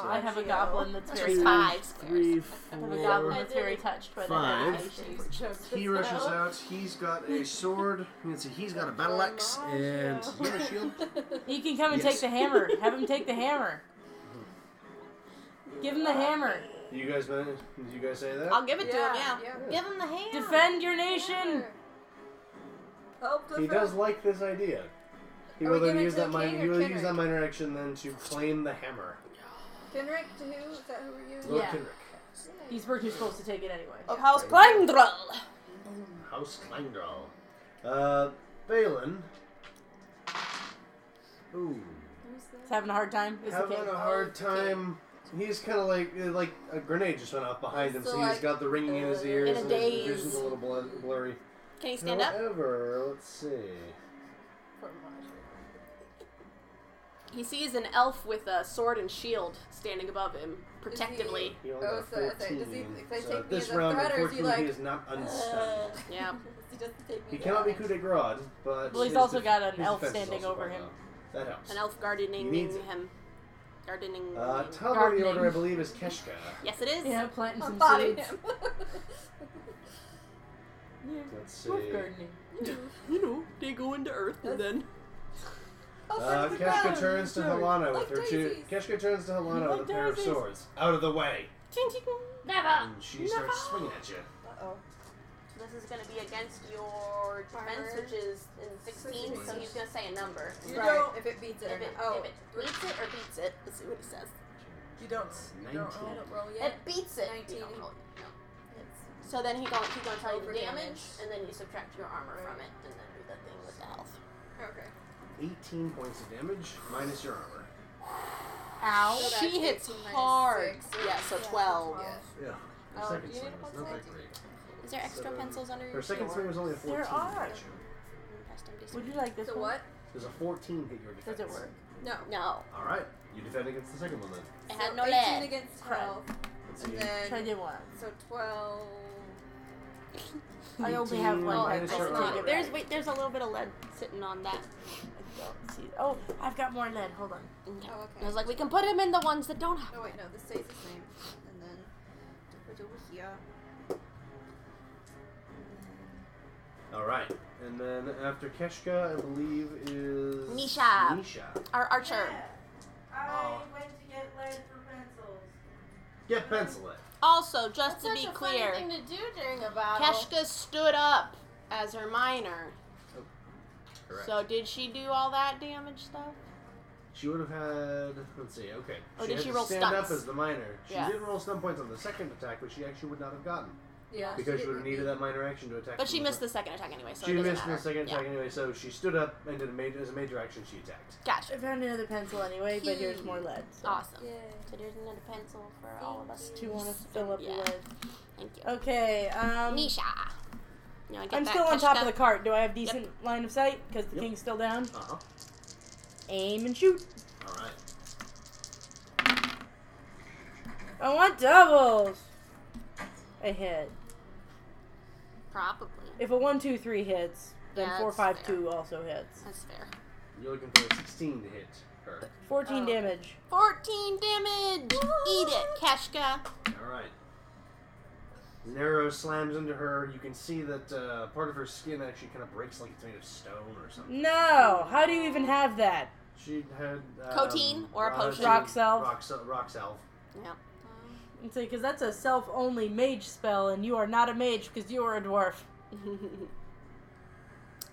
Speaker 7: I have a goblin that's
Speaker 11: Those
Speaker 7: very touched.
Speaker 11: are five squares.
Speaker 16: Three,
Speaker 7: I have a
Speaker 16: four.
Speaker 7: goblin that's very touched by
Speaker 16: Five.
Speaker 7: the dedication.
Speaker 16: He rushes out. He's got a sword. Let's see, he's got a battle
Speaker 11: [LAUGHS]
Speaker 16: axe and he has a shield.
Speaker 7: He can come and
Speaker 16: Yes.
Speaker 7: take the hammer. Have him take the hammer. Give him the hammer.
Speaker 1: You guys, manage- did you guys say that?
Speaker 11: I'll give it to him.
Speaker 5: Yeah,
Speaker 11: Yeah.
Speaker 5: yeah.
Speaker 11: Give him the hand.
Speaker 7: Defend your nation.
Speaker 5: Help the
Speaker 1: He does like this idea. He
Speaker 5: Are
Speaker 1: will
Speaker 5: we
Speaker 1: then
Speaker 5: giving
Speaker 1: use
Speaker 5: it to
Speaker 1: that
Speaker 5: the king
Speaker 1: minor.
Speaker 5: or
Speaker 1: He will use
Speaker 5: Kinrick?
Speaker 1: that minor action then to claim the hammer.
Speaker 5: Kinrick to who? Is that who we're using?
Speaker 1: Lord
Speaker 7: Yeah.
Speaker 1: Kinrick,
Speaker 7: He's where you're supposed to take it anyway.
Speaker 11: Of House Klangdrel.
Speaker 1: House Klangdral. Uh, Balin. Ooh,
Speaker 7: He's having a hard time. Is the
Speaker 1: having
Speaker 7: king.
Speaker 1: a
Speaker 5: Oh,
Speaker 1: hard time. He's kind of like uh, like a grenade just went off behind him, so,
Speaker 5: So,
Speaker 1: he's
Speaker 5: like, uh,
Speaker 1: got the ringing in his ears
Speaker 11: in a
Speaker 1: and his
Speaker 11: daze.
Speaker 1: vision's a little bl- blurry.
Speaker 11: Can he stand
Speaker 1: uh,
Speaker 11: up?
Speaker 1: However, let's see.
Speaker 11: He sees an elf with a sword and shield standing above him,
Speaker 5: [LAUGHS]
Speaker 7: [LAUGHS]
Speaker 11: protectively.
Speaker 1: He only got
Speaker 5: Oh,
Speaker 1: a
Speaker 5: so, so does he,
Speaker 1: 14,
Speaker 5: if they
Speaker 1: so
Speaker 5: take me
Speaker 1: this
Speaker 5: as a
Speaker 1: round,
Speaker 5: threat, or is he
Speaker 1: unfortunately, he
Speaker 5: like? uh,
Speaker 1: is not unstunned.
Speaker 11: Yeah.
Speaker 5: He doesn't take me.
Speaker 1: He
Speaker 5: as a
Speaker 1: cannot be
Speaker 5: threat.
Speaker 1: coup de grace, but
Speaker 7: Well, he's
Speaker 1: his
Speaker 7: also
Speaker 1: def-
Speaker 7: got an
Speaker 1: his
Speaker 7: elf
Speaker 1: defense is
Speaker 7: standing
Speaker 1: also
Speaker 7: over
Speaker 1: quite
Speaker 7: him.
Speaker 1: low. That helps.
Speaker 11: An elf gardening
Speaker 1: He needs it.
Speaker 11: him. Gardening.
Speaker 1: Uh, top
Speaker 11: him.
Speaker 1: of the order, I
Speaker 7: Gardening.
Speaker 1: believe, is Keshka.
Speaker 11: yes, it is.
Speaker 7: Yeah, planting
Speaker 5: I'm
Speaker 7: some
Speaker 5: body [LAUGHS]
Speaker 7: seeds.
Speaker 5: him.
Speaker 7: Yeah.
Speaker 1: Let's see.
Speaker 7: Wolf gardening.
Speaker 11: You know, they go into earth and then.
Speaker 1: Uh, Keshka turns to Helana with
Speaker 5: Like
Speaker 1: her two.
Speaker 5: daisies.
Speaker 1: Keshka turns to Helana
Speaker 7: Like
Speaker 1: with a pair of
Speaker 7: daisies. Ah,
Speaker 1: swords. Out of the way,
Speaker 11: Never.
Speaker 1: and she starts swinging at you.
Speaker 5: Uh oh.
Speaker 11: This is going to be against your defense,
Speaker 5: Armor.
Speaker 11: which is in 16, so he's going to say a number.
Speaker 5: You
Speaker 8: Right.
Speaker 5: don't if it beats it
Speaker 11: If
Speaker 5: or
Speaker 11: it,
Speaker 5: not. Oh,
Speaker 11: if it beats it or beats it, let's see what he says.
Speaker 8: You don't. s- You don't
Speaker 5: I
Speaker 8: roll.
Speaker 5: don't roll
Speaker 11: It
Speaker 5: yet.
Speaker 11: beats it.
Speaker 5: 19.
Speaker 11: You don't roll it, no. So then he gonna, he's going to tell you the
Speaker 5: Over
Speaker 11: damage,
Speaker 5: damage.
Speaker 11: and then you subtract your armor from it, and then do the thing with the health.
Speaker 5: Okay.
Speaker 1: 18 points of damage minus your armor.
Speaker 7: Ow.
Speaker 5: Oh, So that's
Speaker 11: she hits
Speaker 5: 18 minus
Speaker 11: hard.
Speaker 5: six, so
Speaker 11: yeah,
Speaker 5: it's-
Speaker 11: so
Speaker 5: yeah,
Speaker 11: 12.
Speaker 5: Yeah.
Speaker 1: Yeah.
Speaker 7: Oh,
Speaker 1: Her second swing was not that great.
Speaker 11: Is there extra
Speaker 1: So,
Speaker 11: pencils under your Mm,
Speaker 1: Her second
Speaker 11: shield?
Speaker 1: swing was only a 14.
Speaker 11: There are.
Speaker 1: Issue.
Speaker 11: Would you like this
Speaker 5: So what?
Speaker 1: There's a 14 hit your defense.
Speaker 11: Does it work?
Speaker 5: No.
Speaker 11: No.
Speaker 1: All right. You defend against the second one then.
Speaker 11: It
Speaker 5: So
Speaker 11: had no
Speaker 5: 18
Speaker 11: lead.
Speaker 5: against 12.
Speaker 1: Let's
Speaker 5: And
Speaker 1: see.
Speaker 5: then.
Speaker 7: Twenty-one.
Speaker 5: So 12.
Speaker 7: I only have one
Speaker 11: Oh,
Speaker 7: pen.
Speaker 11: that's
Speaker 7: I still
Speaker 11: not-
Speaker 7: need it
Speaker 11: There's
Speaker 7: back.
Speaker 11: wait, there's a little bit of lead sitting on that.
Speaker 7: Don't see- Oh, I've got more lead. Hold on.
Speaker 5: Oh, okay.
Speaker 11: I was like, we can put him in the ones that don't have.
Speaker 5: No, wait, no, this stays the same. And then. Put it over here.
Speaker 1: All right. And then after Keshka, I believe is
Speaker 11: Misha.
Speaker 1: Misha.
Speaker 11: Our archer.
Speaker 15: I went to get lead for pencils.
Speaker 1: Get pencil it.
Speaker 11: Also, just
Speaker 6: That's
Speaker 11: to
Speaker 6: such
Speaker 11: be
Speaker 6: a
Speaker 11: clear,
Speaker 6: funny thing to do during a battle.
Speaker 11: Keshka stood up as her minor.
Speaker 1: Correct.
Speaker 11: So did she do all that damage stuff?
Speaker 1: She would have had. Let's see. Okay.
Speaker 11: Oh, did
Speaker 1: had
Speaker 11: she
Speaker 1: to
Speaker 11: roll
Speaker 1: stand
Speaker 11: stunts?
Speaker 1: up as the minor. She
Speaker 11: Yeah.
Speaker 1: did roll stun points on the second attack, but she actually would not have gotten
Speaker 5: Yeah.
Speaker 1: because she would have needed that minor action to attack.
Speaker 11: But she
Speaker 1: from
Speaker 11: missed
Speaker 1: front.
Speaker 11: the second attack anyway, so
Speaker 1: she
Speaker 11: it doesn't
Speaker 1: missed
Speaker 11: matter.
Speaker 1: the second
Speaker 11: Yeah.
Speaker 1: attack anyway, so she stood up and did a major as a major action. She attacked.
Speaker 11: Gotcha.
Speaker 7: I found another pencil anyway, but here's more lead. So.
Speaker 11: Awesome. So there's another pencil for all of us.
Speaker 7: Do you want to fill up the
Speaker 11: Yeah.
Speaker 7: lead?
Speaker 11: Thank you.
Speaker 7: Okay. Um,
Speaker 11: Nisha. You wanna get
Speaker 7: I'm
Speaker 11: that,
Speaker 7: still on top of
Speaker 11: Keshka?
Speaker 7: the cart. Do I have decent line of sight? Because the king's still down.
Speaker 1: Uh-huh.
Speaker 7: Aim and shoot.
Speaker 1: All right.
Speaker 7: I want doubles. I hit.
Speaker 11: Probably.
Speaker 7: If a one, two, three hits, then
Speaker 11: Yeah,
Speaker 7: four,
Speaker 11: that's
Speaker 7: five,
Speaker 11: fair.
Speaker 7: two also hits.
Speaker 11: That's fair.
Speaker 1: You're looking for a 16 to hit her.
Speaker 11: Oh,
Speaker 7: 14 damage.
Speaker 11: 14 damage! Eat it, Keshka.
Speaker 1: All right. An arrow slams into her. You can see that uh, part of her skin actually kind of breaks like it's made of stone or something.
Speaker 7: No! How do you even have that?
Speaker 1: She had um,
Speaker 11: Coteen or a
Speaker 1: uh,
Speaker 11: potion?
Speaker 1: she-
Speaker 7: Rock salve.
Speaker 1: Rock, sal- rock salve. [LAUGHS]
Speaker 11: Yeah.
Speaker 7: It's because that's a self only mage spell, and you are not a mage because you are a dwarf.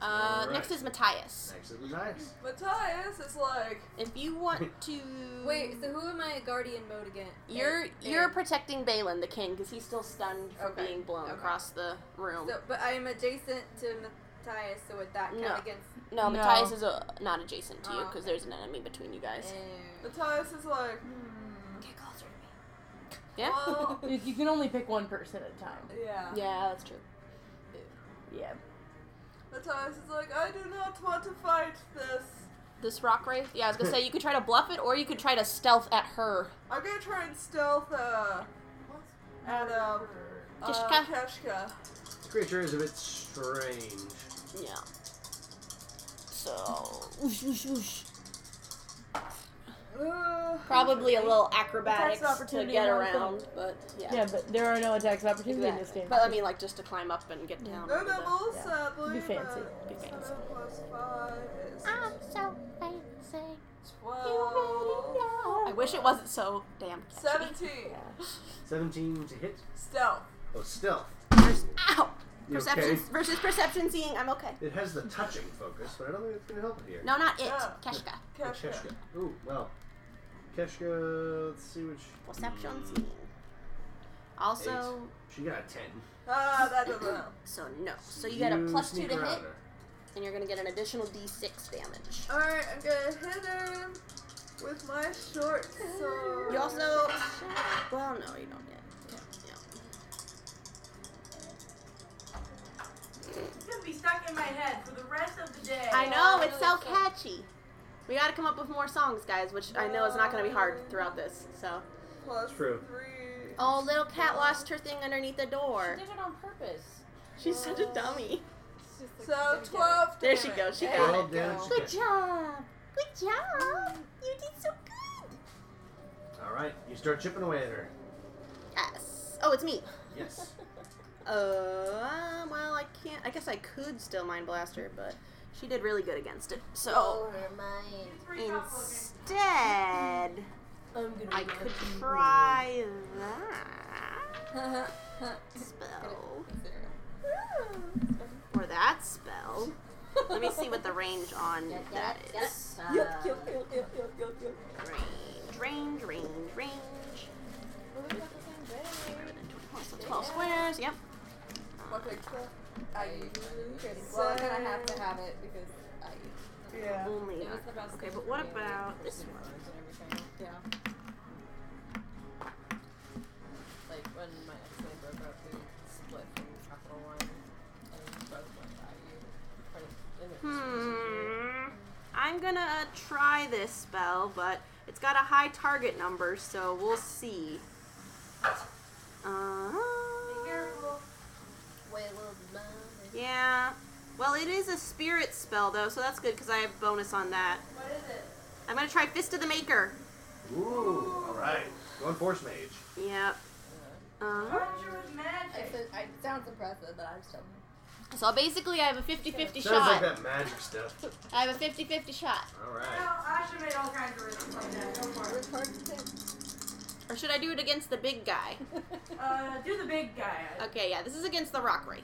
Speaker 11: Uh,
Speaker 7: Alright.
Speaker 11: Next is Matthias.
Speaker 1: Next is Matthias.
Speaker 11: Matthias is like. If you
Speaker 1: [LAUGHS]
Speaker 11: want to.
Speaker 5: Wait, so who am I in guardian mode again?
Speaker 11: You're
Speaker 5: And-
Speaker 11: you're protecting Balin, the king, because he's still stunned from
Speaker 5: Okay.
Speaker 11: being blown
Speaker 5: Okay.
Speaker 11: across the room.
Speaker 5: So, but I am adjacent to Matthias, so would that count
Speaker 11: No.
Speaker 5: against?
Speaker 11: no,
Speaker 7: No.
Speaker 11: Matthias is uh not adjacent to you
Speaker 5: Oh,
Speaker 11: because there's an enemy between you guys.
Speaker 8: Matthias is like, hmm.
Speaker 11: Get closer
Speaker 5: [LAUGHS]
Speaker 11: to Yeah.
Speaker 8: Well,
Speaker 7: you you can only pick one person at a time.
Speaker 8: yeah.
Speaker 11: [LAUGHS] Yeah, that's true.
Speaker 7: Yeah.
Speaker 8: Matthias is like, I do not want to fight this.
Speaker 11: This rock wraith. Yeah, I was gonna say you could try to bluff it, or you could try to stealth at her.
Speaker 8: I'm gonna try and stealth uh, at um, uh,
Speaker 11: Kishka.
Speaker 8: Keshka.
Speaker 1: This creature is a bit strange.
Speaker 11: Yeah. So whoosh, whoosh, whoosh.
Speaker 8: Uh,
Speaker 11: probably a little
Speaker 7: Attacks
Speaker 11: acrobatics
Speaker 7: of
Speaker 11: to
Speaker 7: opportunity
Speaker 11: get
Speaker 7: and all
Speaker 11: around,
Speaker 7: that.
Speaker 11: but yeah.
Speaker 7: Yeah, but there are no attacks of opportunity in this
Speaker 11: Exactly.
Speaker 7: game.
Speaker 11: But I mean, like just to climb up and get down.
Speaker 8: No
Speaker 11: over the-
Speaker 8: doubles,
Speaker 7: yeah.
Speaker 8: I believe.
Speaker 7: Be fancy. Ah.
Speaker 8: uh,
Speaker 7: Be fancy.
Speaker 8: Seven plus five is
Speaker 11: I'm so fancy.
Speaker 8: twelve.
Speaker 11: I wish it wasn't so damn. catchy.
Speaker 8: Seventeen.
Speaker 1: 17 to hit.
Speaker 8: Stealth.
Speaker 1: Oh, stealth.
Speaker 11: Ow!
Speaker 1: You
Speaker 11: Perception
Speaker 1: okay?
Speaker 11: versus perception seeing. I'm okay.
Speaker 1: It has the touching focus, but I don't think it's going to help it here.
Speaker 11: No, not it.
Speaker 8: Yeah.
Speaker 11: Keshka.
Speaker 1: Oh, Keshka. Ooh, well. Keshka, let's see which.
Speaker 11: Perception seeing. Also,
Speaker 1: Eight. She got a 10.
Speaker 8: Ah, that doesn't help.
Speaker 11: so no. So you get a plus two
Speaker 1: sneak
Speaker 11: to
Speaker 1: around
Speaker 11: hit,
Speaker 1: her.
Speaker 11: and you're gonna get an additional D6 damage.
Speaker 8: Alright, I'm gonna hit him with my short sword.
Speaker 11: You also. Well, no, you don't get.
Speaker 15: It's gonna be stuck in my head for the rest of the day.
Speaker 11: I know it's so catchy. We gotta come up with more songs, guys, which I know is not gonna be hard throughout this. So.
Speaker 8: Plus
Speaker 1: True.
Speaker 8: three.
Speaker 11: Oh, little cat lost her thing underneath the
Speaker 6: She
Speaker 11: door.
Speaker 6: did it on purpose.
Speaker 11: She's such a dummy.
Speaker 8: So twelve.
Speaker 11: There she goes. She got it.
Speaker 1: Twelve damage to
Speaker 11: Good
Speaker 1: Keshka.
Speaker 11: job. Good job. You did so good.
Speaker 1: Alright, you start chipping away at her.
Speaker 11: Yes. Oh, it's me.
Speaker 1: Yes.
Speaker 11: Uh, well, I can't. I guess I could still mind blast her, but she did really good against it. So
Speaker 6: Oh, my.
Speaker 11: instead,
Speaker 6: I'm gonna. "Mm-hmm."
Speaker 11: I could try that spell or that spell. Let me see what the range on that is.
Speaker 6: Yup, yup,
Speaker 11: Range, range, range, range. So Twelve squares. Yep.
Speaker 8: Okay, so
Speaker 5: I well, I'm gonna have to have it because I.
Speaker 8: yeah.
Speaker 11: Only.
Speaker 6: It was the best
Speaker 11: Okay,
Speaker 6: thing
Speaker 11: but
Speaker 6: for
Speaker 11: what
Speaker 6: me.
Speaker 11: about this one?
Speaker 6: Yeah. Like when my ex
Speaker 14: about to split from Capital One, and both went by you. And it was
Speaker 11: Hmm. I'm gonna uh, try this spell, but it's got a high target number, so we'll see.
Speaker 8: Uh-huh.
Speaker 11: Uh, yeah. Well, it is a spirit spell though, so that's good because I have bonus on that.
Speaker 8: What is it?
Speaker 11: I'm gonna try Fist of the Maker.
Speaker 1: Ooh, all right. Going force mage.
Speaker 11: Yep.
Speaker 8: Uh-huh.
Speaker 11: Uh,
Speaker 5: Conjurer's magic. It's a, it sounds impressive, but I'm still.
Speaker 6: So basically, I have a 50 50
Speaker 1: Sounds like
Speaker 6: shot.
Speaker 1: that magic stuff.
Speaker 6: I have a 50 50 shot.
Speaker 1: All right.
Speaker 5: Well, I should made all kinds of risks like that. Go for it.
Speaker 11: or should I do it against the big guy?
Speaker 15: [LAUGHS] Uh, do the big guy.
Speaker 11: Okay, yeah, this is against the Rock
Speaker 15: [LAUGHS]
Speaker 11: Wraith.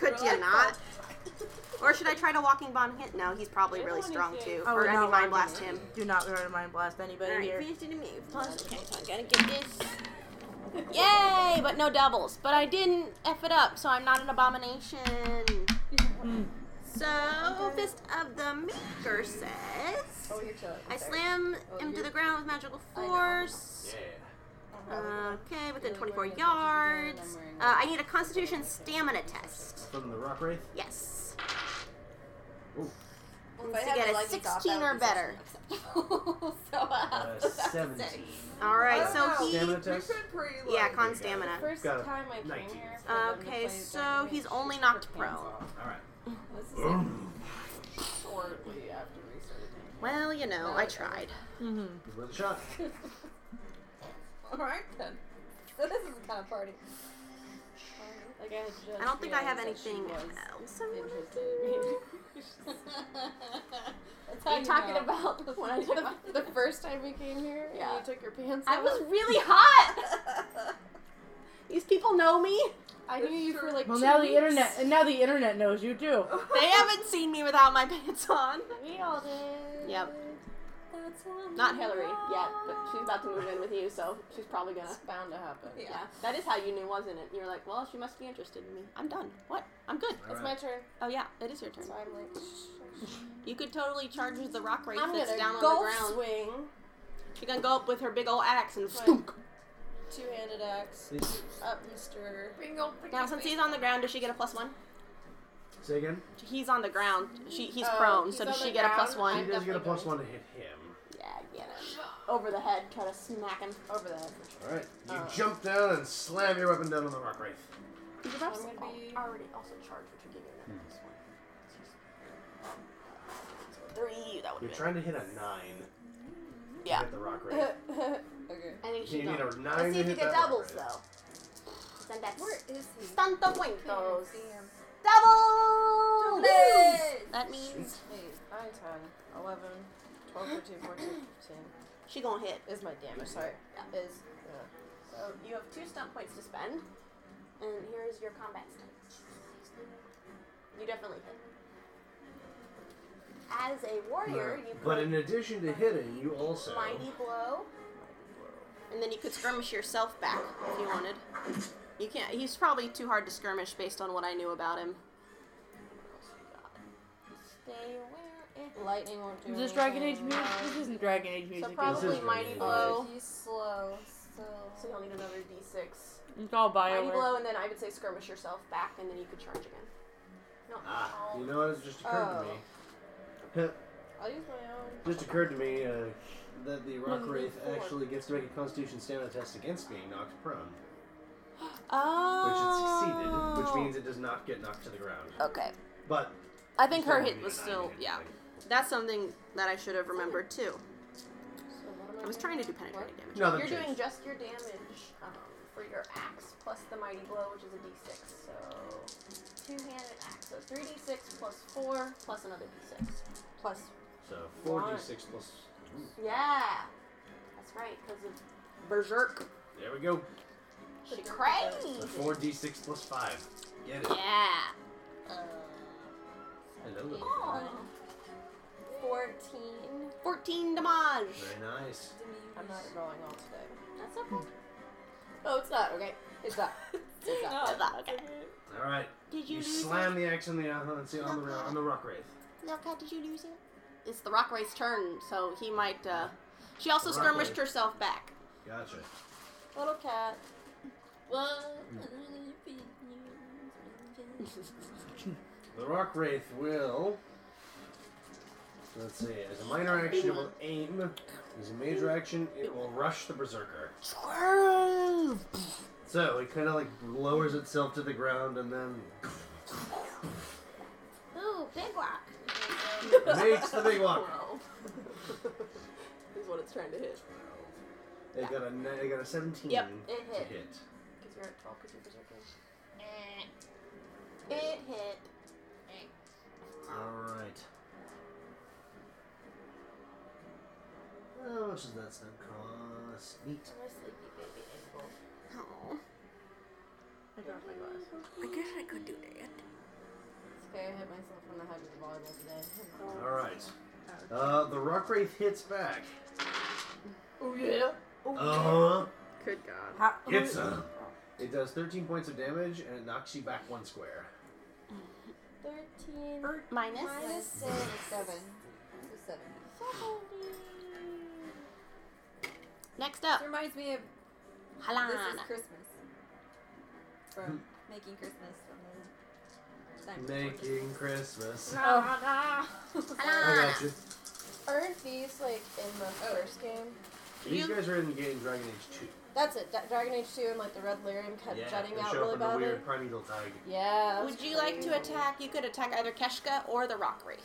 Speaker 11: Could you not? Or should I try to walking bomb hit? No, he's probably really strong too.
Speaker 7: I
Speaker 11: or
Speaker 7: would
Speaker 11: I
Speaker 7: not
Speaker 11: can
Speaker 7: want
Speaker 11: mind blast
Speaker 7: to.
Speaker 11: him.
Speaker 7: Do not try to mind blast anybody
Speaker 11: Alright,
Speaker 7: here.
Speaker 11: 50 to me. Plus, okay, so I gotta get this. Yay! But no doubles. But I didn't F it up, so I'm not an abomination.
Speaker 5: Hmm.
Speaker 11: So, Fist of the Maker says.
Speaker 5: Oh, you're chilling. Oh,
Speaker 11: I slam him to the ground with magical force. Uh, okay, within 24 yards. Uh, I need a Constitution stamina test.
Speaker 1: From the rock wraith.
Speaker 11: Yes.
Speaker 1: Ooh.
Speaker 11: Needs to get a 16 or better.
Speaker 5: [LAUGHS]
Speaker 1: Uh, Seventeen.
Speaker 11: All right, so he.
Speaker 1: Stamina test?
Speaker 11: Yeah, con stamina.
Speaker 1: First Got it. time
Speaker 14: I came
Speaker 1: here
Speaker 11: Okay, so he's Uh, only knocked prone.
Speaker 1: All right.
Speaker 14: This is like shortly after we started doing
Speaker 11: Well, you know, I tried.
Speaker 7: Mm-hmm.
Speaker 1: It's worth a shot.
Speaker 5: Alright then. So this is the kind of party.
Speaker 6: Like I, had just
Speaker 11: I don't think I have
Speaker 6: realized that
Speaker 11: anything
Speaker 6: she was
Speaker 11: else I want
Speaker 6: interested
Speaker 11: to
Speaker 6: in me.
Speaker 11: do.
Speaker 6: That's
Speaker 11: how
Speaker 6: how
Speaker 11: you
Speaker 6: you talking
Speaker 5: [LAUGHS]
Speaker 11: know.
Speaker 6: about when I
Speaker 11: [LAUGHS]
Speaker 6: took the first time we came here.
Speaker 11: Yeah.
Speaker 6: and you took your pants.
Speaker 11: I
Speaker 6: off?
Speaker 11: [LAUGHS] was really hot! These people know me.
Speaker 6: I knew you for like.
Speaker 7: Well,
Speaker 6: two
Speaker 7: now the
Speaker 6: weeks.
Speaker 7: internet, and now the internet knows you too.
Speaker 11: They haven't seen me without my [LAUGHS] pants on.
Speaker 6: We all did.
Speaker 11: Yep.
Speaker 6: That's
Speaker 11: Not Hillary yet, but she's about to move in with you, so she's probably gonna.
Speaker 14: bound to happen.
Speaker 11: Yeah. That is how you knew, wasn't it? You're like, well, she must be interested in me. I'm done. What? I'm good.
Speaker 14: It's my turn.
Speaker 11: Oh yeah, it is your turn.
Speaker 14: So I'm like,
Speaker 11: You could totally charge the rock race
Speaker 14: I'm
Speaker 11: that's
Speaker 14: gonna
Speaker 11: down on
Speaker 14: golf
Speaker 11: the ground.
Speaker 14: swing.
Speaker 11: She gonna go up with her big old axe and
Speaker 14: Right.
Speaker 11: stunk.
Speaker 14: Two-handed axe. Up, Mister.
Speaker 11: Now since he's on the ground, does she get a plus one?
Speaker 1: Say again.
Speaker 11: He's on the ground. She he's
Speaker 14: Oh,
Speaker 11: prone,
Speaker 14: he's
Speaker 11: so does
Speaker 14: on
Speaker 11: she
Speaker 14: the
Speaker 11: get a plus
Speaker 14: ground.
Speaker 11: one?
Speaker 1: He does get a plus one to hit him.
Speaker 11: Yeah, get him. Over the head, try to smack him.
Speaker 14: Over the head.
Speaker 1: All right. You
Speaker 14: Uh.
Speaker 1: jump down and slam your weapon down on the rock wraith.
Speaker 11: Did you
Speaker 14: I'm gonna be
Speaker 11: already also charged which would give you another plus one? Three, that would
Speaker 1: You're
Speaker 11: be
Speaker 1: trying to hit a nine.
Speaker 11: Yeah.
Speaker 1: To hit the rock wraith.
Speaker 14: okay.
Speaker 11: I think
Speaker 1: You
Speaker 11: [LAUGHS] she
Speaker 1: need
Speaker 11: don't.
Speaker 1: a nine to
Speaker 11: Let's see if you
Speaker 1: hit
Speaker 11: get
Speaker 1: that one,
Speaker 11: doubles
Speaker 1: right?
Speaker 11: though. Then that's
Speaker 5: Where is he?
Speaker 11: Stunta Winkos.
Speaker 5: Damn.
Speaker 11: Doubles!
Speaker 5: Doubles!
Speaker 11: That means
Speaker 14: Eight, nine, 10, 11, 12, 13, 14, 15.
Speaker 11: she gonna hit.
Speaker 14: Is my damage, sorry. Is, uh,
Speaker 11: So you have two stunt points to spend, and here is your combat stunt. You definitely hit. As a warrior, you
Speaker 1: But
Speaker 11: put
Speaker 1: in addition to hitting, you also.
Speaker 11: mighty blow, and then you could skirmish yourself back if you wanted. You can't. He's probably too hard to skirmish based on what I knew about him.
Speaker 6: Stay aware. It, lightning won't do
Speaker 7: Is this Dragon Age
Speaker 6: anything.
Speaker 7: music? This isn't Dragon Age music.
Speaker 6: So
Speaker 7: is it?
Speaker 6: probably Mighty
Speaker 1: Age.
Speaker 6: Blow.
Speaker 5: He's slow, so.
Speaker 11: So you'll need another d6.
Speaker 7: It's all
Speaker 11: Mighty blow,
Speaker 7: Bioware.
Speaker 11: and then I would say skirmish yourself back, and then you could charge again. No.
Speaker 1: Ah, you know what? It just occurred to me.
Speaker 14: I'll use my own.
Speaker 1: just occurred to me uh, that the rock wraith
Speaker 14: four.
Speaker 1: actually gets to make a Constitution stamina test against being knocked prone, which
Speaker 11: Oh.
Speaker 1: it succeeded, which means it does not get knocked to the ground.
Speaker 11: Okay.
Speaker 1: But
Speaker 11: I think her
Speaker 1: Still
Speaker 11: hit
Speaker 1: need
Speaker 11: was
Speaker 1: a nine
Speaker 11: still
Speaker 1: hit,
Speaker 11: yeah.
Speaker 1: like-
Speaker 11: That's something that I should have remembered too. I was trying to do penetrating damage.
Speaker 1: Nothing
Speaker 11: You're doing
Speaker 1: changed.
Speaker 11: just your damage um, for your axe plus the mighty blow, which is a d6. So two-handed axe, so three d6 plus four plus another d6 plus
Speaker 1: so four d six plus. Ooh,
Speaker 11: yeah. That's right, because of berserk.
Speaker 1: There we go.
Speaker 11: She
Speaker 1: So
Speaker 11: crazy.
Speaker 1: four d six plus five. Get it.
Speaker 11: Yeah.
Speaker 6: Uh,
Speaker 1: Hello. little
Speaker 11: Aw.
Speaker 5: Fourteen.
Speaker 11: 14 damage.
Speaker 1: guy. Very nice.
Speaker 14: I'm not rolling all today.
Speaker 11: That's okay.
Speaker 14: Oh, it's not, okay. It's
Speaker 6: [LAUGHS]
Speaker 14: not. It's not.
Speaker 11: That's not okay.
Speaker 1: All right.
Speaker 11: Did you
Speaker 1: You
Speaker 11: lose
Speaker 1: slam the axe on the on the on the, rock- on the rock wraith.
Speaker 11: Little cat, did you lose it? It's the rock race turn, so he might. uh She also
Speaker 1: Rock
Speaker 11: skirmished
Speaker 1: wave.
Speaker 11: herself back.
Speaker 1: Gotcha.
Speaker 6: Little cat. Well,
Speaker 11: Mm.
Speaker 1: The Rock Wraith will. Let's see. As a minor action, it will aim. As a major action, it will rush the Berserker. So it kind of like lowers itself to the ground and then
Speaker 6: [LAUGHS]
Speaker 1: [LAUGHS]
Speaker 6: Ooh, big
Speaker 11: [LAUGHS]
Speaker 6: rock.
Speaker 1: makes the big walk.
Speaker 11: Is what it's trying to hit.
Speaker 1: It got a ni- it got a 17
Speaker 11: Yep,
Speaker 1: to
Speaker 11: it hit.
Speaker 1: hit.
Speaker 6: Because you're at 12 because you're berserking.
Speaker 11: It hit.
Speaker 1: All right. How much does that stuff cost? Neat.
Speaker 6: I'm a sleepy baby angel.
Speaker 11: Oh.
Speaker 7: I dropped my glass.
Speaker 6: I guess I could do that. It's okay, I hit myself on the head with the volleyball today.
Speaker 1: All right. Uh, the Rock Wraith hits back.
Speaker 6: Oh, yeah. Oh,
Speaker 1: Uh huh.
Speaker 11: Good God.
Speaker 1: Hits him. uh, It does 13 points of damage and it knocks you back one square.
Speaker 6: 13.
Speaker 11: Minus.
Speaker 5: Minus six. Seven. So seven.
Speaker 11: Next up.
Speaker 5: This reminds me of this is
Speaker 11: Halana.
Speaker 5: Christmas. From making Christmas from the time before
Speaker 1: Making Christmas.
Speaker 6: Oh.
Speaker 1: I got you.
Speaker 6: Aren't these like in the first game?
Speaker 1: These guys are in game Dragon Age 2.
Speaker 6: That's it. Da- Dragon Age 2 and like the red lyrium kept
Speaker 1: yeah,
Speaker 6: jutting
Speaker 1: they
Speaker 6: out
Speaker 1: show up
Speaker 6: really
Speaker 1: in the
Speaker 6: badly.
Speaker 1: weird primeval tag.
Speaker 6: Yeah. that was
Speaker 11: Would you like to
Speaker 6: crazy.
Speaker 11: attack? You could attack either Keshka or the Rock Wraith.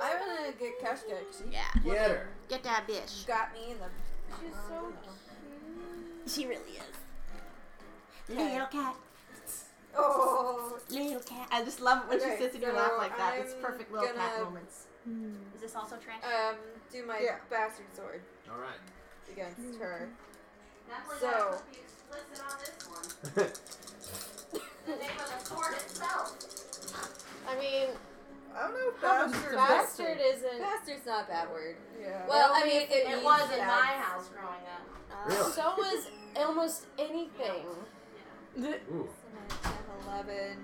Speaker 5: I want to uh, get Kashka. 'cause She
Speaker 11: Yeah.
Speaker 1: Get her.
Speaker 11: Get that bitch.
Speaker 5: got me in the.
Speaker 6: She's so
Speaker 11: She really is.
Speaker 5: Okay.
Speaker 11: Little cat.
Speaker 5: Oh.
Speaker 11: Little cat. I just love it when
Speaker 5: Okay,
Speaker 11: she sits in your
Speaker 5: so
Speaker 11: lap like that. it's
Speaker 5: I'm
Speaker 11: perfect little cat
Speaker 5: gonna-
Speaker 11: moments.
Speaker 12: Is this also trash?
Speaker 5: Um, do my
Speaker 6: Yeah.
Speaker 5: bastard sword
Speaker 1: All right. [LAUGHS]
Speaker 5: against her.
Speaker 12: So.
Speaker 5: So-
Speaker 12: The name of the sword itself.
Speaker 6: I mean,
Speaker 5: I don't know if
Speaker 6: bastard- bastard isn't.
Speaker 5: Bastard's not a bad word.
Speaker 6: Yeah.
Speaker 5: Well, I mean, it,
Speaker 12: It
Speaker 5: means
Speaker 12: was in
Speaker 5: that. uh,
Speaker 12: my house growing up.
Speaker 1: Really?
Speaker 6: So was almost anything.
Speaker 1: Ooh.
Speaker 5: I have 11.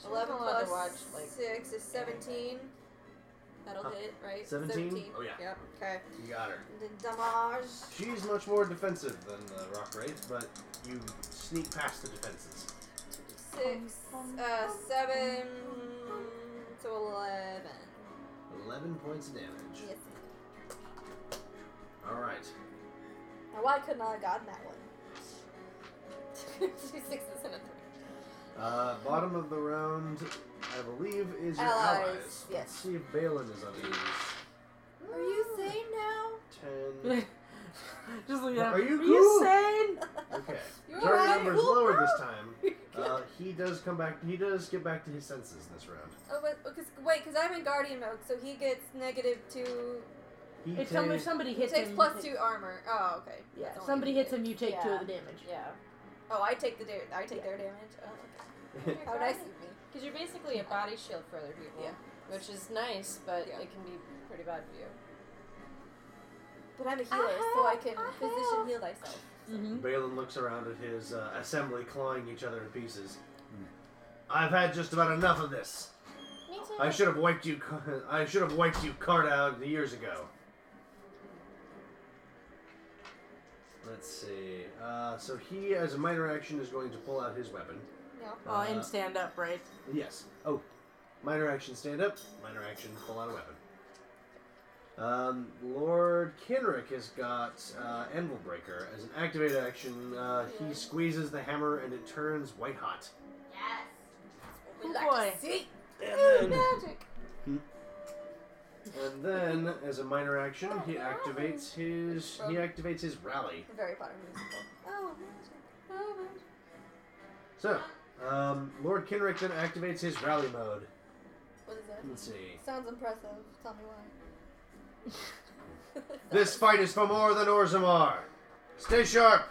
Speaker 6: She
Speaker 5: 11
Speaker 6: wasn't allowed
Speaker 5: plus
Speaker 6: to watch, like,
Speaker 5: 6 is 17. That'll
Speaker 1: Huh.
Speaker 5: hit, right?
Speaker 1: 17? Oh, yeah.
Speaker 5: Yep, okay.
Speaker 1: You got her.
Speaker 5: And then damage.
Speaker 1: She's much more defensive than the Rock Wraith, but you sneak past the defenses.
Speaker 5: 6, uh, 7, so 11.
Speaker 1: 11 points of damage.
Speaker 5: Yes.
Speaker 1: All right.
Speaker 6: Now, why couldn't I have gotten that one?
Speaker 5: [LAUGHS] Two sixes and a 3.
Speaker 1: Uh, bottom of the round, I believe, is your
Speaker 5: Allies,
Speaker 1: allies.
Speaker 5: yes.
Speaker 1: Let's see if Balin is on these.
Speaker 5: Are you sane now?
Speaker 7: [LAUGHS]
Speaker 1: Ten.
Speaker 7: [LAUGHS] Just look at
Speaker 1: Are
Speaker 7: him.
Speaker 1: you
Speaker 7: Are you
Speaker 1: cool?
Speaker 7: sane?
Speaker 5: [LAUGHS]
Speaker 1: Okay.
Speaker 5: You're
Speaker 1: Target
Speaker 5: alright,
Speaker 1: number's
Speaker 5: cool,
Speaker 1: lower
Speaker 5: bro. [LAUGHS]
Speaker 1: this time. Uh, he does come back. He does get back to his senses this round.
Speaker 5: Oh, but, because, wait, because I'm in guardian mode, so he gets negative 2.
Speaker 1: He
Speaker 7: If some- if
Speaker 1: takes-
Speaker 7: somebody
Speaker 5: He
Speaker 7: hits
Speaker 5: takits
Speaker 7: him,
Speaker 5: plus
Speaker 7: you
Speaker 5: 2
Speaker 7: take-
Speaker 5: armor. Oh, okay.
Speaker 7: Yeah,
Speaker 5: That's
Speaker 7: if
Speaker 5: only
Speaker 7: somebody hits
Speaker 5: negative.
Speaker 7: him, you take two
Speaker 6: Yeah.
Speaker 7: of the damage.
Speaker 1: Uh,
Speaker 6: Yeah.
Speaker 5: Oh, I take the da- I take their damage. Oh, okay. How nice of me.
Speaker 6: Because you're basically a body shield for other people.
Speaker 5: Yeah.
Speaker 6: Which is nice, but
Speaker 5: Yeah.
Speaker 6: it can be pretty bad for you.
Speaker 5: But I'm a healer, so I can physician heal thyself.
Speaker 7: Mm-hmm.
Speaker 1: Balin looks around at his uh, assembly, clawing each other in pieces. I've had just about enough of this.
Speaker 6: Me too.
Speaker 1: I should have wiped you. I should have wiped you, card out years ago. Let's see. Uh, so he, as a minor action, is going to pull out his weapon. Uh,
Speaker 7: Oh, and stand up, right?
Speaker 1: Yes. Oh, minor action, stand up. Minor action, pull out a weapon. Um, Lord Kinrick has got uh, Anvil Breaker as an activated action. Uh, he squeezes the hammer and it turns white hot.
Speaker 5: We
Speaker 7: Good
Speaker 5: like
Speaker 7: boy.
Speaker 5: to see.
Speaker 1: And then,
Speaker 6: Magic.
Speaker 1: and then as a minor action, he activates his he activates his rally.
Speaker 5: Very Potter musical. Oh, magic. Oh, magic.
Speaker 1: So, um, Lord Kinrick then activates his rally mode.
Speaker 5: What is that?
Speaker 1: Let's see.
Speaker 5: Sounds impressive. Tell me why.
Speaker 1: This fight is for more than Orzammar. Stay sharp.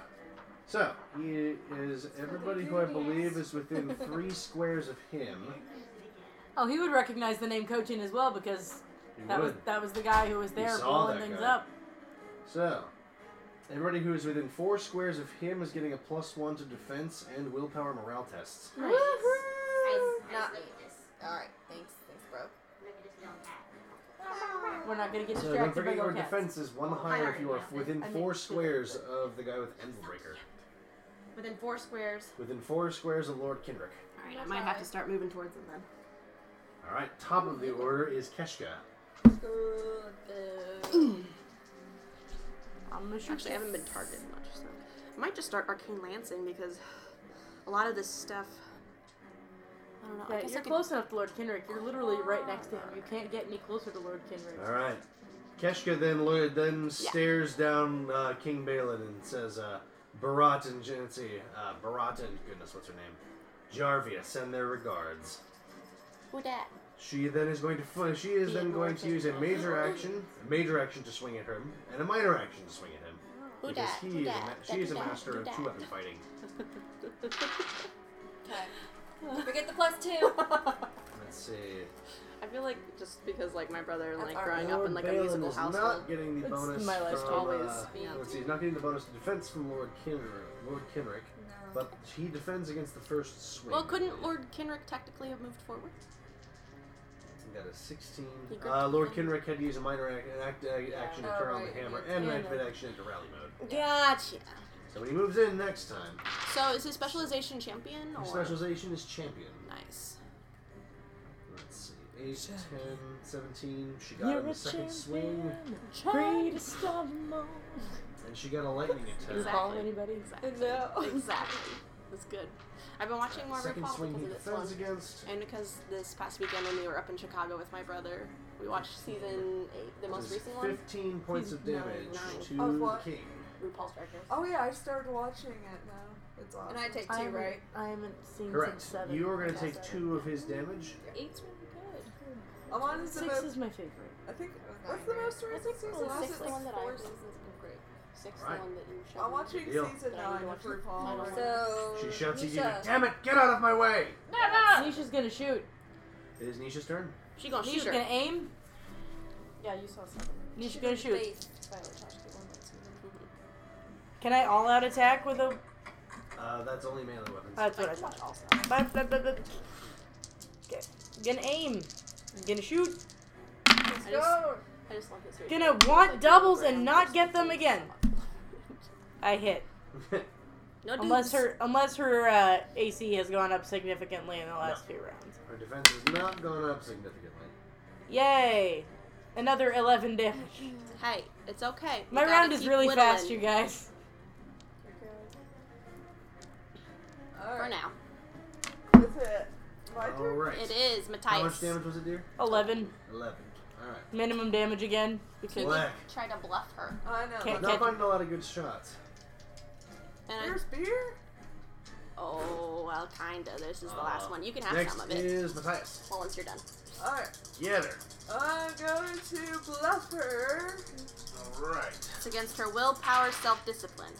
Speaker 1: So he is everybody who I believe is
Speaker 7: [LAUGHS]
Speaker 1: within three squares of him.
Speaker 7: Oh, he would recognize the name Cochin as well because
Speaker 1: He
Speaker 7: that was
Speaker 1: would.
Speaker 7: that was the guy who was
Speaker 1: He
Speaker 7: there
Speaker 1: saw
Speaker 7: blowing
Speaker 1: that
Speaker 7: things
Speaker 1: guy.
Speaker 7: up.
Speaker 1: So everybody who is within four squares of him is getting a plus one to defense and willpower morale tests.
Speaker 12: Nice.
Speaker 5: Not-
Speaker 12: Not.
Speaker 5: Alright, thanks. Thanks, bro.
Speaker 12: Look at this little cat.
Speaker 5: Ah.
Speaker 7: We're not gonna get
Speaker 1: So
Speaker 7: distracted
Speaker 1: don't forget your
Speaker 7: by your cats.
Speaker 1: defense is one higher if you are within
Speaker 11: I mean-
Speaker 1: four squares of the guy with Anvil Breaker.
Speaker 11: Within four squares.
Speaker 1: Within four squares of Lord Kindrick.
Speaker 11: All right, I might have to start moving towards them then.
Speaker 1: All right, top of the order is Keshka.
Speaker 11: I'm gonna Actually, I haven't been targeted much, so I might just start arcane lancing because a lot of this stuff. I don't know. I
Speaker 7: Yeah,
Speaker 11: guess
Speaker 7: you're
Speaker 11: I could-
Speaker 7: close enough to Lord Kenrick. You're literally right next to him. You can't get any closer to Lord Kenrick.
Speaker 1: All right. Keshka then lo- then stares down uh, King Balin and says, uh, "Barat and Jancy, uh, Barat and goodness, what's her name? Jarvia, send their regards."
Speaker 11: Who dat?
Speaker 1: She then is going to fl- she is then going to use a major action, a major action to swing at him, and a minor action to swing at him.
Speaker 11: Who
Speaker 1: Because
Speaker 11: dat?
Speaker 1: he
Speaker 11: Who
Speaker 1: is a
Speaker 11: dat?
Speaker 1: ma-
Speaker 11: Dat,
Speaker 1: she is a
Speaker 11: dat,
Speaker 1: master of
Speaker 11: dat.
Speaker 1: two weapon fighting.
Speaker 5: Okay. [LAUGHS] Forget the plus two.
Speaker 1: Let's see.
Speaker 11: I feel like [LAUGHS] just because like my brother and
Speaker 5: That's
Speaker 11: like
Speaker 5: our
Speaker 11: growing up
Speaker 1: Lord
Speaker 11: in like a
Speaker 1: Balin
Speaker 11: musical
Speaker 1: is
Speaker 11: household.
Speaker 1: not getting the
Speaker 11: It's
Speaker 1: bonus.
Speaker 11: my life's
Speaker 1: from,
Speaker 11: always
Speaker 1: uh,
Speaker 11: being
Speaker 1: let's see, he's not getting the bonus to defense from Lord Kinrick. Lord Kinrick, but he defends against the first swing.
Speaker 11: Well, couldn't Lord Kenrick technically have moved forward?
Speaker 1: He got a 16.
Speaker 11: He gripped
Speaker 1: Uh,
Speaker 11: the
Speaker 1: Lord
Speaker 11: thing.
Speaker 1: Kinrick had to use a minor ac- an act, uh, action to
Speaker 11: Oh,
Speaker 1: turn on
Speaker 11: right,
Speaker 1: the hammer
Speaker 11: yeah.
Speaker 1: and an
Speaker 11: Yeah,
Speaker 1: active
Speaker 11: no.
Speaker 1: action into rally mode.
Speaker 11: Gotcha.
Speaker 1: So when he moves in next time,
Speaker 11: So is his specialization champion or?
Speaker 1: his specialization is champion.
Speaker 11: Nice.
Speaker 1: Let's see. 8, 10, 17. She got
Speaker 7: You're
Speaker 1: him
Speaker 7: a
Speaker 1: the second
Speaker 7: champion.
Speaker 1: swing,
Speaker 7: Greatest of them all.
Speaker 1: and she got a lightning attack.
Speaker 7: Recall anybody? Exactly.
Speaker 11: [LAUGHS] Exactly. That's good. I've been watching more
Speaker 1: Second
Speaker 11: RuPaul
Speaker 1: swing he
Speaker 11: because of this
Speaker 1: defends
Speaker 11: one.
Speaker 1: against.
Speaker 11: And because this past weekend when we were up in Chicago with my brother, we watched season eight, the most
Speaker 1: Does
Speaker 11: recent one.
Speaker 1: 15 points of
Speaker 11: Nine,
Speaker 1: damage
Speaker 11: nine. Oh,
Speaker 1: to
Speaker 8: Of
Speaker 1: the
Speaker 8: what?
Speaker 1: king.
Speaker 11: RuPaul's Drag Race.
Speaker 8: Oh yeah, I started watching it now. It's awesome.
Speaker 5: And I take two,
Speaker 7: I haven't-
Speaker 5: right?
Speaker 7: I haven't seen
Speaker 1: Correct.
Speaker 7: since seven.
Speaker 1: You are going to
Speaker 7: Yeah,
Speaker 1: take
Speaker 7: seven.
Speaker 1: two of his damage.
Speaker 5: Eight's really good.
Speaker 8: I wanted to
Speaker 7: Six
Speaker 8: know-
Speaker 7: is my favorite.
Speaker 8: I think what's the most
Speaker 11: Oh,
Speaker 8: recent season?
Speaker 11: the
Speaker 8: Last
Speaker 11: sixth
Speaker 8: like
Speaker 11: one that I
Speaker 8: four
Speaker 11: did.
Speaker 8: seasons of Great.
Speaker 11: Six,
Speaker 1: Right.
Speaker 11: the one that you showed
Speaker 8: I'm
Speaker 11: me.
Speaker 8: watching
Speaker 1: Deal.
Speaker 8: season
Speaker 11: That I need
Speaker 8: nine
Speaker 11: to
Speaker 8: of
Speaker 11: watch the
Speaker 8: RuPaul.
Speaker 11: final one.
Speaker 5: So
Speaker 11: Mm,
Speaker 1: She shouts at you,
Speaker 5: Nisha. [LAUGHS]
Speaker 1: damn it, get out of my way!
Speaker 11: Ah!
Speaker 7: No, no. Nisha's gonna shoot.
Speaker 1: It is Nisha's turn.
Speaker 11: She gonna
Speaker 7: Nisha's
Speaker 11: shoot her.
Speaker 7: gonna aim.
Speaker 14: Yeah, you saw something.
Speaker 7: Nisha's gonna shoot.
Speaker 11: Mhm.
Speaker 15: Can I all out attack with a.
Speaker 1: Uh, that's only melee weapons.
Speaker 15: That's what I thought. Ba- ba- ba- ba- Okay. Gonna aim. Gonna shoot.
Speaker 11: I just, I just love this video.
Speaker 15: Gonna want doubles and not get them again. I hit.
Speaker 11: Uh,
Speaker 1: [LAUGHS]
Speaker 11: No
Speaker 15: Unless
Speaker 11: dudes.
Speaker 15: her unless her uh, AC has gone up significantly in the last few rounds.
Speaker 1: Her defense has not gone up significantly.
Speaker 15: Yay! Another 11 damage.
Speaker 11: Hey, it's okay. We
Speaker 15: My
Speaker 11: gotta
Speaker 15: round is
Speaker 11: keep
Speaker 15: really
Speaker 11: whittling
Speaker 15: fast, you guys.
Speaker 11: For now.
Speaker 8: That's it. My
Speaker 1: All
Speaker 8: turn.
Speaker 1: right.
Speaker 11: It is, Matthias.
Speaker 1: How much damage was it, dear?
Speaker 15: 11.
Speaker 1: Eleven. All right.
Speaker 15: Minimum damage again.
Speaker 11: She
Speaker 15: Because
Speaker 1: Black.
Speaker 11: did try to bluff her.
Speaker 8: I know.
Speaker 15: Can't
Speaker 1: not
Speaker 15: catch-
Speaker 1: finding a lot of good shots.
Speaker 11: And
Speaker 8: There's
Speaker 11: I,
Speaker 8: beer.
Speaker 11: oh, well, kinda. This is the last
Speaker 1: Uh,
Speaker 11: one. You can have
Speaker 1: Next
Speaker 11: some of it.
Speaker 1: is Matthias.
Speaker 11: Well, once you're done.
Speaker 8: All right.
Speaker 1: Yeah, there.
Speaker 8: I'm going to bluff her.
Speaker 1: All right.
Speaker 11: It's against her willpower, self-discipline.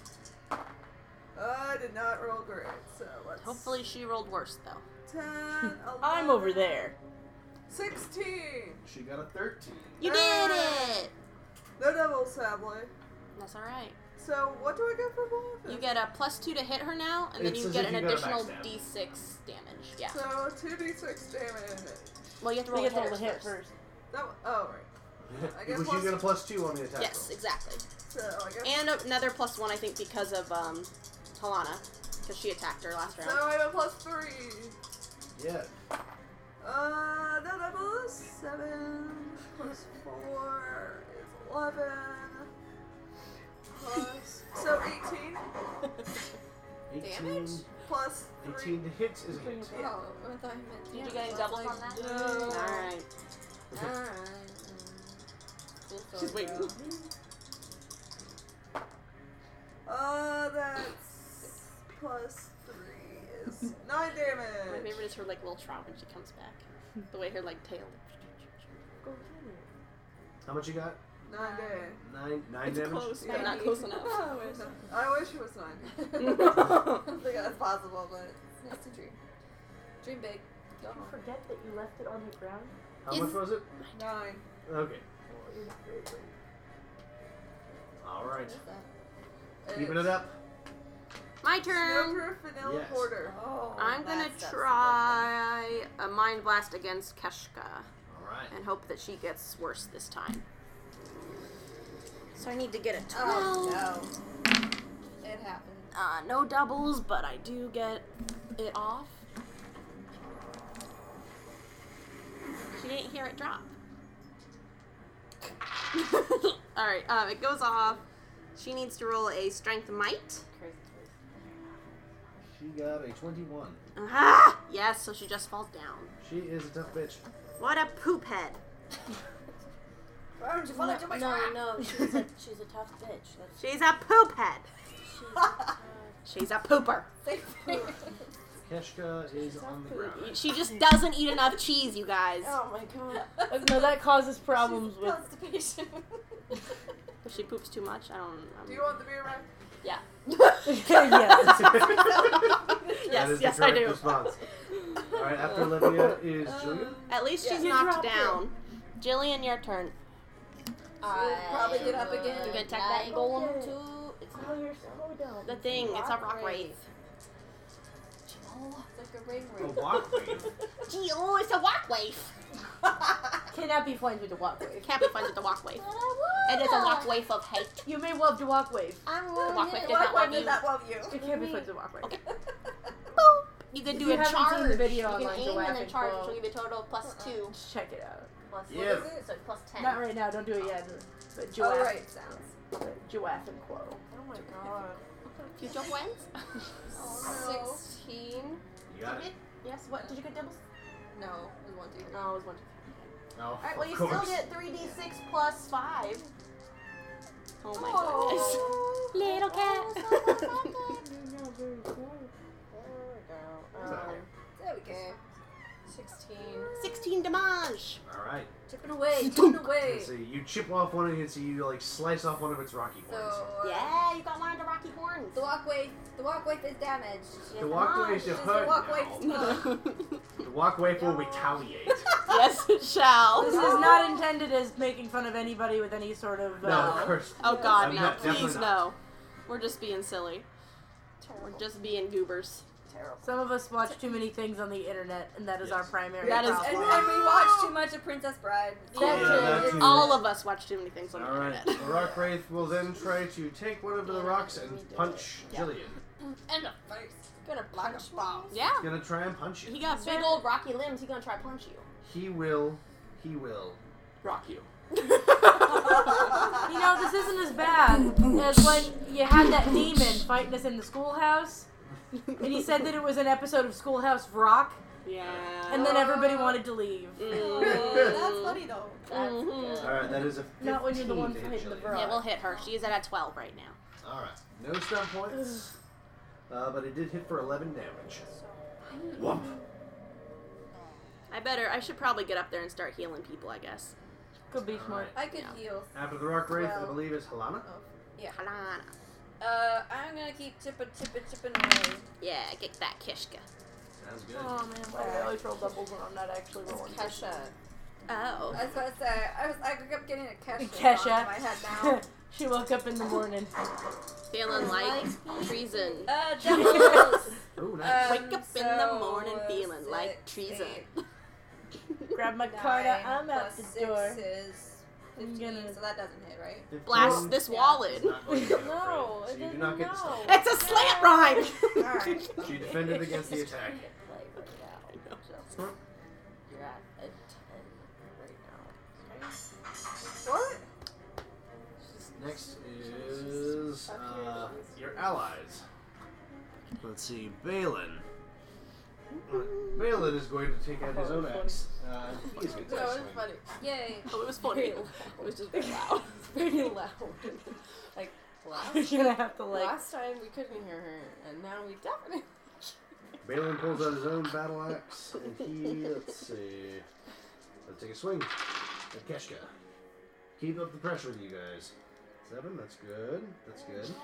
Speaker 8: I did not roll great, so let's.
Speaker 11: Hopefully, she rolled worse though.
Speaker 8: 10, 11,
Speaker 15: I'm over there.
Speaker 8: 16.
Speaker 1: She got a thirteen. [LAUGHS]
Speaker 11: You did
Speaker 1: Ah!
Speaker 11: it.
Speaker 8: No double, sadly.
Speaker 11: That's all right.
Speaker 8: So what do I get for bluff?
Speaker 11: You get a plus two to hit her now, and then
Speaker 1: It's
Speaker 11: you
Speaker 1: as
Speaker 11: get
Speaker 1: if
Speaker 11: an
Speaker 1: you got a
Speaker 11: additional
Speaker 1: backstab.
Speaker 11: D6 damage. Yeah.
Speaker 8: So 2d6 damage.
Speaker 11: Well, you have to
Speaker 15: We
Speaker 11: roll,
Speaker 15: get
Speaker 11: a
Speaker 15: to roll the hit first.
Speaker 8: That wa- oh, right. I guess
Speaker 1: Well,
Speaker 8: plus-
Speaker 1: she got a plus two on the attack.
Speaker 11: Yes, exactly.
Speaker 8: So I guess.
Speaker 11: And another plus one, I think, because of um, Talana, because she attacked her last
Speaker 8: so
Speaker 11: round.
Speaker 8: I have a plus 3.
Speaker 1: roll. Yeah.
Speaker 8: Uh, no double. 7 plus 4 is 11. Plus. So 18
Speaker 1: 18,
Speaker 8: damage? Plus 3.
Speaker 1: 18 to hit is a hit.
Speaker 5: Oh, I thought you meant
Speaker 11: Did you get any doubles on that?
Speaker 8: No.
Speaker 11: All right.
Speaker 5: Alright.
Speaker 11: She's waiting.
Speaker 8: Uh, that's plus 3 is 9
Speaker 11: My
Speaker 8: damage.
Speaker 11: favorite is her like little trot when she comes [LAUGHS] back. The way her like tail.
Speaker 1: How much you got?
Speaker 8: 9 damage.
Speaker 1: Nine. Nine
Speaker 11: It's
Speaker 1: damage.
Speaker 11: close, but not close enough.
Speaker 8: I wish- I wish it was 9. [LAUGHS] I
Speaker 11: I
Speaker 8: think that's possible, but it's nice to dream.
Speaker 5: Dream big. Go home.
Speaker 7: Forget that you left it on the ground.
Speaker 1: How
Speaker 11: Is-
Speaker 1: much was it?
Speaker 8: 9.
Speaker 1: Okay. All right. Keeping
Speaker 8: It's
Speaker 1: it up.
Speaker 11: My turn.
Speaker 8: Silver vanilla
Speaker 1: Yes.
Speaker 8: porter.
Speaker 5: Oh,
Speaker 11: I'm gonna
Speaker 5: that's- that's a good
Speaker 11: try a mind blast against Keshka
Speaker 1: All right.
Speaker 11: and hope that she gets worse this time. So I need to get a 12.
Speaker 6: Oh,
Speaker 11: no. It happened. Uh, no doubles, but I do get it off. She didn't hear it drop. [LAUGHS] Alright, um, it goes off. She needs to roll a strength might.
Speaker 1: She got a 21.
Speaker 11: Ah, yes, so she just falls down.
Speaker 1: She is a tough bitch.
Speaker 11: What a poop head.
Speaker 1: Why would you fall into my
Speaker 17: no,
Speaker 1: trap?
Speaker 5: [LAUGHS]
Speaker 17: no, she's a, she's a tough bitch. That's,
Speaker 11: She's a poop head. [LAUGHS] uh, She's a pooper.
Speaker 1: Keshka is on the ground.
Speaker 11: She just doesn't eat enough cheese, you guys.
Speaker 7: Oh my god. no, that causes problems with.
Speaker 11: Constipation. if she poops too much, I don't. I'm...
Speaker 8: Do you want the beer right?
Speaker 11: Yeah.
Speaker 7: yes.
Speaker 1: That is
Speaker 11: yes,
Speaker 1: the
Speaker 11: yes, I
Speaker 1: correct
Speaker 11: do. Um,
Speaker 1: response. All right,
Speaker 11: [LAUGHS]
Speaker 1: after Olivia is Julian.
Speaker 11: At least she's
Speaker 6: Yeah.
Speaker 11: knocked
Speaker 6: You're up
Speaker 11: down. Jillian, your turn.
Speaker 6: probably get up again.
Speaker 11: You gonna attack that
Speaker 6: Like it.
Speaker 11: golem?
Speaker 17: it's
Speaker 11: Oh,
Speaker 17: not you're so dumb.
Speaker 11: The thing, it's a rock wraith.
Speaker 5: Oh, it's like a ring
Speaker 1: A
Speaker 5: ring.
Speaker 1: walk
Speaker 11: Gee, oh, it's a walk wave.
Speaker 7: Cannot be friends with the walk wave.
Speaker 11: Can't be friends with the walk wave.
Speaker 17: And
Speaker 11: And it's a walk wave of hate.
Speaker 7: You may love the walk wave.
Speaker 17: I'm
Speaker 11: The walk wave does
Speaker 8: Why
Speaker 11: not love
Speaker 8: why
Speaker 11: you.
Speaker 8: did that
Speaker 11: [LAUGHS]
Speaker 8: love you?
Speaker 7: It can't be friends with the walk wave.
Speaker 11: You could
Speaker 7: If
Speaker 11: do
Speaker 7: you
Speaker 11: a
Speaker 7: haven't
Speaker 11: charge.
Speaker 7: seen the video
Speaker 11: you
Speaker 7: online,
Speaker 11: can
Speaker 7: go
Speaker 11: aim and
Speaker 7: back
Speaker 11: then
Speaker 7: and
Speaker 11: charge,
Speaker 7: go.
Speaker 11: which will give you a total of plus two.
Speaker 7: Check it out.
Speaker 17: Plus,
Speaker 1: what is Yeah.
Speaker 17: it? So plus 10.
Speaker 7: Not right now. Don't do it yet. But Joaf.
Speaker 8: Oh, right, sounds.
Speaker 7: but Joaf and Quo.
Speaker 8: Oh my god.
Speaker 11: Future
Speaker 7: [LAUGHS]
Speaker 11: wins.
Speaker 5: Oh,
Speaker 11: Sixteen.
Speaker 1: You got it?
Speaker 11: Yes. What did you get doubles?
Speaker 5: no. No, it was one, two, three.
Speaker 11: No, it was one.
Speaker 1: No.
Speaker 11: All right. Well,
Speaker 1: Oh, of
Speaker 11: you
Speaker 1: course.
Speaker 11: still get three d six plus five. Oh my
Speaker 8: Oh.
Speaker 11: goodness. Little cat. [LAUGHS]
Speaker 1: Um,
Speaker 5: There we go. 16.
Speaker 11: Sixteen damage.
Speaker 1: All right.
Speaker 5: Chipping away, chipping
Speaker 1: And
Speaker 5: away.
Speaker 1: So you chip off one of it, so you like slice off one of its rocky
Speaker 5: So,
Speaker 1: horns.
Speaker 5: uh,
Speaker 11: Yeah, you got one of the rocky horns. [LAUGHS]
Speaker 5: the walkway, the walkway is damaged.
Speaker 1: The walkway is
Speaker 5: This
Speaker 1: your
Speaker 5: is
Speaker 1: hood
Speaker 5: the walkway.
Speaker 1: now.
Speaker 5: [LAUGHS]
Speaker 1: The walkway will retaliate.
Speaker 11: yes, it shall.
Speaker 7: This is not intended as making fun of anybody with any sort of.
Speaker 1: No,
Speaker 7: uh,
Speaker 1: of course.
Speaker 11: Oh God,
Speaker 1: I'm
Speaker 11: no!
Speaker 1: not- definitely
Speaker 11: Please, no.
Speaker 1: not.
Speaker 11: We're just being silly. We're just being goobers.
Speaker 5: Terrible.
Speaker 7: Some of us watch too many things on the internet, and that is our
Speaker 1: Yes.
Speaker 7: primary.
Speaker 11: That is- [LAUGHS]
Speaker 5: And,
Speaker 7: problem.
Speaker 5: and we watched too much of Princess Bride.
Speaker 1: Yeah, that too.
Speaker 11: All of us watch too many things on the
Speaker 1: All right.
Speaker 11: internet. [LAUGHS]
Speaker 1: The rock wraith will then try to take one of the rocks and punch Jillian.
Speaker 11: And
Speaker 6: Gonna punch bombs.
Speaker 11: yeah,
Speaker 1: He's gonna try and punch
Speaker 11: he
Speaker 1: you.
Speaker 11: got big old rocky limbs. He's gonna try to punch you.
Speaker 1: He will. He will. Rock you.
Speaker 7: You know, this isn't as bad as when you had that demon fighting us in the schoolhouse, and he said that it was an episode of Schoolhouse Rock,
Speaker 11: Yeah.
Speaker 7: and then
Speaker 11: Oh.
Speaker 7: everybody wanted to leave. [LAUGHS]
Speaker 1: All
Speaker 6: funny though.
Speaker 1: right. That is a 15
Speaker 7: Mm-hmm. Not when you're the one
Speaker 1: to hit
Speaker 7: fighting the
Speaker 1: Jillian.
Speaker 7: bro.
Speaker 11: It will hit her. She is at a twelve right now.
Speaker 1: All right. No stun points. Uh, but it did hit for 11 damage. Whoop.
Speaker 11: I better. I should probably get up there and start healing people. I guess.
Speaker 7: Could be smart.
Speaker 5: I could
Speaker 11: Yeah.
Speaker 5: heal.
Speaker 1: After the rock wraith, I
Speaker 5: Well-
Speaker 1: believe is Halana.
Speaker 7: Oh.
Speaker 5: Yeah.
Speaker 11: Kalana.
Speaker 5: Uh, I'm gonna keep chipping, chipping, chipping away.
Speaker 11: Yeah, get that Kishka.
Speaker 1: Sounds good.
Speaker 7: Oh man,
Speaker 11: uh,
Speaker 7: why do I always roll doubles when I'm not actually rolling?
Speaker 6: Kesha.
Speaker 11: Oh.
Speaker 5: I was gonna say, I was, I grew up getting a Kesha,
Speaker 7: [LAUGHS] Kesha.
Speaker 5: doll in my head
Speaker 11: [LAUGHS]
Speaker 5: now.
Speaker 7: [LAUGHS] she woke up in the morning.
Speaker 11: Feeling like treason.
Speaker 6: Oh.
Speaker 11: [LAUGHS]
Speaker 5: uh, devils.
Speaker 1: Ooh, nice.
Speaker 5: um,
Speaker 11: Wake up in the
Speaker 5: so,
Speaker 11: morning feeling
Speaker 5: six,
Speaker 11: like treason. [LAUGHS]
Speaker 5: eight,
Speaker 7: [LAUGHS] Grab my
Speaker 5: nine
Speaker 7: Carter, I'm out
Speaker 5: plus
Speaker 7: the
Speaker 5: six
Speaker 7: door.
Speaker 5: is
Speaker 7: I'm
Speaker 5: 15,
Speaker 7: gonna-
Speaker 5: so that doesn't hit,
Speaker 7: [LAUGHS]
Speaker 5: right?
Speaker 1: 15
Speaker 11: Blast this wall
Speaker 1: is
Speaker 11: in.
Speaker 1: not going to hit, I'm afraid. So
Speaker 7: No, it
Speaker 1: you do not get the stun.
Speaker 7: doesn't-
Speaker 11: It's a slant rhyme.
Speaker 5: Alright.
Speaker 1: She
Speaker 7: [LAUGHS]
Speaker 1: defended against the attack.
Speaker 11: [LAUGHS]
Speaker 6: You're at a 10 right now.
Speaker 11: [LAUGHS]
Speaker 5: What?
Speaker 1: Next is uh, your allies. Let's see, Balin. Balin is going to take out his own axe. Uh, he's going to take a
Speaker 6: No,
Speaker 1: swing.
Speaker 6: it's funny.
Speaker 5: Yay.
Speaker 11: Oh, it was funny. It was just very loud.
Speaker 6: Pretty loud. [LAUGHS] like,
Speaker 7: [LAUGHS] You're
Speaker 6: last,
Speaker 7: gonna have to like.
Speaker 6: last time we couldn't hear her, and now we definitely.
Speaker 1: Balin pulls out his own battle axe, and he, let's see, let's take a swing at Keshka. Keep up the pressure, you guys. Seven, that's good. That's
Speaker 6: [LAUGHS]
Speaker 1: good.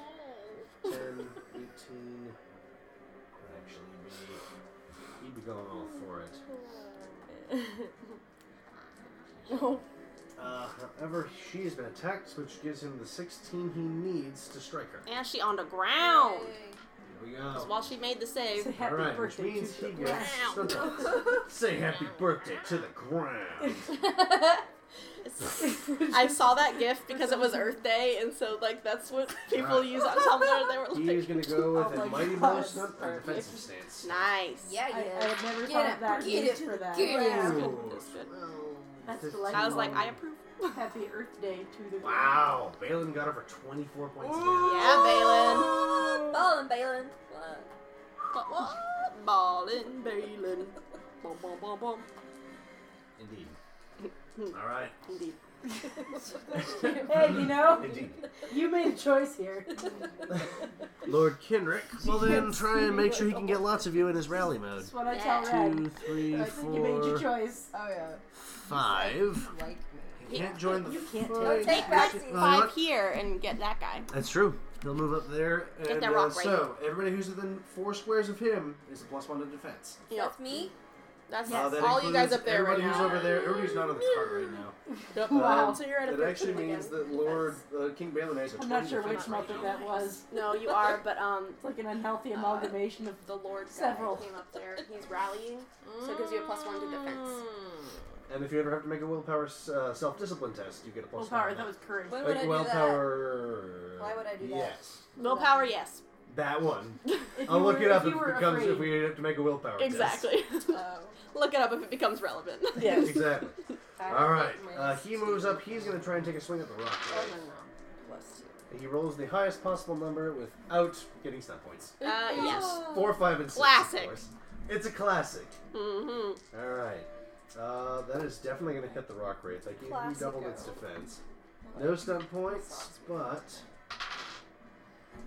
Speaker 1: 10, 18. would Actually, be, he'd be going all for it.
Speaker 11: [LAUGHS]
Speaker 6: No.
Speaker 1: Uh, however, she has been attacked, which gives him the 16 he needs to strike her.
Speaker 11: And she on the ground.
Speaker 5: Yay.
Speaker 1: Here we
Speaker 11: 'Cause
Speaker 1: go.
Speaker 11: While she made the save.
Speaker 7: Say happy
Speaker 1: Alright, which
Speaker 7: birthday.
Speaker 1: means
Speaker 7: to
Speaker 1: he
Speaker 7: the-
Speaker 1: gets.
Speaker 11: [LAUGHS] Wow.
Speaker 1: Say happy birthday to the ground.
Speaker 11: [LAUGHS] I saw that gift because it was Earth Day, and so like that's what people use on Tumblr.
Speaker 1: [LAUGHS]
Speaker 11: They were like,
Speaker 1: He is going to go with
Speaker 11: [LAUGHS] Oh
Speaker 1: a
Speaker 11: my
Speaker 1: mighty
Speaker 11: God,
Speaker 1: blow snuff and
Speaker 11: sorry.
Speaker 1: defensive stance.
Speaker 11: nice.
Speaker 5: Yeah,
Speaker 7: I-
Speaker 5: yeah.
Speaker 7: I had never
Speaker 5: Get
Speaker 7: thought
Speaker 5: it,
Speaker 7: of that
Speaker 5: get
Speaker 7: used
Speaker 5: it,
Speaker 7: for that.
Speaker 5: get it.
Speaker 7: Wow.
Speaker 1: Ooh.
Speaker 11: That's good.
Speaker 7: That's
Speaker 1: Fifteen.
Speaker 7: delightful.
Speaker 11: I was like, I approve.
Speaker 7: [LAUGHS] Happy Earth Day to the
Speaker 1: Wow, Balin got over 24 points of damage.
Speaker 11: Yeah, Balin.
Speaker 5: Ballin', Balin.
Speaker 11: What- what? Ballin, Balin. Bum, bum, bum, bum. [LAUGHS]
Speaker 1: Indeed. All right.
Speaker 11: Indeed.
Speaker 7: Hey, you know,
Speaker 1: [LAUGHS] Indeed.
Speaker 7: you made a choice here.
Speaker 1: Lord Kenrick will then
Speaker 7: Yes.
Speaker 1: try and make sure he can get lots of you in his rally mode.
Speaker 7: That's what I tell
Speaker 1: Two,
Speaker 7: Red.
Speaker 1: three,
Speaker 7: I think you made
Speaker 1: four,
Speaker 7: your choice.
Speaker 8: Oh yeah.
Speaker 1: five.
Speaker 8: Like me.
Speaker 1: He can't join the.
Speaker 7: You can't
Speaker 1: fight.
Speaker 7: take
Speaker 11: Take back
Speaker 1: Well, you know
Speaker 11: five
Speaker 1: what?
Speaker 11: here and get that guy.
Speaker 1: That's true. He'll move up there. And,
Speaker 11: Get that rock
Speaker 1: uh,
Speaker 11: right
Speaker 1: so, everybody who's within four squares of him is a plus one to defense.
Speaker 11: Yep.
Speaker 5: That's me.
Speaker 11: That's
Speaker 1: Uh, that
Speaker 11: all you guys
Speaker 1: includes
Speaker 11: up there right
Speaker 1: Everybody who's
Speaker 11: now.
Speaker 1: over there, everybody's not on the card right now.
Speaker 11: Yep.
Speaker 1: Um,
Speaker 7: Wow.
Speaker 11: So you're at a
Speaker 1: That actually
Speaker 11: 15
Speaker 1: means that Lord uh, King Balin has a 20
Speaker 7: I'm not sure which
Speaker 1: defense right
Speaker 7: Muppet
Speaker 1: now.
Speaker 7: that was.
Speaker 11: No, you are, but um,
Speaker 7: It's like an unhealthy amalgamation of
Speaker 11: the Lord guy
Speaker 7: Several.
Speaker 11: came up there. He's rallying, so it gives you a plus one to defense.
Speaker 1: And if you ever have to make a willpower uh, self discipline test, you get a plus
Speaker 7: Willpower,
Speaker 1: one.
Speaker 7: that was courage.
Speaker 5: When
Speaker 1: Like,
Speaker 5: would I do
Speaker 1: willpower.
Speaker 5: Why would I do that?
Speaker 1: Yes.
Speaker 11: Willpower, yes.
Speaker 1: That
Speaker 5: [LAUGHS]
Speaker 1: one.
Speaker 7: If
Speaker 1: I'll
Speaker 7: you
Speaker 1: look
Speaker 7: were-
Speaker 1: it up
Speaker 7: if
Speaker 1: if
Speaker 7: you were
Speaker 1: it becomes
Speaker 7: afraid.
Speaker 1: if we have to make a willpower test.
Speaker 11: Exactly. [LAUGHS]
Speaker 5: Oh.
Speaker 11: Look it up if it becomes [LAUGHS] relevant.
Speaker 1: [LAUGHS]
Speaker 7: Yes.
Speaker 5: [LAUGHS]
Speaker 1: exactly.
Speaker 5: I
Speaker 1: All right.
Speaker 5: don't
Speaker 1: Uh,
Speaker 5: know.
Speaker 1: he moves up. He's going to try and take a swing at the rock.
Speaker 5: Oh,
Speaker 1: Right?
Speaker 5: no, no. Bless you.
Speaker 1: He rolls the highest possible number without getting stun points.
Speaker 11: Uh, yes.
Speaker 1: Four, five, and six. of
Speaker 11: Classic.
Speaker 1: course. It's a classic.
Speaker 11: Mm-hmm.
Speaker 1: All right. Uh, that is definitely going to hit the rock rate. Like, he he doubled its defense. No stun points, but.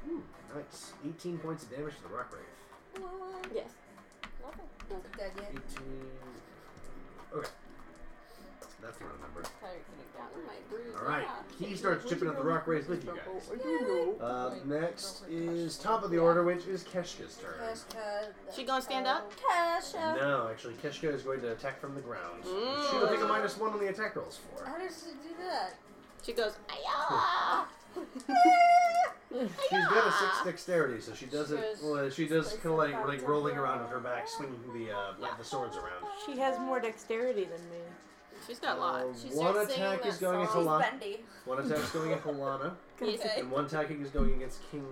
Speaker 1: Ooh, nice. 18 points of damage to the rock rate.
Speaker 11: Yes.
Speaker 5: Dead yet?
Speaker 1: 18. Okay. That's the wrong number. Alright. He starts chipping at the rock rays with you guys. Uh, next is top of the order, which is Keshka's turn.
Speaker 5: Keshka.
Speaker 11: She gonna stand
Speaker 5: oh.
Speaker 11: up?
Speaker 5: Kesha.
Speaker 1: No, actually, Keshka is going to attack from the ground. She will take a minus one on the attack rolls for.
Speaker 5: How does she do that?
Speaker 11: She goes, Ayah!
Speaker 1: She's got a six dexterity, so she does it. Well, she does kind of like, like rolling around with her back, swinging the uh, the swords around.
Speaker 15: She has more dexterity than me.
Speaker 11: She's got a lot.
Speaker 1: Uh, one attack is going at Halana.
Speaker 5: Bendy.
Speaker 1: One attack is going at Halana,
Speaker 5: Okay.
Speaker 1: and one attacking is going against King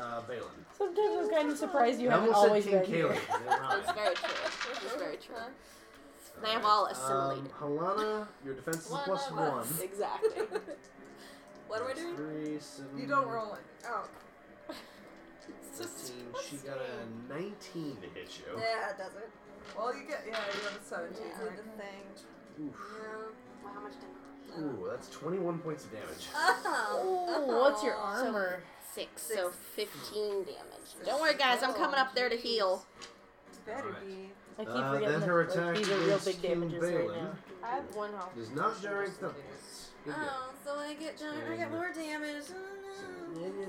Speaker 1: uh, Balin.
Speaker 7: Sometimes I'm kind of surprised you
Speaker 1: I
Speaker 7: haven't
Speaker 1: almost
Speaker 7: always
Speaker 1: said King
Speaker 7: been. [LAUGHS]
Speaker 1: Caleb. Never mind.
Speaker 11: It's very true. It's very true. They have all assimilated.
Speaker 1: Um, Halana, your defense is a plus
Speaker 11: of
Speaker 1: one.
Speaker 11: us. Exactly.
Speaker 5: What do I do?
Speaker 1: Three, seven,
Speaker 8: You don't roll it. Oh.
Speaker 1: 13. She got a 19 to hit you.
Speaker 5: Yeah, it doesn't.
Speaker 8: Well, you get yeah, you have a seventeen.
Speaker 5: Yeah.
Speaker 8: Read the thing.
Speaker 1: Oof. Um,
Speaker 11: How much damage?
Speaker 1: Ooh, that's 21 points of damage.
Speaker 5: Oh.
Speaker 15: Ooh, what's your
Speaker 5: oh.
Speaker 15: armor?
Speaker 11: Six, so 15 damage. Don't worry, guys, I'm coming up there to heal.
Speaker 8: Better
Speaker 1: Alright.
Speaker 8: be.
Speaker 15: I keep
Speaker 1: Uh,
Speaker 15: forgetting
Speaker 1: then
Speaker 15: that
Speaker 1: her
Speaker 15: like,
Speaker 1: attack
Speaker 15: these are real
Speaker 1: against
Speaker 15: big
Speaker 1: King
Speaker 15: damages right
Speaker 1: Balin
Speaker 15: now.
Speaker 8: I have one health.
Speaker 1: does not generate stun points. Good
Speaker 5: Oh, so when I get done, I get
Speaker 1: Mm.
Speaker 5: more damage.
Speaker 1: guess.
Speaker 5: Oh, no.
Speaker 1: Yeah.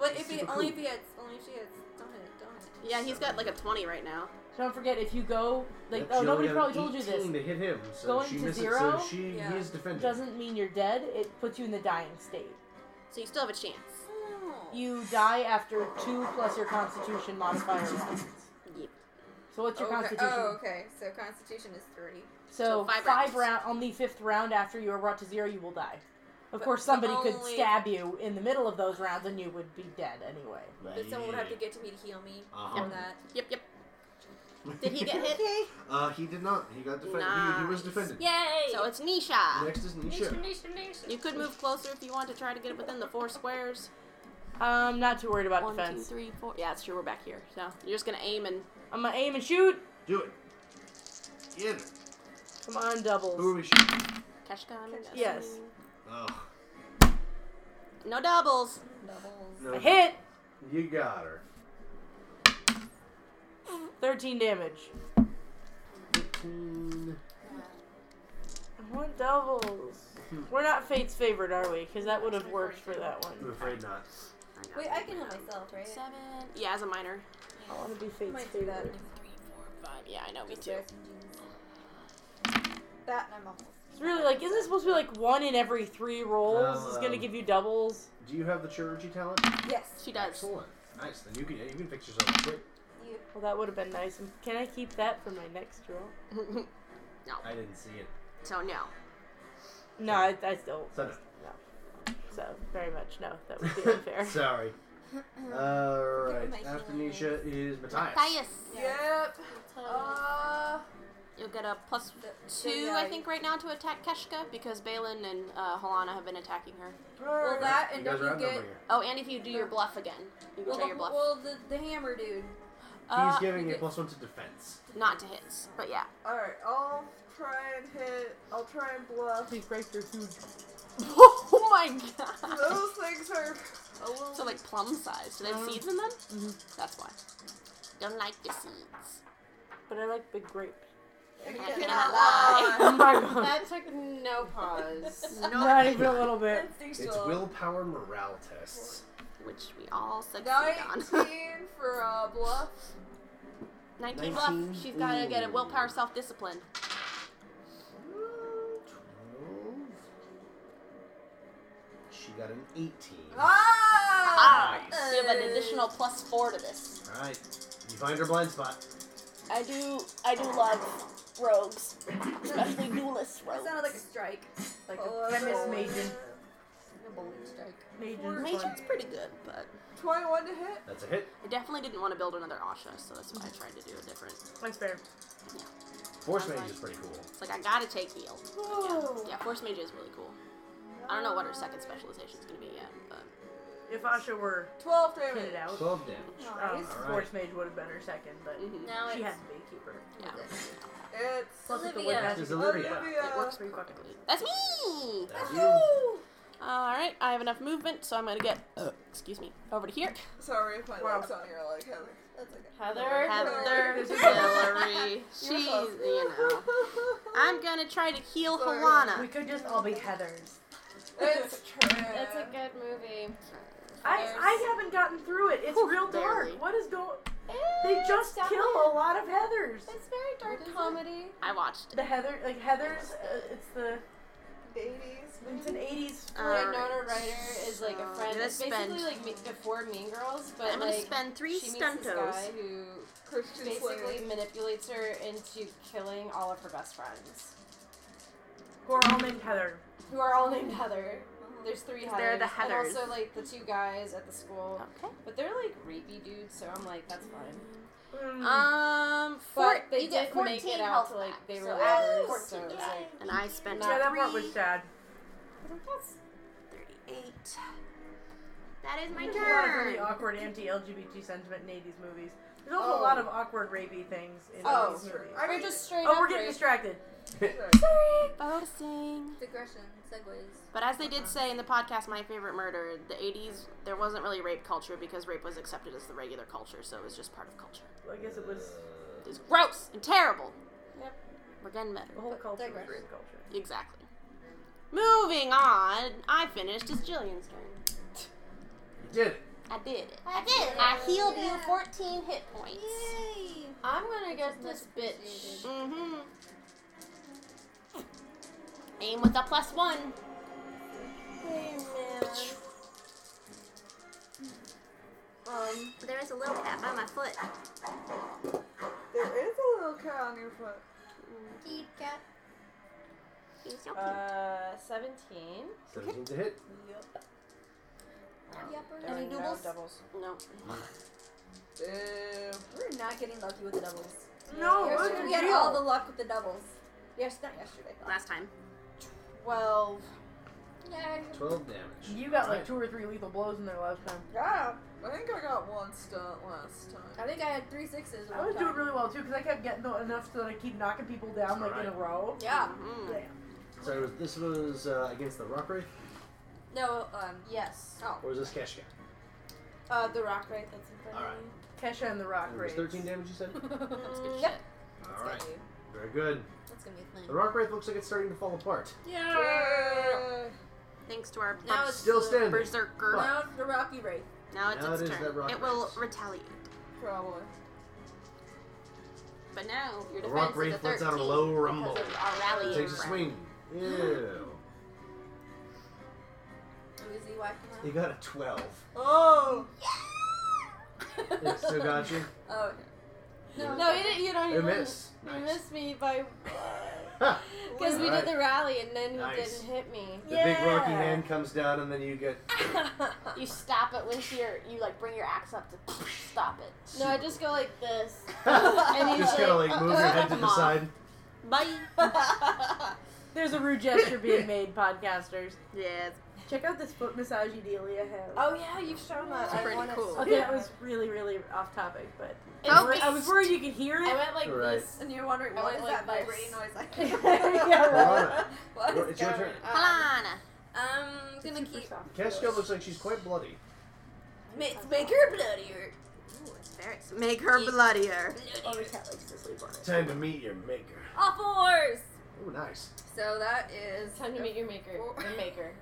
Speaker 5: Wait, if he
Speaker 1: Super
Speaker 5: only if
Speaker 1: cool.
Speaker 5: he hits, only if she hits. Don't hit it. Don't hit it.
Speaker 11: Yeah, he's got like a 20 right now.
Speaker 7: Don't forget, if you go, like,
Speaker 1: Yep,
Speaker 7: oh,
Speaker 1: she only
Speaker 7: nobody
Speaker 1: got
Speaker 7: probably
Speaker 1: an
Speaker 7: told you this.
Speaker 1: 18 to hit him, so
Speaker 7: Going
Speaker 1: she
Speaker 7: to
Speaker 1: misses,
Speaker 7: zero?
Speaker 1: so she
Speaker 5: Yeah.
Speaker 1: is defending.
Speaker 7: Doesn't mean you're dead, it puts you in the dying state.
Speaker 11: So you still have a chance.
Speaker 5: Oh.
Speaker 7: You die after two plus your constitution modifier rounds.
Speaker 11: Yep.
Speaker 7: So what's your
Speaker 5: okay.
Speaker 7: constitution?
Speaker 5: Oh, okay. So Constitution is three.
Speaker 7: So,
Speaker 11: So five
Speaker 7: five round
Speaker 11: rounds.
Speaker 7: on the fifth round after you are brought to zero, you will die. Of
Speaker 5: But-
Speaker 7: course, somebody
Speaker 5: but
Speaker 7: could
Speaker 5: only-
Speaker 7: stab you in the middle of those rounds, and you would be dead anyway.
Speaker 5: But someone would have to get to me to heal me
Speaker 1: Uh-huh.
Speaker 5: from that.
Speaker 11: Yep, yep. Did he [LAUGHS] get hit?
Speaker 1: [LAUGHS] Uh, he did not. He got defended. He, he was
Speaker 11: Nice.
Speaker 1: defended.
Speaker 5: Yay!
Speaker 11: So it's Nisha.
Speaker 1: Next is Nisha.
Speaker 11: You could move closer if you want to try to get within the four squares.
Speaker 15: I'm not too worried about
Speaker 11: One, two,
Speaker 15: defense.
Speaker 11: three, four. Yeah, it's true. We're back here. So you're just gonna aim and
Speaker 15: I'm gonna aim and shoot.
Speaker 1: Do it. Get her.
Speaker 15: Come on, doubles.
Speaker 1: Who are we shooting?
Speaker 11: Keshka. I'm guessing.
Speaker 15: Yes.
Speaker 1: Oh,
Speaker 11: No doubles.
Speaker 5: Doubles.
Speaker 1: no.
Speaker 15: I hit.
Speaker 1: You got her.
Speaker 15: 13 damage.
Speaker 1: 15.
Speaker 15: I want doubles. We're not fate's favorite, are we? Because that would have worked for that
Speaker 1: I'm
Speaker 15: one.
Speaker 1: afraid not.
Speaker 5: Wait, I can heal myself, right?
Speaker 11: Seven. Yeah, as a minor.
Speaker 15: I want to be
Speaker 5: I
Speaker 15: fate's
Speaker 5: might do that.
Speaker 15: favorite.
Speaker 11: Three, four, five. Yeah, I know. Me too.
Speaker 5: That and I'm almost.
Speaker 15: It's really like, isn't it supposed to be like one in every three rolls? It's gonna
Speaker 1: Um,
Speaker 15: give you doubles.
Speaker 1: Do you have the chirurgy talent?
Speaker 5: Yes.
Speaker 11: She does.
Speaker 1: Excellent. Nice. Then you can yeah, you can fix yourself quick.
Speaker 5: You.
Speaker 15: Well, that would have been nice. And Can I keep that for my next roll?
Speaker 11: no.
Speaker 1: I didn't see it.
Speaker 11: So no.
Speaker 7: No, I, I still.
Speaker 1: So no.
Speaker 7: no. So, very much no.
Speaker 1: [LAUGHS]
Speaker 7: That would
Speaker 15: [LAUGHS]
Speaker 7: be unfair.
Speaker 1: Sorry. Alright, after Nisha is Matthias.
Speaker 8: Yep. Uh,
Speaker 11: You'll get a plus two,
Speaker 5: yeah,
Speaker 11: I
Speaker 5: you-
Speaker 11: think, right now to attack Keshka because Balin and uh, Halana have been attacking her.
Speaker 5: Well, that and
Speaker 11: You
Speaker 5: don't
Speaker 11: guys
Speaker 5: you
Speaker 11: are
Speaker 5: get.
Speaker 11: Oh, and if you do your bluff again, you can
Speaker 5: Well,
Speaker 11: try your
Speaker 5: the,
Speaker 11: bluff.
Speaker 5: well the, the hammer dude.
Speaker 11: Uh,
Speaker 1: He's giving a plus one to defense.
Speaker 11: Not to hits, but yeah.
Speaker 8: all right, I'll try and hit. I'll try and bluff. Please break your food.
Speaker 11: [LAUGHS] Oh my god.
Speaker 8: Those things are a little.
Speaker 11: So like plum size. Do they have
Speaker 8: Um,
Speaker 11: seeds in them? That's why. Don't like the seeds.
Speaker 7: But I like big grape.
Speaker 11: I
Speaker 7: cannot
Speaker 11: cannot
Speaker 7: lie. [LAUGHS] Oh my
Speaker 15: [LAUGHS]
Speaker 7: God.
Speaker 6: That took no pause.
Speaker 7: Not even a little bit.
Speaker 1: It's willpower morale tests.
Speaker 11: [LAUGHS] Which we all succeed on.
Speaker 6: [LAUGHS]
Speaker 5: 19 for uh, bluff.
Speaker 11: 19 bluff.
Speaker 5: 19?
Speaker 11: She's gotta get a
Speaker 5: Ooh.
Speaker 11: willpower self discipline.
Speaker 1: She got an 18.
Speaker 5: Ah!
Speaker 11: Ah!
Speaker 1: Nice.
Speaker 11: You have an additional plus four to this.
Speaker 1: Alright, you find her blind spot.
Speaker 11: I do I do love rogues. Especially duelist
Speaker 5: That
Speaker 11: rogues.
Speaker 5: sounded like a strike.
Speaker 7: Like
Speaker 5: a
Speaker 7: Chemist Maiden.
Speaker 5: A bowling strike.
Speaker 7: Maiden.
Speaker 11: Mage's pretty good, but
Speaker 8: 21 to hit.
Speaker 1: That's a hit.
Speaker 11: I definitely didn't want to build another Asha, so that's why I tried to do a different.
Speaker 7: That's fair.
Speaker 1: Force Mage is pretty cool.
Speaker 11: It's like I gotta take heal. But Yeah, yeah, Force Mage is really cool. I don't know what her second specialization is gonna be yet, but
Speaker 7: If Asha were
Speaker 8: 12
Speaker 7: damage. Kitted out,
Speaker 1: 12 damage.
Speaker 7: Um,
Speaker 1: Nice.
Speaker 7: Force Mage would have been her second, but
Speaker 5: Now
Speaker 7: she
Speaker 5: it's-
Speaker 7: has the Beekeeper.
Speaker 11: Yeah.
Speaker 8: It's
Speaker 7: Plus it's the one
Speaker 11: Olivia.
Speaker 7: magic-
Speaker 1: It's Olivia.
Speaker 11: It works pretty perfectly. That's me!
Speaker 1: That's
Speaker 11: Alright, I have enough movement, so I'm gonna get, uh, excuse me, over to here.
Speaker 8: Sorry if my legs on your leg, Heather. That's okay. [LAUGHS]
Speaker 6: Heather.
Speaker 11: Heather Hillary. She's, you know. I'm gonna try to heal Halana.
Speaker 15: We could just all be Heathers.
Speaker 8: It's true.
Speaker 6: That's a good movie.
Speaker 15: I,
Speaker 6: There's-
Speaker 15: I haven't gotten through it. It's real dark.
Speaker 11: barely.
Speaker 15: What is going? They just
Speaker 6: stop
Speaker 15: kill
Speaker 6: it.
Speaker 15: a lot of Heathers.
Speaker 6: It's very dark comedy.
Speaker 11: I watched
Speaker 15: The Heather, like Heathers, uh, it's the
Speaker 8: 80s.
Speaker 15: it's an '80s.
Speaker 11: Alright.
Speaker 6: Winona Ryder is like a
Speaker 11: So,
Speaker 6: friend.
Speaker 11: I'm gonna
Speaker 6: It's basically
Speaker 11: spend-
Speaker 6: like me- before Mean Girls, but
Speaker 11: I'm gonna
Speaker 6: like,
Speaker 11: spend three
Speaker 6: she meets this
Speaker 11: stuntos.
Speaker 6: guy who
Speaker 8: Christian
Speaker 6: basically
Speaker 8: Slater.
Speaker 6: manipulates her into killing all of her best friends,
Speaker 15: Who are all named Heather.
Speaker 6: who are all named Heather.
Speaker 8: Uh-huh.
Speaker 6: There's three Heathers.
Speaker 11: They're the
Speaker 6: And
Speaker 11: Heathers.
Speaker 6: also like the two guys at the school.
Speaker 11: Okay.
Speaker 6: But they're like rapey dudes, so I'm like, that's fine.
Speaker 11: Um, four,
Speaker 6: Mm. But they
Speaker 11: you get
Speaker 6: did make
Speaker 11: 14
Speaker 6: it out
Speaker 11: health
Speaker 6: to like
Speaker 11: back,
Speaker 6: they
Speaker 11: so
Speaker 6: were
Speaker 11: add
Speaker 6: lovers,
Speaker 11: 14,
Speaker 6: so it's
Speaker 11: yeah.
Speaker 6: like
Speaker 11: And I spent
Speaker 15: Yeah, that part
Speaker 11: Uh, three,
Speaker 15: was sad.
Speaker 6: that's
Speaker 11: 38. That is my
Speaker 15: There's a lot of
Speaker 11: turn.
Speaker 15: really awkward anti-LGBT sentiment in '80s movies. There's also a lot of awkward rapey things in
Speaker 6: Oh,
Speaker 15: '80s movies.
Speaker 6: I mean, just straight
Speaker 15: oh,
Speaker 6: up
Speaker 15: we're getting
Speaker 6: rape.
Speaker 15: distracted.
Speaker 11: Sorry, boasting.
Speaker 5: Digression, segues.
Speaker 11: But as they did say in the podcast, my favorite murder, the 80s, there wasn't really rape culture because rape was accepted as the regular culture, so it was just part of culture.
Speaker 15: Well, I guess it was
Speaker 11: It was gross and terrible.
Speaker 6: Yep.
Speaker 11: We're getting better.
Speaker 15: the whole culture was
Speaker 5: digress.
Speaker 15: rape culture.
Speaker 11: Exactly. Moving on, I finished. It's Jillian's turn.
Speaker 1: You did it.
Speaker 11: I did it. I did it. I healed you 14 hit points.
Speaker 6: I'm gonna get this bitch.
Speaker 11: Mm-hmm. Aim with a plus one.
Speaker 8: Um,
Speaker 11: There is a little cat by my foot.
Speaker 8: there is a little cat on your foot.
Speaker 5: Deep cat.
Speaker 11: He's so cute.
Speaker 6: Uh, 17.
Speaker 1: 17 to hit.
Speaker 5: Yep, we're
Speaker 6: Any
Speaker 5: not-
Speaker 6: doubles? doubles.
Speaker 11: no.
Speaker 8: Boo.
Speaker 5: We're not getting lucky with the doubles.
Speaker 7: Oh,
Speaker 15: No, it
Speaker 5: Yesterday
Speaker 15: was
Speaker 5: we had
Speaker 15: real.
Speaker 5: all the luck with the doubles. Yes, not yesterday.
Speaker 11: Last time.
Speaker 6: 12.
Speaker 5: Yeah.
Speaker 1: 12 damage.
Speaker 15: You got like two or three lethal blows in there last time.
Speaker 8: Yeah, I think I got one stunt last time.
Speaker 5: I think I had three sixes.
Speaker 15: I was doing really well too because I kept getting the, enough so that I keep knocking people down like in a
Speaker 1: Alright.
Speaker 15: row.
Speaker 5: Yeah.
Speaker 11: Mm.
Speaker 1: So it was, this was uh, against the Rockery,
Speaker 5: No, um,
Speaker 6: Yes.
Speaker 5: oh.
Speaker 1: or was this Keshka?
Speaker 6: Uh, the rock, right? That's in front
Speaker 1: Alright.
Speaker 6: of
Speaker 7: [LAUGHS]
Speaker 6: me.
Speaker 15: Kesha and the Rock
Speaker 1: It was
Speaker 15: Race.
Speaker 1: 13 damage, you
Speaker 6: [LAUGHS]
Speaker 1: said?
Speaker 11: That's good
Speaker 5: Mm.
Speaker 6: Yep.
Speaker 11: shit.
Speaker 5: That's
Speaker 1: Alright.
Speaker 5: gonna be,
Speaker 1: Very good.
Speaker 5: that's gonna be a
Speaker 1: The
Speaker 5: thing.
Speaker 1: rock wraith looks like it's starting to fall apart.
Speaker 11: Yeah. Thanks to our
Speaker 5: Now
Speaker 11: bers-
Speaker 5: it's
Speaker 1: Still standing.
Speaker 11: berserker.
Speaker 1: Fuck.
Speaker 5: Now the Rocky Wraith.
Speaker 11: Now it's
Speaker 1: Now
Speaker 11: its
Speaker 1: it is that
Speaker 11: turn.
Speaker 1: rock
Speaker 11: It will
Speaker 1: race.
Speaker 11: retaliate.
Speaker 8: Probably.
Speaker 11: But now your
Speaker 1: The rock
Speaker 11: defense is
Speaker 1: wraith
Speaker 11: a
Speaker 1: lets
Speaker 11: 13
Speaker 1: out a low rumble.
Speaker 11: because of our rally
Speaker 1: Takes a
Speaker 11: round.
Speaker 1: swing. Ew.
Speaker 6: [LAUGHS]
Speaker 5: Was he whacking
Speaker 1: He
Speaker 5: him?
Speaker 1: got a 12.
Speaker 8: Oh!
Speaker 1: It still
Speaker 6: [LAUGHS]
Speaker 1: got you.
Speaker 5: Oh, okay.
Speaker 6: No, you, didn't, you don't
Speaker 1: It
Speaker 6: even.
Speaker 1: missed.
Speaker 6: You
Speaker 1: [LAUGHS] Nice.
Speaker 6: missed me by. [LAUGHS] Because we
Speaker 1: Alright.
Speaker 6: did the rally and then he
Speaker 1: Nice.
Speaker 6: didn't hit me.
Speaker 1: The big rocky hand comes down, and then you get. [LAUGHS]
Speaker 6: you stop it with your, you like bring your axe up to stop it. No, I just go like this. [LAUGHS] and he's "Uh,
Speaker 1: Just kind of like move your head to the side.
Speaker 7: Bye. There's a rude gesture being made, [LAUGHS] podcasters.
Speaker 11: Yes.
Speaker 7: Check out this foot massage Delia has.
Speaker 5: [LAUGHS]
Speaker 8: Oh yeah, you've shown that.
Speaker 7: It's
Speaker 8: I
Speaker 7: pretty
Speaker 8: want it
Speaker 7: cool.
Speaker 8: so
Speaker 7: Okay, that
Speaker 8: bad.
Speaker 7: was really, really off topic, but
Speaker 8: It
Speaker 7: I was- I
Speaker 8: was-
Speaker 7: was worried you could hear it.
Speaker 8: I went like
Speaker 1: Right.
Speaker 8: this. And you're wondering
Speaker 5: I
Speaker 8: what
Speaker 5: went
Speaker 8: is
Speaker 5: like
Speaker 8: that
Speaker 5: this.
Speaker 8: vibrating noise?
Speaker 5: [LAUGHS]
Speaker 8: I
Speaker 1: Alana,
Speaker 6: [LAUGHS]
Speaker 1: what-
Speaker 5: What is
Speaker 1: it's your
Speaker 5: going
Speaker 1: turn.
Speaker 5: on? I'm gonna keep.
Speaker 1: Keshka looks like she's quite bloody.
Speaker 5: Make, make her bloodier. Ooh, embarrassing.
Speaker 11: Make her bloodier.
Speaker 5: Oh, the
Speaker 11: cat likes to sleep on it.
Speaker 1: Time to meet your maker.
Speaker 5: All fours.
Speaker 1: Oh, nice.
Speaker 5: So that is [LAUGHS]
Speaker 6: Time to meet your maker. The maker.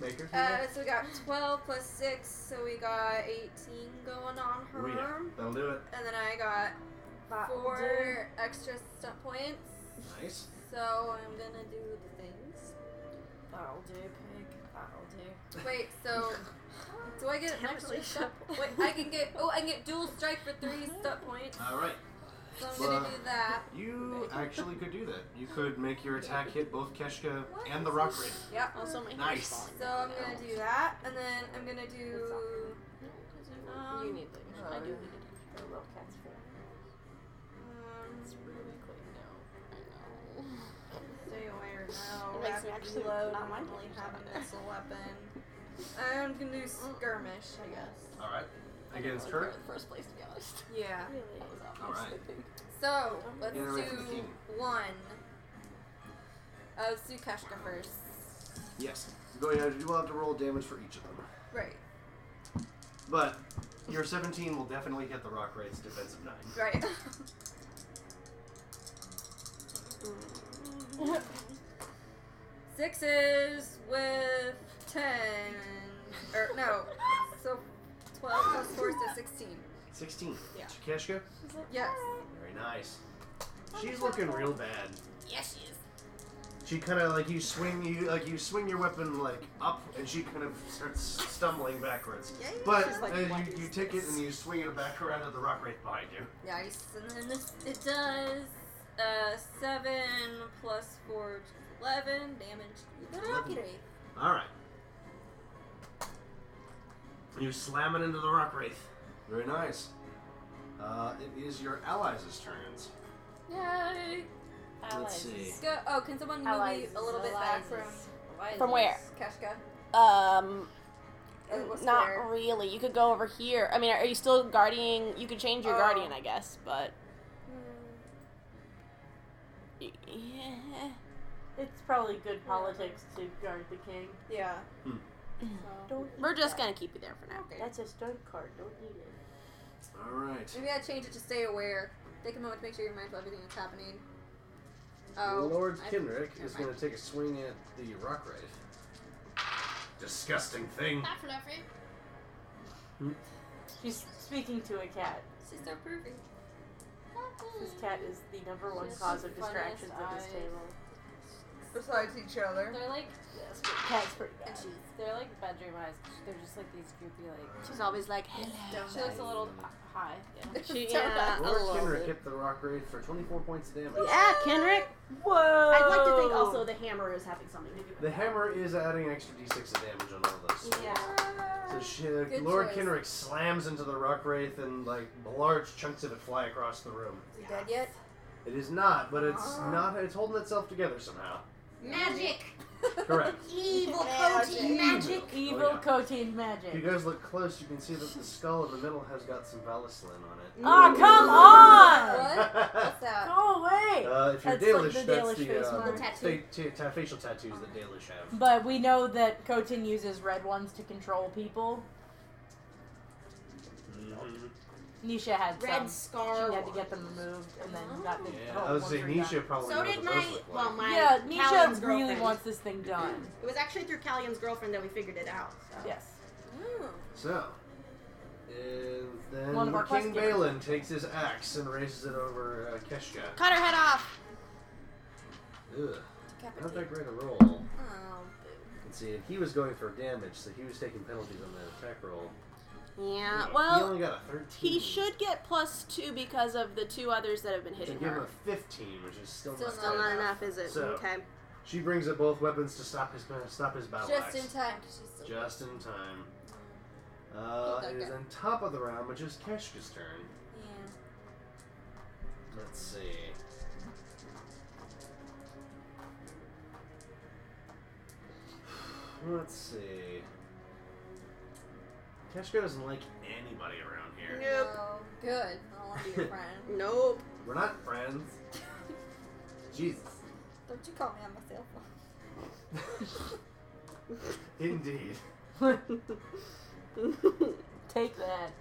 Speaker 1: Maker.
Speaker 5: Uh, so we got 12 plus 6, so we got 18 going on her.
Speaker 1: Oh, yeah. That'll do it.
Speaker 5: And then I got 4 extra stunt points.
Speaker 1: Nice.
Speaker 5: So I'm gonna do the things.
Speaker 6: That'll do, pig. That'll do.
Speaker 5: Wait, so do I get an
Speaker 6: Damn,
Speaker 5: extra
Speaker 6: it's
Speaker 5: stunt point? Wait, I can get, oh, I can get dual strike for 3
Speaker 11: Uh-huh.
Speaker 5: stunt points.
Speaker 1: All right.
Speaker 5: So I'm gonna
Speaker 1: Well,
Speaker 5: do that.
Speaker 1: You actually could do that. You could make your attack hit both Keshka and the rock raid.
Speaker 5: Yeah.
Speaker 11: Also, my
Speaker 1: Nice. hair's falling
Speaker 5: So I'm gonna do that, and then I'm gonna do. Um,
Speaker 6: You need them. I do need it. They're little cat's food. It's
Speaker 5: Um,
Speaker 6: really clean now.
Speaker 5: stay away or no.
Speaker 11: It makes me
Speaker 5: Rapid
Speaker 11: actually
Speaker 5: reload,
Speaker 11: not
Speaker 5: I
Speaker 11: want
Speaker 5: don't really have an missile weapon. I'm gonna do skirmish, I guess.
Speaker 1: All right. Against her.
Speaker 6: First place, to be honest.
Speaker 5: Yeah.
Speaker 6: [LAUGHS]
Speaker 1: All right.
Speaker 5: So let's
Speaker 1: Get her
Speaker 5: do
Speaker 1: right to the king.
Speaker 5: one. Uh, let's do Kashka first.
Speaker 1: Yes. Go ahead. You will have to roll damage for each of them.
Speaker 5: Right.
Speaker 1: But your 17 will definitely hit the rock raid's defensive nine.
Speaker 5: Right. [LAUGHS] Sixes with ten. Or no. So twelve plus four is sixteen.
Speaker 1: 16.
Speaker 5: Yeah.
Speaker 1: Keshka.
Speaker 5: Yes.
Speaker 1: Very nice. She's looking real bad.
Speaker 5: Yes, she is.
Speaker 1: She kind of like you swing you like you swing your weapon like up, and she kind of starts stumbling backwards.
Speaker 5: Yeah, yeah,
Speaker 1: but
Speaker 5: she's like,
Speaker 1: uh,
Speaker 5: "What
Speaker 1: you, you
Speaker 5: is
Speaker 1: take it
Speaker 5: this?"
Speaker 1: and you swing it back around at the rock right behind you.
Speaker 5: Nice. And then this it does uh seven plus four which is eleven damage to the rocket.
Speaker 1: All right. You slam it into the rock wraith. Very nice. Uh, it is your allies' turns.
Speaker 5: Yay!
Speaker 1: Let's see.
Speaker 5: Go, oh, can someone move me
Speaker 6: Allies.
Speaker 5: a little bit back from
Speaker 6: From where? Mm,
Speaker 5: Kashka?
Speaker 11: Um,
Speaker 5: Or what's
Speaker 11: not
Speaker 5: there?
Speaker 11: really. You could go over here. I mean, are you still guardian? You could change your
Speaker 5: Oh.
Speaker 11: guardian, I guess, but
Speaker 5: Hmm.
Speaker 11: y-
Speaker 7: It's probably good politics to guard the king.
Speaker 5: Yeah.
Speaker 1: Hmm.
Speaker 7: Don't
Speaker 11: we're just gonna keep you there for now.
Speaker 7: That's a stunt card. Don't need it.
Speaker 1: All right.
Speaker 5: Maybe I change it to stay aware. Take a moment to make sure you're mindful of everything that's happening.
Speaker 11: Oh,
Speaker 6: Oh,
Speaker 1: Lord
Speaker 5: I-
Speaker 1: Kendrick
Speaker 5: never
Speaker 1: is
Speaker 5: mind.
Speaker 1: going to take a swing at the rock wraith. Disgusting thing.
Speaker 6: Not for nothing.
Speaker 7: She's speaking to a cat.
Speaker 5: She's so perfect.
Speaker 7: This cat is the number one
Speaker 6: She has
Speaker 7: cause
Speaker 6: the
Speaker 7: of distractions
Speaker 6: funniest
Speaker 7: at this
Speaker 6: eyes.
Speaker 7: table.
Speaker 8: Besides each other.
Speaker 6: They're like this. but
Speaker 7: Cat's pretty bad.
Speaker 5: And she's
Speaker 6: They're like bedroom eyes. They're just like these goopy like.
Speaker 11: She's always like, hello.
Speaker 6: She looks a little high. Yeah.
Speaker 11: She,
Speaker 6: [LAUGHS] So
Speaker 11: yeah, Ah, a
Speaker 1: Lord
Speaker 11: little
Speaker 1: Kendrick
Speaker 11: bit.
Speaker 1: hit the rock wraith for 24 points of damage.
Speaker 11: Yeah, Kendrick.
Speaker 7: Whoa!
Speaker 11: I'd like to think also the hammer is having something to do with
Speaker 1: The hammer is adding an extra d6 of damage on all those.
Speaker 11: it. Yeah.
Speaker 1: So she, uh,
Speaker 5: Good
Speaker 1: Lord
Speaker 5: choice.
Speaker 1: Kendrick slams into the rock wraith and like large chunks of it fly across the room.
Speaker 5: Is he dead yet?
Speaker 1: It is not, but it's
Speaker 5: Aw.
Speaker 1: not. It's holding itself together somehow.
Speaker 5: Magic!
Speaker 1: Correct.
Speaker 5: Evil
Speaker 7: [LAUGHS] Magic.
Speaker 5: magic!
Speaker 7: Evil
Speaker 1: Oh, yeah.
Speaker 7: coteen
Speaker 1: If you
Speaker 7: magic.
Speaker 1: guys look close, you can see that the skull in the middle has got some Valislin on it.
Speaker 7: Ah, come on!
Speaker 1: [LAUGHS] uh,
Speaker 5: What's that?
Speaker 7: Go away!
Speaker 1: if you're
Speaker 7: That's
Speaker 1: Dalish,
Speaker 7: like the
Speaker 1: that's
Speaker 7: Dalish
Speaker 1: the,
Speaker 7: face
Speaker 1: uh,
Speaker 7: mark. The
Speaker 5: tattoo.
Speaker 1: fa- ta- ta- facial tattoos that Dalish have.
Speaker 7: [LAUGHS] But we know that Cotin uses red ones to control people.
Speaker 1: Mm-hmm. Oh,
Speaker 7: Nisha had some.
Speaker 11: Red scar
Speaker 7: She had to
Speaker 11: one.
Speaker 7: get them removed, and then got the
Speaker 1: Yeah,
Speaker 7: whole
Speaker 1: I would say
Speaker 7: one redone.
Speaker 1: Nisha probably
Speaker 11: So
Speaker 1: knows
Speaker 11: did
Speaker 1: what those
Speaker 11: my-
Speaker 1: look like.
Speaker 11: well, my-
Speaker 7: Yeah,
Speaker 11: Talon's
Speaker 7: Nisha really
Speaker 11: girlfriend.
Speaker 7: wants this thing done.
Speaker 11: It was actually through Callion's girlfriend that we figured it out. So. Hmm.
Speaker 7: Yes.
Speaker 1: So, and then
Speaker 7: One of our
Speaker 1: King
Speaker 7: quest givers.
Speaker 1: Balin takes his axe and raises it over uh, Keshka.
Speaker 11: Cut her head off.
Speaker 1: Ugh, not that
Speaker 5: Decapitate.
Speaker 1: great a roll.
Speaker 5: Oh, boo.
Speaker 1: And see, and he was going for damage, so he was taking penalties on the attack roll.
Speaker 11: Yeah,
Speaker 1: He
Speaker 11: Uh, well,
Speaker 1: only got a 13.
Speaker 11: he should get plus two because of the two others that have been
Speaker 1: So
Speaker 11: hitting
Speaker 1: give him
Speaker 11: her.
Speaker 1: a 15, which is still,
Speaker 11: Still
Speaker 1: not,
Speaker 11: not enough, is it?
Speaker 1: So,
Speaker 11: Okay.
Speaker 1: She brings up both weapons to stop his uh, stop his battle
Speaker 6: Just
Speaker 1: axe.
Speaker 6: in time, 'cause she's still.
Speaker 1: Just in time. Uh,
Speaker 6: Keep that
Speaker 1: it is
Speaker 6: guy.
Speaker 1: on top of the round, which is Keshka's turn.
Speaker 6: Yeah.
Speaker 1: Let's see. [SIGHS] Let's see. Keshka doesn't like anybody around here.
Speaker 6: No, Oh, good. I don't want to be your friend.
Speaker 1: [LAUGHS]
Speaker 6: [LAUGHS]
Speaker 11: Nope.
Speaker 1: We're not friends. Jesus.
Speaker 6: Don't you call me on my cell phone.
Speaker 1: Indeed.
Speaker 7: Take that.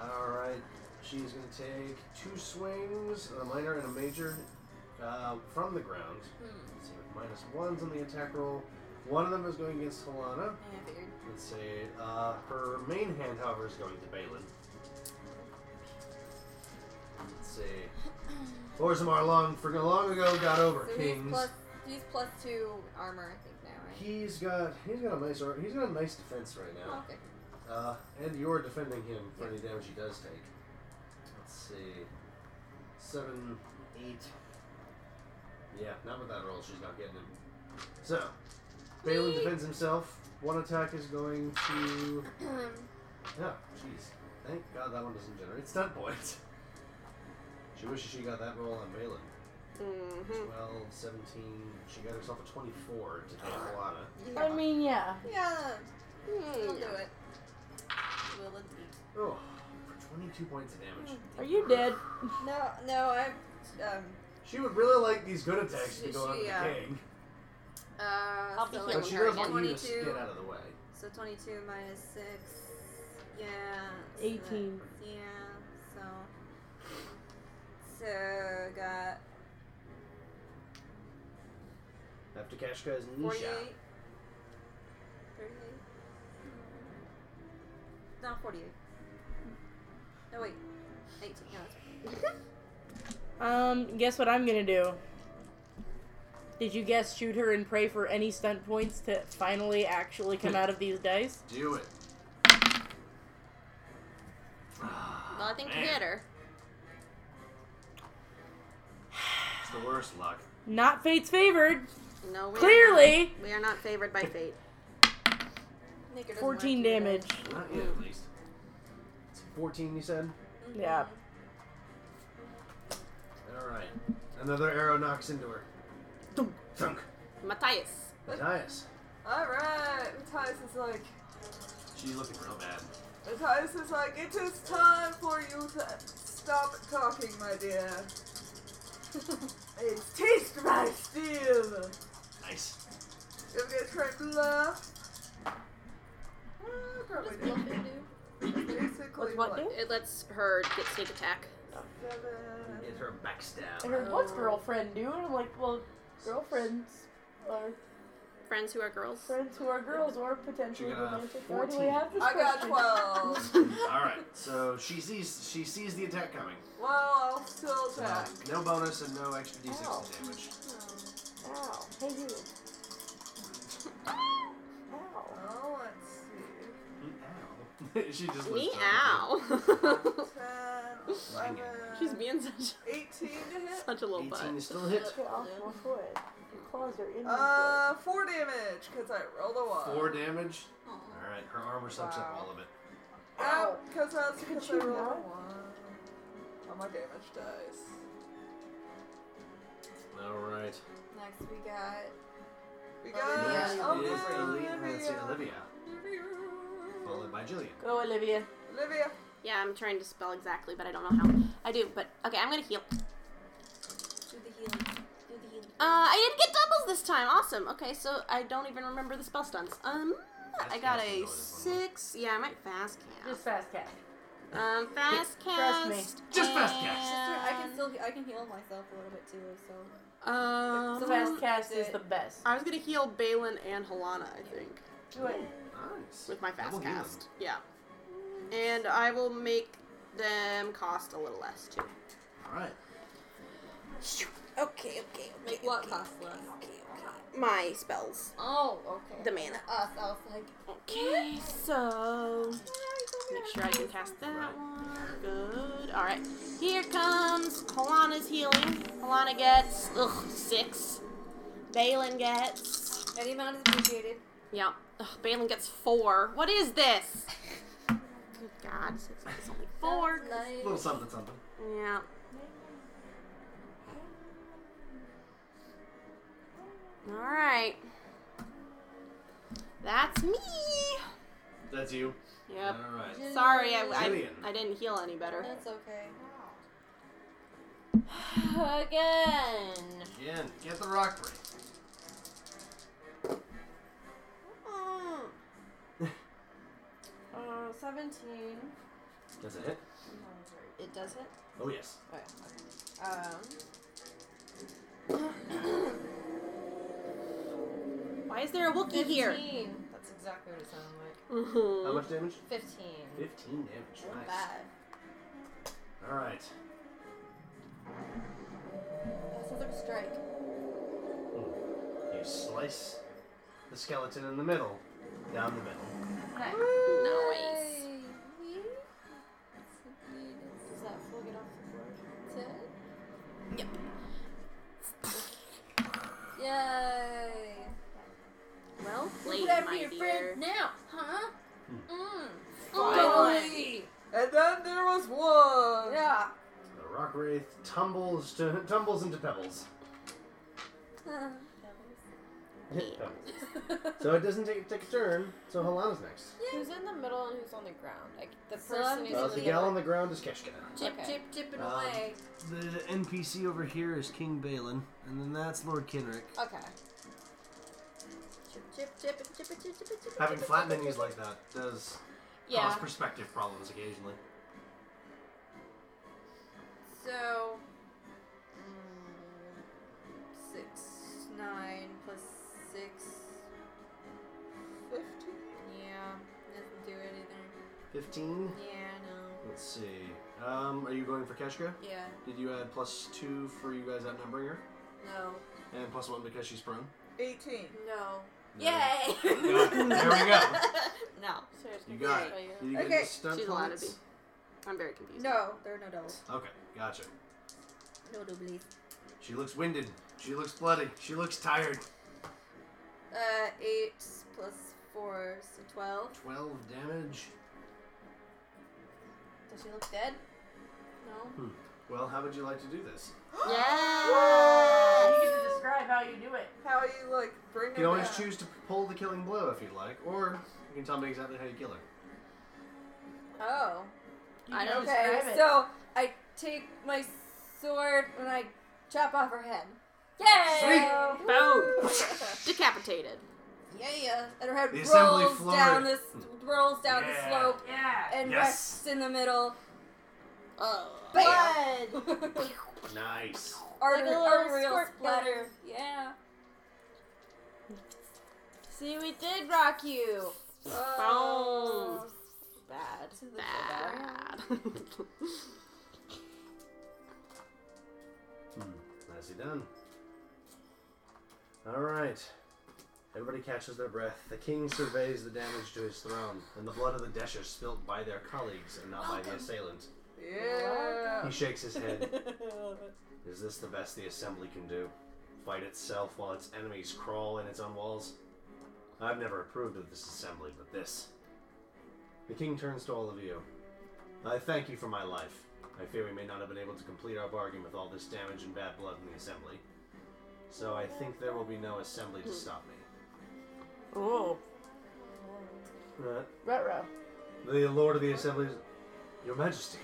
Speaker 1: Alright. She's going to take two swings, a minor and a major, uh, from the ground.
Speaker 6: Hmm.
Speaker 1: Let's see, with minus ones on the attack roll. One of them is going against Helana.
Speaker 6: Yeah, I figured.
Speaker 1: Let's see. Uh, her main hand, however, is going to Balin. Let's
Speaker 6: [CLEARS THROAT]
Speaker 1: see. Orzammar long, for long ago got over
Speaker 6: So he's
Speaker 1: kings.
Speaker 6: plus, he's plus two armor, I think now, right?
Speaker 1: He's got he's got a nice ar- he's got a nice defense right now.
Speaker 6: Okay.
Speaker 1: Uh, and you're defending him for any damage he does take. Let's see. Seven, eight. Yeah, not with that roll, she's not getting him. So, Balin defends himself. One attack is going to. Yeah, jeez. Thank God that one doesn't generate stun points. [LAUGHS] She wishes she got that roll on Balin.
Speaker 5: Hmm.
Speaker 11: Mm-hmm.
Speaker 1: 12, 17. She got herself a 24 to take Alana.
Speaker 7: I mean, yeah.
Speaker 6: Yeah. Hmm. We'll do
Speaker 7: yeah.
Speaker 6: it. Will indeed.
Speaker 1: Oh, for 22 points of damage.
Speaker 7: Are you dead?
Speaker 6: No, no, I'm. Um,
Speaker 1: She would really like these good attacks to
Speaker 6: She-
Speaker 1: go out
Speaker 6: she,
Speaker 1: the
Speaker 6: uh,
Speaker 1: king.
Speaker 6: uh,
Speaker 11: I'll be
Speaker 6: so
Speaker 11: healing
Speaker 6: like
Speaker 1: But she does want you
Speaker 6: 22.
Speaker 1: to get out of the way.
Speaker 6: So 22 minus 6. Yeah. so
Speaker 7: 18.
Speaker 6: that- yeah, so. So, got
Speaker 1: After Kashka is
Speaker 6: 48.
Speaker 1: Nisha.
Speaker 6: 38. No, 48. No, wait. 18. No, it's
Speaker 7: Um, guess what I'm gonna do? Did you guess shoot her and pray for any stunt points to finally actually
Speaker 1: Hmm.
Speaker 7: come out of these dice?
Speaker 1: Do it. Ah,
Speaker 11: Well, I think you hit her.
Speaker 1: It's the worst luck.
Speaker 7: Not fate's favored.
Speaker 11: No, we are
Speaker 7: Clearly.
Speaker 11: not. we are not favored by fate.
Speaker 6: Nicker doesn't
Speaker 7: 14
Speaker 6: like you,
Speaker 7: damage.
Speaker 1: Not yet, at least. It's 14, you said?
Speaker 7: Yeah.
Speaker 1: Alright. Another arrow knocks into her. Thunk! Thunk!
Speaker 11: Matthias.
Speaker 1: Matthias.
Speaker 8: Alright, Matthias is like,
Speaker 1: She's looking real bad.
Speaker 8: Matthias is like, it is time for you to stop talking, my dear. it's taste my steel.
Speaker 1: Nice.
Speaker 8: You'll get trick left. Uh, probably not. Basically,
Speaker 11: What's what do? It lets her get sneak attack.
Speaker 8: Seven.
Speaker 1: Get her backstab. [LAUGHS]
Speaker 7: And her what's girlfriend do? And I'm like, well, girlfriends are
Speaker 11: Friends who are girls.
Speaker 7: friends who are girls or potentially
Speaker 1: She got a
Speaker 7: romantic. Why do we
Speaker 1: 14.
Speaker 7: have this
Speaker 6: [LAUGHS]
Speaker 8: I got
Speaker 7: question?
Speaker 8: 12.
Speaker 1: Alright, so she sees she sees the attack coming.
Speaker 8: well, I'll still
Speaker 1: So
Speaker 8: attack.
Speaker 1: no bonus and no extra d6
Speaker 7: Ow.
Speaker 1: of damage.
Speaker 7: Ow. Hey, you. Ow.
Speaker 8: Oh, let's
Speaker 1: [LAUGHS]
Speaker 8: see.
Speaker 1: she just looks
Speaker 11: Me
Speaker 1: terrible.
Speaker 11: [LAUGHS] ow.
Speaker 8: 10, 11,
Speaker 11: She's being such
Speaker 8: 18 to hit.
Speaker 11: such a little
Speaker 1: 18
Speaker 11: butt.
Speaker 1: is still a hit.
Speaker 15: Get off my foot. Your claws are in my
Speaker 8: Uh, 4 damage, because I rolled a 1.
Speaker 1: Four damage. Alright, her armor sucks up all of it.
Speaker 8: Ow, because that's
Speaker 15: Could
Speaker 8: because I
Speaker 15: you
Speaker 8: rolled a 1
Speaker 15: not?
Speaker 8: on my damage dice.
Speaker 1: Alright.
Speaker 6: Next, we got.
Speaker 8: We got
Speaker 1: Next
Speaker 6: Yeah.
Speaker 8: oh,
Speaker 1: is
Speaker 8: yeah,
Speaker 1: Olivia. Let's see,
Speaker 8: Olivia.
Speaker 1: Olivia. Followed by Jillian.
Speaker 7: Go, Olivia.
Speaker 8: Olivia.
Speaker 11: Yeah, I'm trying to spell exactly, but I don't know how. I do, but okay, I'm gonna heal.
Speaker 6: Do the healing. Do the healing.
Speaker 11: Uh, I didn't get doubles this time. Awesome. Okay, so I don't even remember the spell stunts. Um, I
Speaker 1: casting
Speaker 11: got a
Speaker 1: bonus, wasn't
Speaker 11: six. Yeah, I might fast cast.
Speaker 7: Just fast cat.
Speaker 11: Um, fast
Speaker 7: Trust
Speaker 11: cast.
Speaker 7: me.
Speaker 1: Just fast cast.
Speaker 6: Sister, I can
Speaker 11: and-
Speaker 6: still I can heal myself a little bit too, so.
Speaker 11: Um,
Speaker 7: So fast cast is the best.
Speaker 11: I was gonna heal Balin and Helana, I think,
Speaker 7: Do it.
Speaker 1: Nice.
Speaker 11: with my fast
Speaker 1: Double healing.
Speaker 11: cast. Yeah. And I will make them cost a little less too.
Speaker 1: Alright.
Speaker 11: Okay, okay,
Speaker 6: Wait, what cost less?
Speaker 11: My spells,
Speaker 6: Oh, okay.
Speaker 11: the mana.
Speaker 6: Us, I was like,
Speaker 11: Okay, so Make sure I can cast that one. Good. All right. Here comes Kalana's Um, healing. Kalana gets ugh six. Balin gets.
Speaker 5: Any amount is appreciated.
Speaker 11: Yeah. Ugh, Balin gets four. What is this? [LAUGHS] Good God, six is only four.
Speaker 1: A little something, something.
Speaker 11: Yeah. All right. That's me.
Speaker 1: That's you.
Speaker 11: Yep.
Speaker 1: All right.
Speaker 11: Sorry, I,
Speaker 1: Jillian.
Speaker 11: I, I didn't heal any better.
Speaker 5: That's
Speaker 11: [SIGHS]
Speaker 5: okay.
Speaker 18: Again.
Speaker 1: Again, get the rock break.
Speaker 6: Mm. [LAUGHS] Uh, 17.
Speaker 1: That's a hit.
Speaker 6: It does hit?
Speaker 1: Oh yes.
Speaker 6: Okay. Um,
Speaker 11: [COUGHS] Why is there a Wookiee here?
Speaker 6: 15. That's exactly what it sounded like.
Speaker 11: Mhm.
Speaker 1: How much damage?
Speaker 6: 15.
Speaker 1: Fifteen damage.
Speaker 6: Not
Speaker 1: Nice.
Speaker 6: bad.
Speaker 1: All right.
Speaker 5: That's another strike.
Speaker 1: You slice the skeleton in the middle, down the middle.
Speaker 5: Nice.
Speaker 11: Nice.
Speaker 5: Does that fool get off the board? That's it?
Speaker 11: Yep.
Speaker 5: Yay!
Speaker 11: Well
Speaker 5: Look
Speaker 11: played,
Speaker 5: at
Speaker 11: my
Speaker 5: your
Speaker 11: dear.
Speaker 5: friend now, huh? Mm.
Speaker 8: Finally! And then there was one!
Speaker 5: Yeah.
Speaker 1: The rock wraith tumbles to [LAUGHS] tumbles into pebbles. so it doesn't take, take a turn. So Halana's next.
Speaker 6: Who's in the middle and who's on the ground? Like the
Speaker 5: So
Speaker 6: person
Speaker 5: I'm
Speaker 1: Uh,
Speaker 6: who's in
Speaker 1: the
Speaker 6: the
Speaker 1: gal on the ground is Keshka.
Speaker 5: Chip,
Speaker 6: Okay.
Speaker 5: chip, chipping
Speaker 1: Um,
Speaker 5: away.
Speaker 1: The NPC over here is King Balin, and then that's Lord Kinrick.
Speaker 6: Okay.
Speaker 5: Chip, chip, chip, chip, chip, chip, chip, chip.
Speaker 1: Having flat menus like that does
Speaker 5: Yeah.
Speaker 1: cause perspective problems occasionally.
Speaker 5: So, mm, six, nine plus six, fifteen. Yeah, doesn't do it either.
Speaker 1: Fifteen.
Speaker 5: Yeah, no.
Speaker 1: Let's see. Um, are you going for Keshka?
Speaker 5: Yeah,
Speaker 1: Did you add plus two for you guys outnumbering her,
Speaker 5: no,
Speaker 1: and plus one because she's prone?
Speaker 8: 18.
Speaker 5: no.
Speaker 1: No.
Speaker 5: Yay!
Speaker 1: [LAUGHS]
Speaker 5: [LAUGHS]
Speaker 1: Good. There we go.
Speaker 5: No.
Speaker 1: You got it. You get
Speaker 5: Okay.
Speaker 1: the stunt
Speaker 11: She's allowed to
Speaker 1: points.
Speaker 11: I'm very confused.
Speaker 5: No, there are no doubles.
Speaker 1: Okay, gotcha.
Speaker 5: No doubles.
Speaker 1: She looks winded. She looks bloody. She looks tired.
Speaker 5: Uh, eight plus four, so twelve.
Speaker 1: Twelve damage.
Speaker 5: Does she look dead? No.
Speaker 1: Hmm. Well, how would you like to do this?
Speaker 11: Yes.
Speaker 7: You get to describe how you do it.
Speaker 8: How you, like,
Speaker 1: You
Speaker 8: bring her
Speaker 1: can always
Speaker 8: down.
Speaker 1: choose to pull the killing blow if you'd like, or you can tell me exactly how you kill her.
Speaker 5: Oh.
Speaker 7: You can
Speaker 5: okay,
Speaker 7: describe it.
Speaker 5: so I take my sword and I chop off her head. Yay! [LAUGHS]
Speaker 11: Sweet. Boom. Decapitated.
Speaker 5: Yeah, yeah. And her head
Speaker 11: The assembly
Speaker 5: rolls
Speaker 11: floored.
Speaker 5: down this rolls down
Speaker 11: Yeah.
Speaker 5: the slope and
Speaker 1: Yes.
Speaker 5: rests in the middle.
Speaker 11: Oh.
Speaker 5: Bam!
Speaker 1: Nice.
Speaker 5: Arter-
Speaker 18: little
Speaker 5: arterial
Speaker 18: squirt gun.
Speaker 5: splatter. Yeah.
Speaker 18: See, we did rock you.
Speaker 5: Oh.
Speaker 18: Bad.
Speaker 11: Bad.
Speaker 1: Nicely done. All right. Everybody catches their breath. The king surveys the damage to his throne and the blood of the Desher spilt by their colleagues and not by the assailant.
Speaker 8: Yeah.
Speaker 1: He shakes his head. Is this the best the assembly can do? Fight itself while its enemies crawl in its own walls? I've never approved of this assembly, but this. The king turns to all of you. I thank you for my life. I fear we may not have been able to complete our bargain with all this damage and bad blood in the assembly. So I think there will be no assembly to stop me.
Speaker 7: Ooh.
Speaker 1: Uh,
Speaker 7: Retro.
Speaker 1: The Lord of the Assembly, Your Majesty.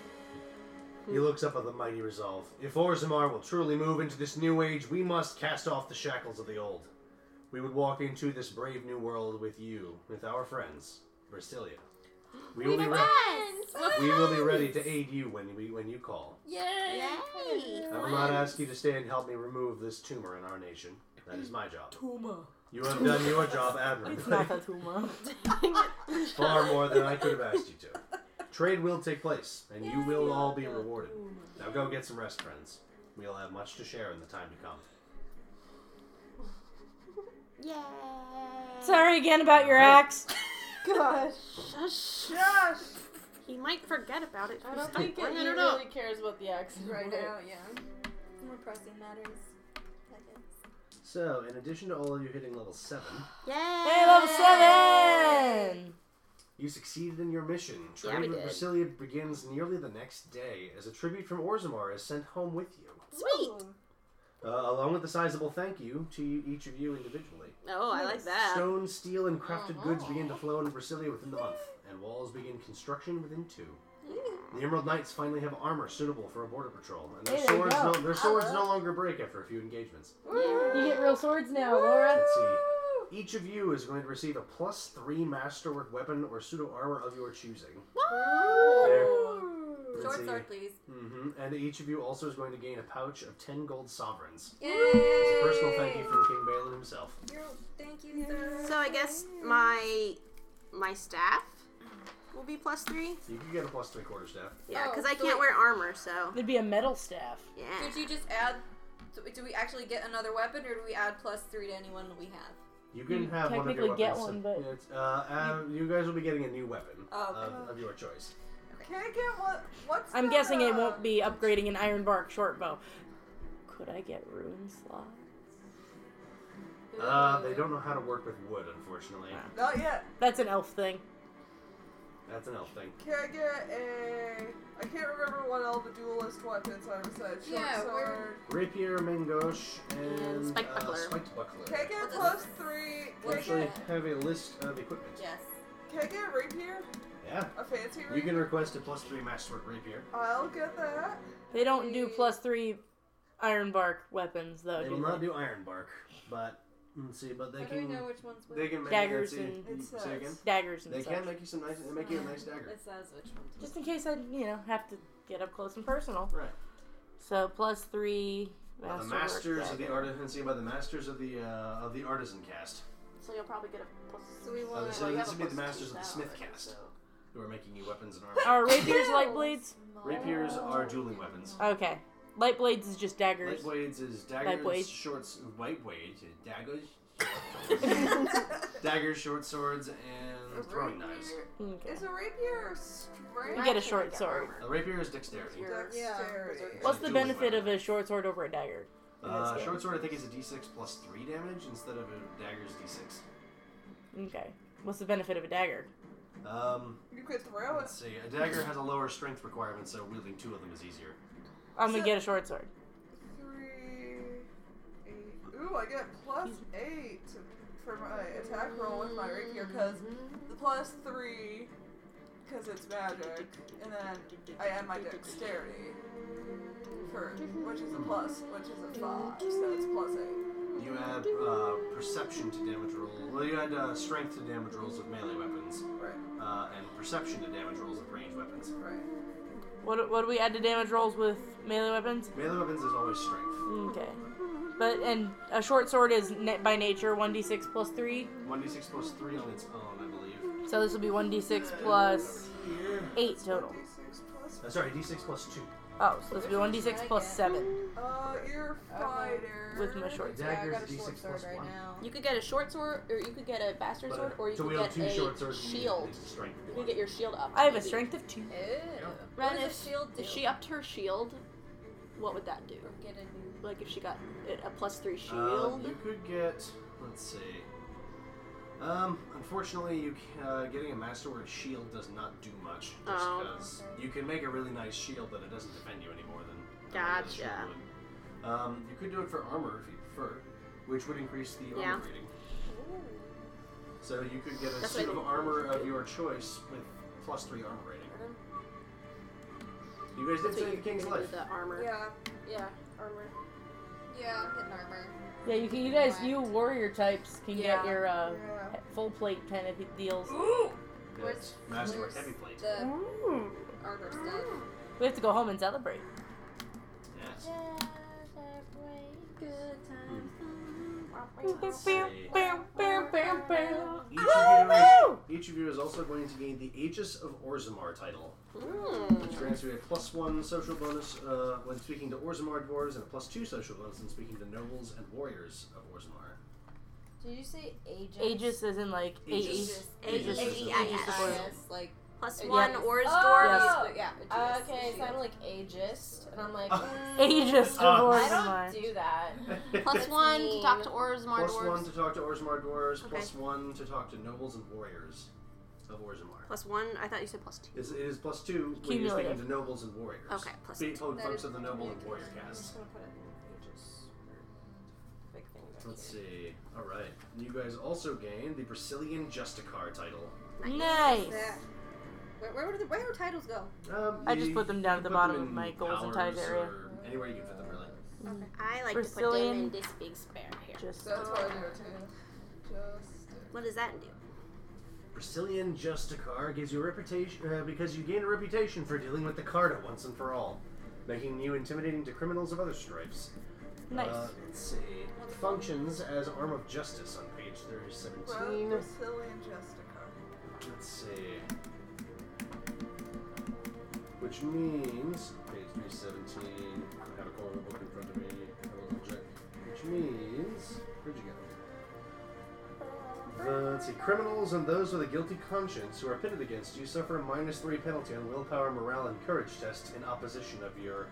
Speaker 1: He
Speaker 7: Hmm.
Speaker 1: looks up with a mighty resolve. If Orzammar will truly move into this new age, we must cast off the shackles of the old. We would walk into this brave new world with you, with our friends, Versilia. We will be ready. We will be ready to aid you when we when you call.
Speaker 5: Yay!
Speaker 1: I will not ask you to stay and help me remove this tumor in our nation. That is my job.
Speaker 7: Tumor.
Speaker 1: You have done your job admirably.
Speaker 7: It's not a tumor.
Speaker 15: [LAUGHS]
Speaker 1: far more than I could have asked you to. Trade will take place, and you will all be rewarded. Now go get some rest, friends. We'll have much to share in the time to come.
Speaker 7: [LAUGHS] Sorry again about your axe.
Speaker 8: Gosh.
Speaker 11: Shush.
Speaker 8: Yes!
Speaker 11: He might forget about it.
Speaker 14: I
Speaker 11: for
Speaker 14: don't think it,
Speaker 11: something.
Speaker 14: he
Speaker 11: I don't know.
Speaker 14: really cares about the accident
Speaker 11: Right now,
Speaker 6: yeah.
Speaker 12: More pressing matters. That is.
Speaker 1: So, in addition to all of you hitting level 7,
Speaker 11: Yay!
Speaker 15: Hey, level seven.
Speaker 1: you succeeded in your mission.
Speaker 15: Yeah,
Speaker 1: Trade
Speaker 15: we
Speaker 1: with
Speaker 15: did.
Speaker 1: Brasilia begins nearly the next day as a tribute from Orzammar is sent home with you,
Speaker 11: Sweet.
Speaker 1: uh, along with a sizable thank you to each of you individually.
Speaker 11: Oh, I like that.
Speaker 1: Stone, steel, and crafted goods
Speaker 12: Uh-huh.
Speaker 1: begin to flow into Brasilia within the month, and walls begin construction within two. The Emerald Knights finally have armor suitable for a border patrol, and their
Speaker 7: Hey, there you
Speaker 1: swords,
Speaker 7: go.
Speaker 1: no, their swords no longer break after a few engagements.
Speaker 7: You get real swords now, Laura.
Speaker 1: Let's see. Each of you is going to receive a plus three masterwork weapon or pseudo armor of your choosing. There.
Speaker 12: Short sword, please.
Speaker 1: hmm And each of you also is going to gain a pouch of ten gold sovereigns.
Speaker 12: Yay!
Speaker 1: It's a personal thank you from King Balin himself.
Speaker 12: Thank you, sir.
Speaker 11: So I guess my my staff will be plus three.
Speaker 1: You can get a plus three quarter staff.
Speaker 11: Mm. Yeah,
Speaker 12: Oh,
Speaker 11: because I
Speaker 12: so it-
Speaker 11: can't wear armor, so
Speaker 7: It'd be a metal staff.
Speaker 11: yeah.
Speaker 12: Did you just add? Do do we actually get another weapon, or do we add plus three to anyone we have?
Speaker 1: You can
Speaker 7: You
Speaker 1: have one of your
Speaker 7: technically get
Speaker 1: weapons.
Speaker 7: one, but-
Speaker 1: Yeah, it's, uh, uh, you guys will be getting a new weapon uh,
Speaker 12: Oh,
Speaker 1: of, of your choice.
Speaker 8: Can I get what? What's
Speaker 7: I'm
Speaker 8: the-
Speaker 7: guessing it won't be upgrading an iron bark short bow. Could I get ruin slot?
Speaker 1: Uh, they don't know how to work with wood, unfortunately.
Speaker 8: Not yet.
Speaker 7: That's an elf thing.
Speaker 1: That's an elf thing.
Speaker 8: Can I get a? I can't remember what all the duelist weapons are besides short
Speaker 6: Yeah,
Speaker 8: sword.
Speaker 1: Rapier, Mangosh, and
Speaker 8: And spiked
Speaker 1: uh,
Speaker 8: buckler.
Speaker 1: spiked buckler.
Speaker 8: Can I get plus three?
Speaker 1: We
Speaker 8: Can I
Speaker 1: actually
Speaker 8: get,
Speaker 1: have a list of equipment.
Speaker 12: Yes.
Speaker 8: can I get a rapier?
Speaker 1: Yeah.
Speaker 8: A fancy rapier?
Speaker 1: You can request a plus three masterwork rapier.
Speaker 8: I'll get that.
Speaker 7: They don't do plus three iron bark weapons though.
Speaker 1: They
Speaker 7: do
Speaker 1: will
Speaker 7: they?
Speaker 1: not do iron bark, but let's see. But they
Speaker 12: How do we
Speaker 1: can.
Speaker 12: know which one's which?
Speaker 1: They can make
Speaker 7: Daggers
Speaker 1: let's see,
Speaker 7: and- It
Speaker 1: say
Speaker 7: says.
Speaker 1: again?
Speaker 7: Daggers and
Speaker 1: They
Speaker 7: such.
Speaker 1: can make you some nice. They make you a nice dagger.
Speaker 6: It says which one.
Speaker 7: Just in case I, you know, have to get up close and personal.
Speaker 1: Right.
Speaker 7: So plus three.
Speaker 1: By the
Speaker 7: masterwork
Speaker 1: masters of the
Speaker 7: dagger.
Speaker 1: artisan, see by the masters of the uh, of the artisan cast.
Speaker 11: So you'll probably get a plus. So we
Speaker 1: Uh, so this would be the masters of the smith cast, who are making you weapons and armor.
Speaker 7: [LAUGHS] Are rapiers light blades?
Speaker 1: Rapiers are dueling weapons.
Speaker 7: Okay. Light blades is just daggers.
Speaker 1: Light blades is
Speaker 7: Light
Speaker 1: daggers,
Speaker 7: blades.
Speaker 1: shorts, white blades, uh, daggers,
Speaker 7: [LAUGHS]
Speaker 1: short swords. daggers, short swords, and throwing knives.
Speaker 7: Okay.
Speaker 8: Is a rapier strength?
Speaker 7: You get a short sword.
Speaker 1: A rapier Uh, is dexterity.
Speaker 8: Dexterity.
Speaker 7: What's the
Speaker 1: Dueling
Speaker 7: benefit
Speaker 1: weapon.
Speaker 7: of a short sword over a dagger? in this
Speaker 1: Uh,
Speaker 7: game?
Speaker 1: short sword, I think, is a d6 plus 3 damage instead of a dagger's d6.
Speaker 7: Okay. What's the benefit of a dagger?
Speaker 1: Um,
Speaker 8: You could throw it.
Speaker 1: let's see. A dagger has a lower strength requirement, so wielding two of them is easier.
Speaker 7: I'm gonna get a short sword.
Speaker 8: Three, eight. Ooh, I get plus eight for my attack roll with my rapier because the plus three because it's magic, and then I add my dexterity for which is a plus, which is a five, so it's plus eight.
Speaker 1: You add uh, perception to damage roll. Well, you add uh, strength to damage rolls with melee weapons,
Speaker 8: Right.
Speaker 1: uh, and perception to damage rolls with ranged weapons.
Speaker 8: Right.
Speaker 7: What, what do we add to damage rolls with melee weapons?
Speaker 1: Melee weapons is always strength.
Speaker 7: Okay. But, and a short sword is net by nature 1d6 plus 3.
Speaker 1: 1d6 plus 3 on its own, I believe.
Speaker 7: So this will be 1d6 plus 8 total.
Speaker 1: Uh, sorry, d6 plus 2.
Speaker 7: Oh, so this will be 1d6 plus 7
Speaker 8: Uh, you're a fighter.
Speaker 7: with my short sword.
Speaker 1: Daggers,
Speaker 6: got a
Speaker 1: d6
Speaker 6: short sword
Speaker 1: plus
Speaker 6: right
Speaker 1: 1.
Speaker 6: now.
Speaker 11: You could get a short sword, or you could get a bastard sword, or you
Speaker 1: to
Speaker 11: could
Speaker 1: wield
Speaker 11: get
Speaker 1: two short
Speaker 11: a
Speaker 1: swords, you need
Speaker 11: shield.
Speaker 1: at least a strength
Speaker 11: You
Speaker 1: one.
Speaker 11: could get your shield up.
Speaker 7: I have a
Speaker 11: maybe.
Speaker 7: strength of 2.
Speaker 11: Ren,
Speaker 6: What does
Speaker 11: if,
Speaker 6: a shield
Speaker 11: if
Speaker 6: do?
Speaker 11: she upped her shield, what would that do?
Speaker 6: Get a new.
Speaker 11: Like if she got a a plus three
Speaker 1: Um,
Speaker 11: shield.
Speaker 1: you could get. Let's see. Um, unfortunately, you c- uh, getting a masterwork shield does not do much. Just
Speaker 11: Oh.
Speaker 1: because you can make a really nice shield, but it doesn't defend you any more than. a regular
Speaker 11: Gotcha.
Speaker 1: shield would. Um, you could do it for armor if you prefer, which would increase the armor
Speaker 11: Yeah.
Speaker 1: rating. So you could get a
Speaker 11: That's
Speaker 1: suit
Speaker 11: what
Speaker 1: of
Speaker 11: I-
Speaker 1: armor of your choice with plus three armor rating. You guys did
Speaker 11: That's what
Speaker 1: save
Speaker 11: you
Speaker 1: the king's
Speaker 11: could do
Speaker 1: life.
Speaker 11: with The armor.
Speaker 6: Yeah. Yeah. Armor. Yeah, I'm hitting armor.
Speaker 7: Yeah, you can. You guys, you warrior types can
Speaker 6: Yeah.
Speaker 7: get your uh,
Speaker 6: Yeah.
Speaker 7: he- full plate kind of deals.
Speaker 1: That's masterwork heavy plate.
Speaker 6: The
Speaker 7: Ooh.
Speaker 6: armor stuff.
Speaker 7: We have to go home and celebrate.
Speaker 1: Yes.
Speaker 6: Good times.
Speaker 1: Let's see. Each
Speaker 7: Oh,
Speaker 1: of, you is, each of you is also going to gain the Aegis of Orzammar title, which grants you a plus one social bonus uh, when speaking to Orzammar dwarves and a plus two social bonus when speaking to nobles and warriors of Orzammar.
Speaker 6: Did you say ages?
Speaker 7: Aegis is in like
Speaker 1: Aegis.
Speaker 7: Aegis.
Speaker 1: Aegis.
Speaker 7: Aegis.
Speaker 1: Aegis.
Speaker 7: Aegis.
Speaker 1: Aegis.
Speaker 7: Aegis.
Speaker 6: Like
Speaker 11: plus
Speaker 5: Yeah.
Speaker 11: one, or is
Speaker 5: Oh,
Speaker 11: Dwarves. Yeah.
Speaker 5: Uh, okay, so I'm like ageist, and I'm
Speaker 11: [LAUGHS]
Speaker 5: like mm,
Speaker 7: Ageist
Speaker 5: I
Speaker 7: Dwarves
Speaker 5: don't
Speaker 7: mind.
Speaker 5: do that.
Speaker 1: [LAUGHS]
Speaker 11: Plus
Speaker 5: That's
Speaker 11: one to
Speaker 5: mean.
Speaker 11: talk to Orzammar
Speaker 1: Plus one
Speaker 11: dwarves.
Speaker 1: to talk to Orzammar dwarves.
Speaker 11: Okay.
Speaker 1: plus one to talk to nobles and warriors of Orzammar.
Speaker 11: Plus one. I thought you said plus two.
Speaker 1: Is it is plus two when you're
Speaker 11: Cumulative.
Speaker 1: speaking to nobles and warriors.
Speaker 11: Okay, plus
Speaker 1: Be- oh,
Speaker 11: two.
Speaker 1: folks
Speaker 11: That is
Speaker 1: of the noble and warrior
Speaker 5: I'm
Speaker 1: cast.
Speaker 5: just gonna put it in ageist. Big thing back
Speaker 1: Let's
Speaker 5: here.
Speaker 1: see. All right, you guys also gain the Brazilian Justicar title.
Speaker 7: Nice.
Speaker 12: Yeah. Where, where, would the, where would titles go?
Speaker 1: Um,
Speaker 7: I just
Speaker 1: you-
Speaker 7: put them
Speaker 1: you
Speaker 7: down at the
Speaker 1: put
Speaker 7: bottom
Speaker 1: them
Speaker 7: of
Speaker 1: in
Speaker 7: my goals and ties
Speaker 1: powers
Speaker 7: area.
Speaker 1: or Anywhere you can fit them, really.
Speaker 11: I like
Speaker 7: Brazilian.
Speaker 11: to put them in this big spare here.
Speaker 7: Just-
Speaker 8: That's what I do too. Just.
Speaker 11: What does that do?
Speaker 1: Brazilian Justicar gives you a reputation uh, because you gain a reputation for dealing with the Carta once and for all, making you intimidating to criminals of other stripes.
Speaker 7: Nice.
Speaker 1: Uh, let's see. Functions as arm of justice on page 317.
Speaker 8: Well, Brazilian Justicar.
Speaker 1: Let's see. Which means page 317. I have a corner book in front of me. I will check. Which means where'd you go? The, let's see. Criminals and those with a guilty conscience who are pitted against you suffer a minus three penalty on willpower, morale, and courage tests in opposition of your.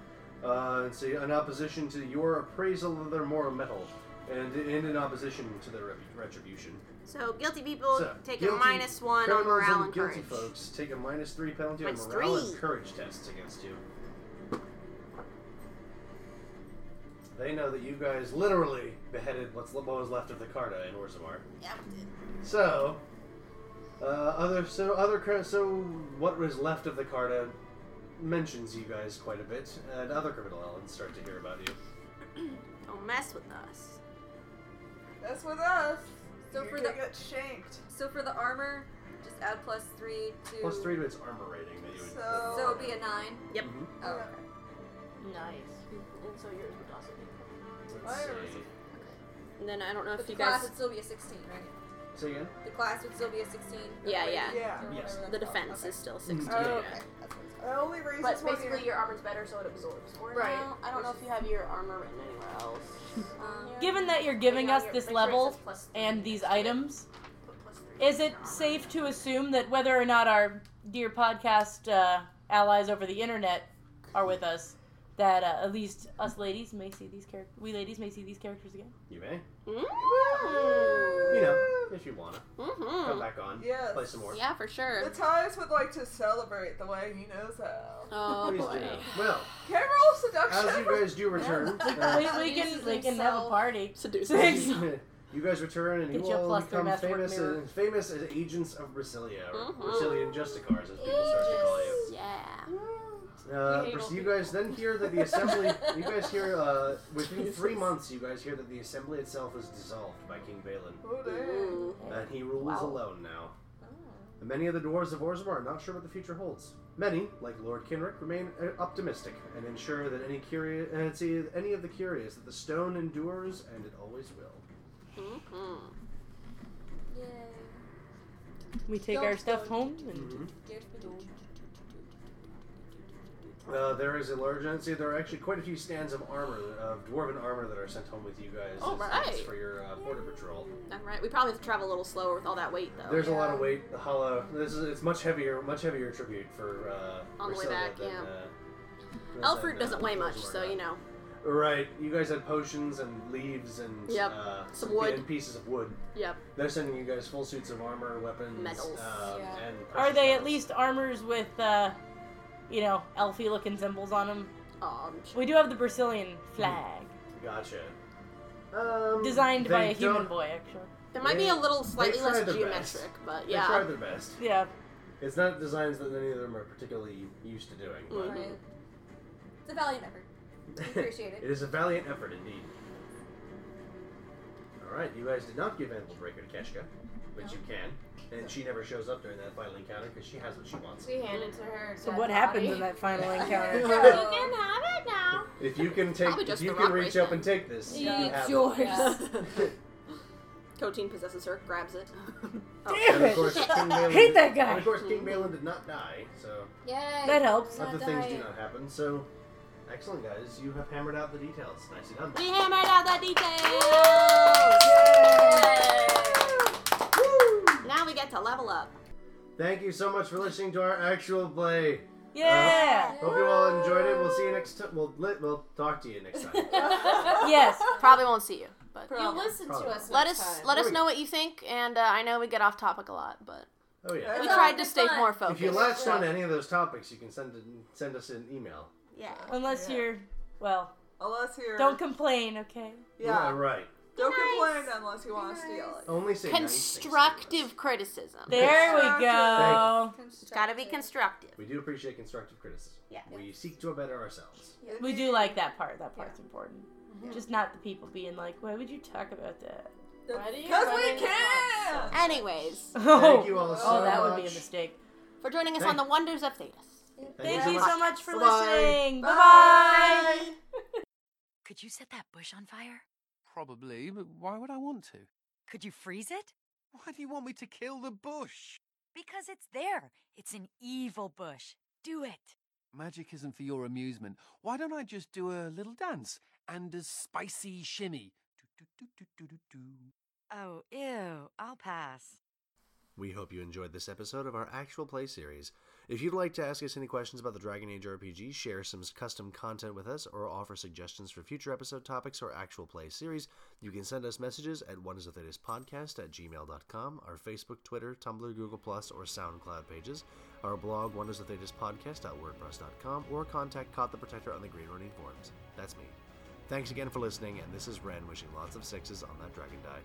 Speaker 1: Uh, let's see, in opposition to your appraisal of their moral metal, and, and in opposition to their rebu- retribution.
Speaker 11: So guilty people
Speaker 1: So,
Speaker 11: take
Speaker 1: guilty-
Speaker 11: a minus one on
Speaker 1: criminals
Speaker 11: morale and
Speaker 1: guilty
Speaker 11: courage.
Speaker 1: folks take a minus three penalty
Speaker 11: Minus
Speaker 1: on morale
Speaker 11: three.
Speaker 1: and courage tests against you. They know that you guys literally beheaded what's what was left of the Carta in Orzammar.
Speaker 11: Yep.
Speaker 1: So, uh, other so other cri- so what was left of the Carta mentions you guys quite a bit, and other criminal elements start to hear about you.
Speaker 11: Don't mess with us.
Speaker 8: That's with us.
Speaker 12: So
Speaker 8: you
Speaker 12: for
Speaker 8: could
Speaker 12: the
Speaker 8: get shanked.
Speaker 12: so for the armor, just add plus three to.
Speaker 1: Plus three to its armor rating that you would.
Speaker 8: So-
Speaker 12: So it'd be a nine.
Speaker 11: Yep.
Speaker 1: Mhm.
Speaker 12: Oh, okay.
Speaker 7: Nice. And so yours would also be.
Speaker 1: Let's
Speaker 8: Mine was-
Speaker 1: see.
Speaker 11: And then I don't know if
Speaker 12: But the
Speaker 11: you
Speaker 12: class
Speaker 11: guys.
Speaker 12: would still be a sixteen, right?
Speaker 1: Say again.
Speaker 12: The class would still be a sixteen. or
Speaker 11: Yeah,
Speaker 12: whatever.
Speaker 11: yeah.
Speaker 8: Yeah.
Speaker 1: Yes.
Speaker 11: The defense is still
Speaker 1: Mm,
Speaker 11: sixteen.
Speaker 8: Oh,
Speaker 1: yeah.
Speaker 8: okay. I only raised
Speaker 11: But
Speaker 8: 20
Speaker 11: basically, your armor's better, so it absorbs. Or
Speaker 12: Right.
Speaker 11: no, I don't know if you have your armor written anywhere else.
Speaker 12: Um,
Speaker 7: Given that you're giving
Speaker 11: Yeah,
Speaker 7: us
Speaker 11: your-
Speaker 7: this
Speaker 11: make sure it
Speaker 7: level
Speaker 11: says plus three
Speaker 7: and these items,
Speaker 11: Plus three.
Speaker 7: is it safe to assume that whether or not our dear podcast uh, allies over the internet are with us, that uh, at least us ladies may see these characters, we ladies may see these characters again?
Speaker 1: You may.
Speaker 11: Mm.
Speaker 1: You know, if you wanna
Speaker 7: Hmm.
Speaker 6: Mm-hmm.
Speaker 1: come
Speaker 11: Mhm.
Speaker 1: back on,
Speaker 8: Yes.
Speaker 1: play some more.
Speaker 11: Yeah, for
Speaker 8: The
Speaker 11: sure.
Speaker 8: Ties would like to celebrate the way he knows how.
Speaker 11: Oh
Speaker 1: Please
Speaker 11: boy.
Speaker 1: do. Well,
Speaker 8: Can I roll
Speaker 1: as
Speaker 8: seduction?
Speaker 1: you guys do
Speaker 7: [LAUGHS]
Speaker 1: return, uh,
Speaker 7: we, we can
Speaker 12: Uses
Speaker 7: we can have a
Speaker 12: himself.
Speaker 7: party.
Speaker 11: Seduces.
Speaker 1: [LAUGHS] you guys return and
Speaker 7: Get
Speaker 1: you
Speaker 7: you a
Speaker 1: all
Speaker 7: plus three
Speaker 1: become
Speaker 7: masterwork
Speaker 1: famous,
Speaker 7: mirror. Mm-hmm.
Speaker 1: and famous as agents of Brasilia, or
Speaker 11: Mhm.
Speaker 1: Brazilian Justicars, as people start to call you.
Speaker 11: Yeah.
Speaker 1: Uh,
Speaker 14: We hate
Speaker 1: Bras-
Speaker 14: old
Speaker 1: you
Speaker 14: people.
Speaker 1: guys then hear that the
Speaker 8: [LAUGHS]
Speaker 1: assembly. you guys hear uh, within three months. You guys hear that the assembly itself is dissolved by King Balin.
Speaker 8: Oh, dang.
Speaker 11: Ooh.
Speaker 1: and he rules
Speaker 7: Wow.
Speaker 1: alone now. And Many of the dwarves of Orzammar are not sure what the future holds. Many, like Lord Kinrick, remain uh, optimistic and ensure that any curious, uh, see, any of the curious that the stone endures and it always will.
Speaker 11: Mhm.
Speaker 12: Yay.
Speaker 7: [LAUGHS] We take our stuff home and
Speaker 1: Uh, there is a large and see, there are actually quite a few stands of armor, of dwarven armor, that are sent home with you guys
Speaker 11: All
Speaker 1: as-
Speaker 11: Oh, right.
Speaker 1: as for your uh, border patrol.
Speaker 11: All right. We probably have to travel a little slower with all that weight, though.
Speaker 1: There's a lot of weight. The hollow. This is it's much heavier, much heavier tribute for uh,
Speaker 11: On the way
Speaker 1: Marcella
Speaker 11: back,
Speaker 1: than,
Speaker 11: yeah.
Speaker 1: uh, than,
Speaker 11: Elford
Speaker 1: uh,
Speaker 11: doesn't weigh much,
Speaker 1: Orzammar
Speaker 11: so
Speaker 1: got.
Speaker 11: you know.
Speaker 1: Right. You guys had potions and leaves and
Speaker 11: Yep.
Speaker 1: uh,
Speaker 11: Some wood.
Speaker 1: and pieces of wood.
Speaker 11: Yep.
Speaker 1: They're sending you guys full suits of armor, weapons,
Speaker 11: Metals.
Speaker 1: um,
Speaker 12: Yeah.
Speaker 1: and
Speaker 7: are
Speaker 1: precious
Speaker 7: they at
Speaker 1: metals.
Speaker 7: least armors with uh, you know elfy looking symbols on them?
Speaker 11: Oh, I'm sure.
Speaker 7: We do have the Brazilian flag
Speaker 1: Gotcha. Um,
Speaker 7: designed
Speaker 1: they
Speaker 7: by a human
Speaker 1: don't-
Speaker 7: boy, actually.
Speaker 11: There might be a little slightly
Speaker 1: tried
Speaker 11: less
Speaker 1: their
Speaker 11: geometric,
Speaker 1: best.
Speaker 11: but
Speaker 1: They tried
Speaker 11: yeah.
Speaker 1: their best.
Speaker 7: Yeah,
Speaker 1: It's not designs that any of them are particularly used to doing. But
Speaker 11: Mhm.
Speaker 12: Right. It's a valiant effort.
Speaker 11: Mm.
Speaker 12: We
Speaker 1: [LAUGHS]
Speaker 12: appreciate it.
Speaker 1: it is a valiant effort indeed. All right, you guys did not give Animal Breaker to Keshka, but you can, and she never shows up during that final encounter because she has what she wants.
Speaker 14: We hand it to her.
Speaker 7: So
Speaker 14: dead
Speaker 7: what
Speaker 14: body.
Speaker 7: happens in that final encounter?
Speaker 14: So-
Speaker 5: have it now.
Speaker 1: If you can take,
Speaker 11: Probably
Speaker 1: if
Speaker 11: just
Speaker 1: you
Speaker 11: the
Speaker 1: can
Speaker 11: rock
Speaker 1: reach
Speaker 11: right
Speaker 1: up and take this, you
Speaker 12: It's
Speaker 1: have it.
Speaker 11: yours.
Speaker 12: Yeah.
Speaker 11: Coteen possesses her,
Speaker 6: [LAUGHS]
Speaker 11: grabs it.
Speaker 7: Damn
Speaker 1: And of
Speaker 7: it! [LAUGHS]
Speaker 1: course, King Balin,
Speaker 7: Hate that guy.
Speaker 1: And of course, King Balin did not die, so
Speaker 12: Yay.
Speaker 7: That helps.
Speaker 12: Not
Speaker 1: other things do
Speaker 12: dying.
Speaker 1: not happen. So, excellent, guys. You have hammered out the details. Nicely done.
Speaker 11: We hammered out that detail. Now we get to level up.
Speaker 6: Thank you so much for listening to our actual play.
Speaker 1: [LAUGHS]
Speaker 7: Yeah.
Speaker 6: Uh, hope you all enjoyed it. We'll see you next time. We'll, li- we'll talk to you next
Speaker 7: [LAUGHS]
Speaker 6: time. Oh,
Speaker 7: yes.
Speaker 11: Probably won't see you. But
Speaker 6: Probably. You'll listen to Probably. us
Speaker 11: Let
Speaker 6: next
Speaker 11: us
Speaker 6: time.
Speaker 11: let
Speaker 6: There
Speaker 11: us
Speaker 6: we
Speaker 11: know what you think, and uh, I know we get off topic a lot, but
Speaker 6: Oh, yeah.
Speaker 11: we
Speaker 6: It's
Speaker 11: tried
Speaker 6: all
Speaker 11: to stay more focused.
Speaker 6: If you latched on to any of those topics, you can send it, send us an email.
Speaker 11: Yeah.
Speaker 7: Unless you're, well,
Speaker 8: Unless you're.
Speaker 7: don't complain, okay?
Speaker 8: Yeah.
Speaker 6: right.
Speaker 8: Don't
Speaker 11: Nice.
Speaker 8: complain unless you want to steal it.
Speaker 6: Only say nice things.
Speaker 11: Constructive criticism.
Speaker 7: There we go.
Speaker 6: Thank
Speaker 11: It's got to be constructive.
Speaker 6: We do appreciate constructive criticism.
Speaker 11: Yeah.
Speaker 6: We seek to better ourselves.
Speaker 7: We do like that part. That part's important. Just not the people being like, why would you talk about that?
Speaker 8: Why
Speaker 7: do you
Speaker 8: Because
Speaker 7: come
Speaker 8: we
Speaker 7: in-
Speaker 8: can!
Speaker 11: Anyways,
Speaker 6: Thank you all
Speaker 7: oh,
Speaker 6: so
Speaker 7: that would be a
Speaker 6: much.
Speaker 7: mistake.
Speaker 11: for joining us
Speaker 6: Thank-
Speaker 11: on the wonders of Thetis.
Speaker 7: Thank you so much for listening.
Speaker 11: Bye.
Speaker 7: Bye bye.
Speaker 3: Could you set that bush on fire?
Speaker 2: Probably, but why would I want to?
Speaker 3: Could you freeze it?
Speaker 2: Why do you want me to kill the bush?
Speaker 3: Because it's there. It's an evil bush. Do it.
Speaker 2: Magic isn't for your amusement. Why don't I just do a little dance and a spicy shimmy?
Speaker 3: Oh, ew. I'll pass.
Speaker 1: We hope you enjoyed this episode of our actual play series. If you'd like to ask us any questions about the Dragon Age RPG, share some custom content with us, or offer suggestions for future episode topics or actual play series, you can send us messages at oneisofthitispodcast at gmail.com, our Facebook, Twitter, Tumblr, Google, Plus, or SoundCloud pages, our blog, oneisofthitispodcast.wordpress.com, or contact Caught the Protector on the Green Running forums. That's me. Thanks again for listening, and this is Ren wishing lots of sixes on that dragon die.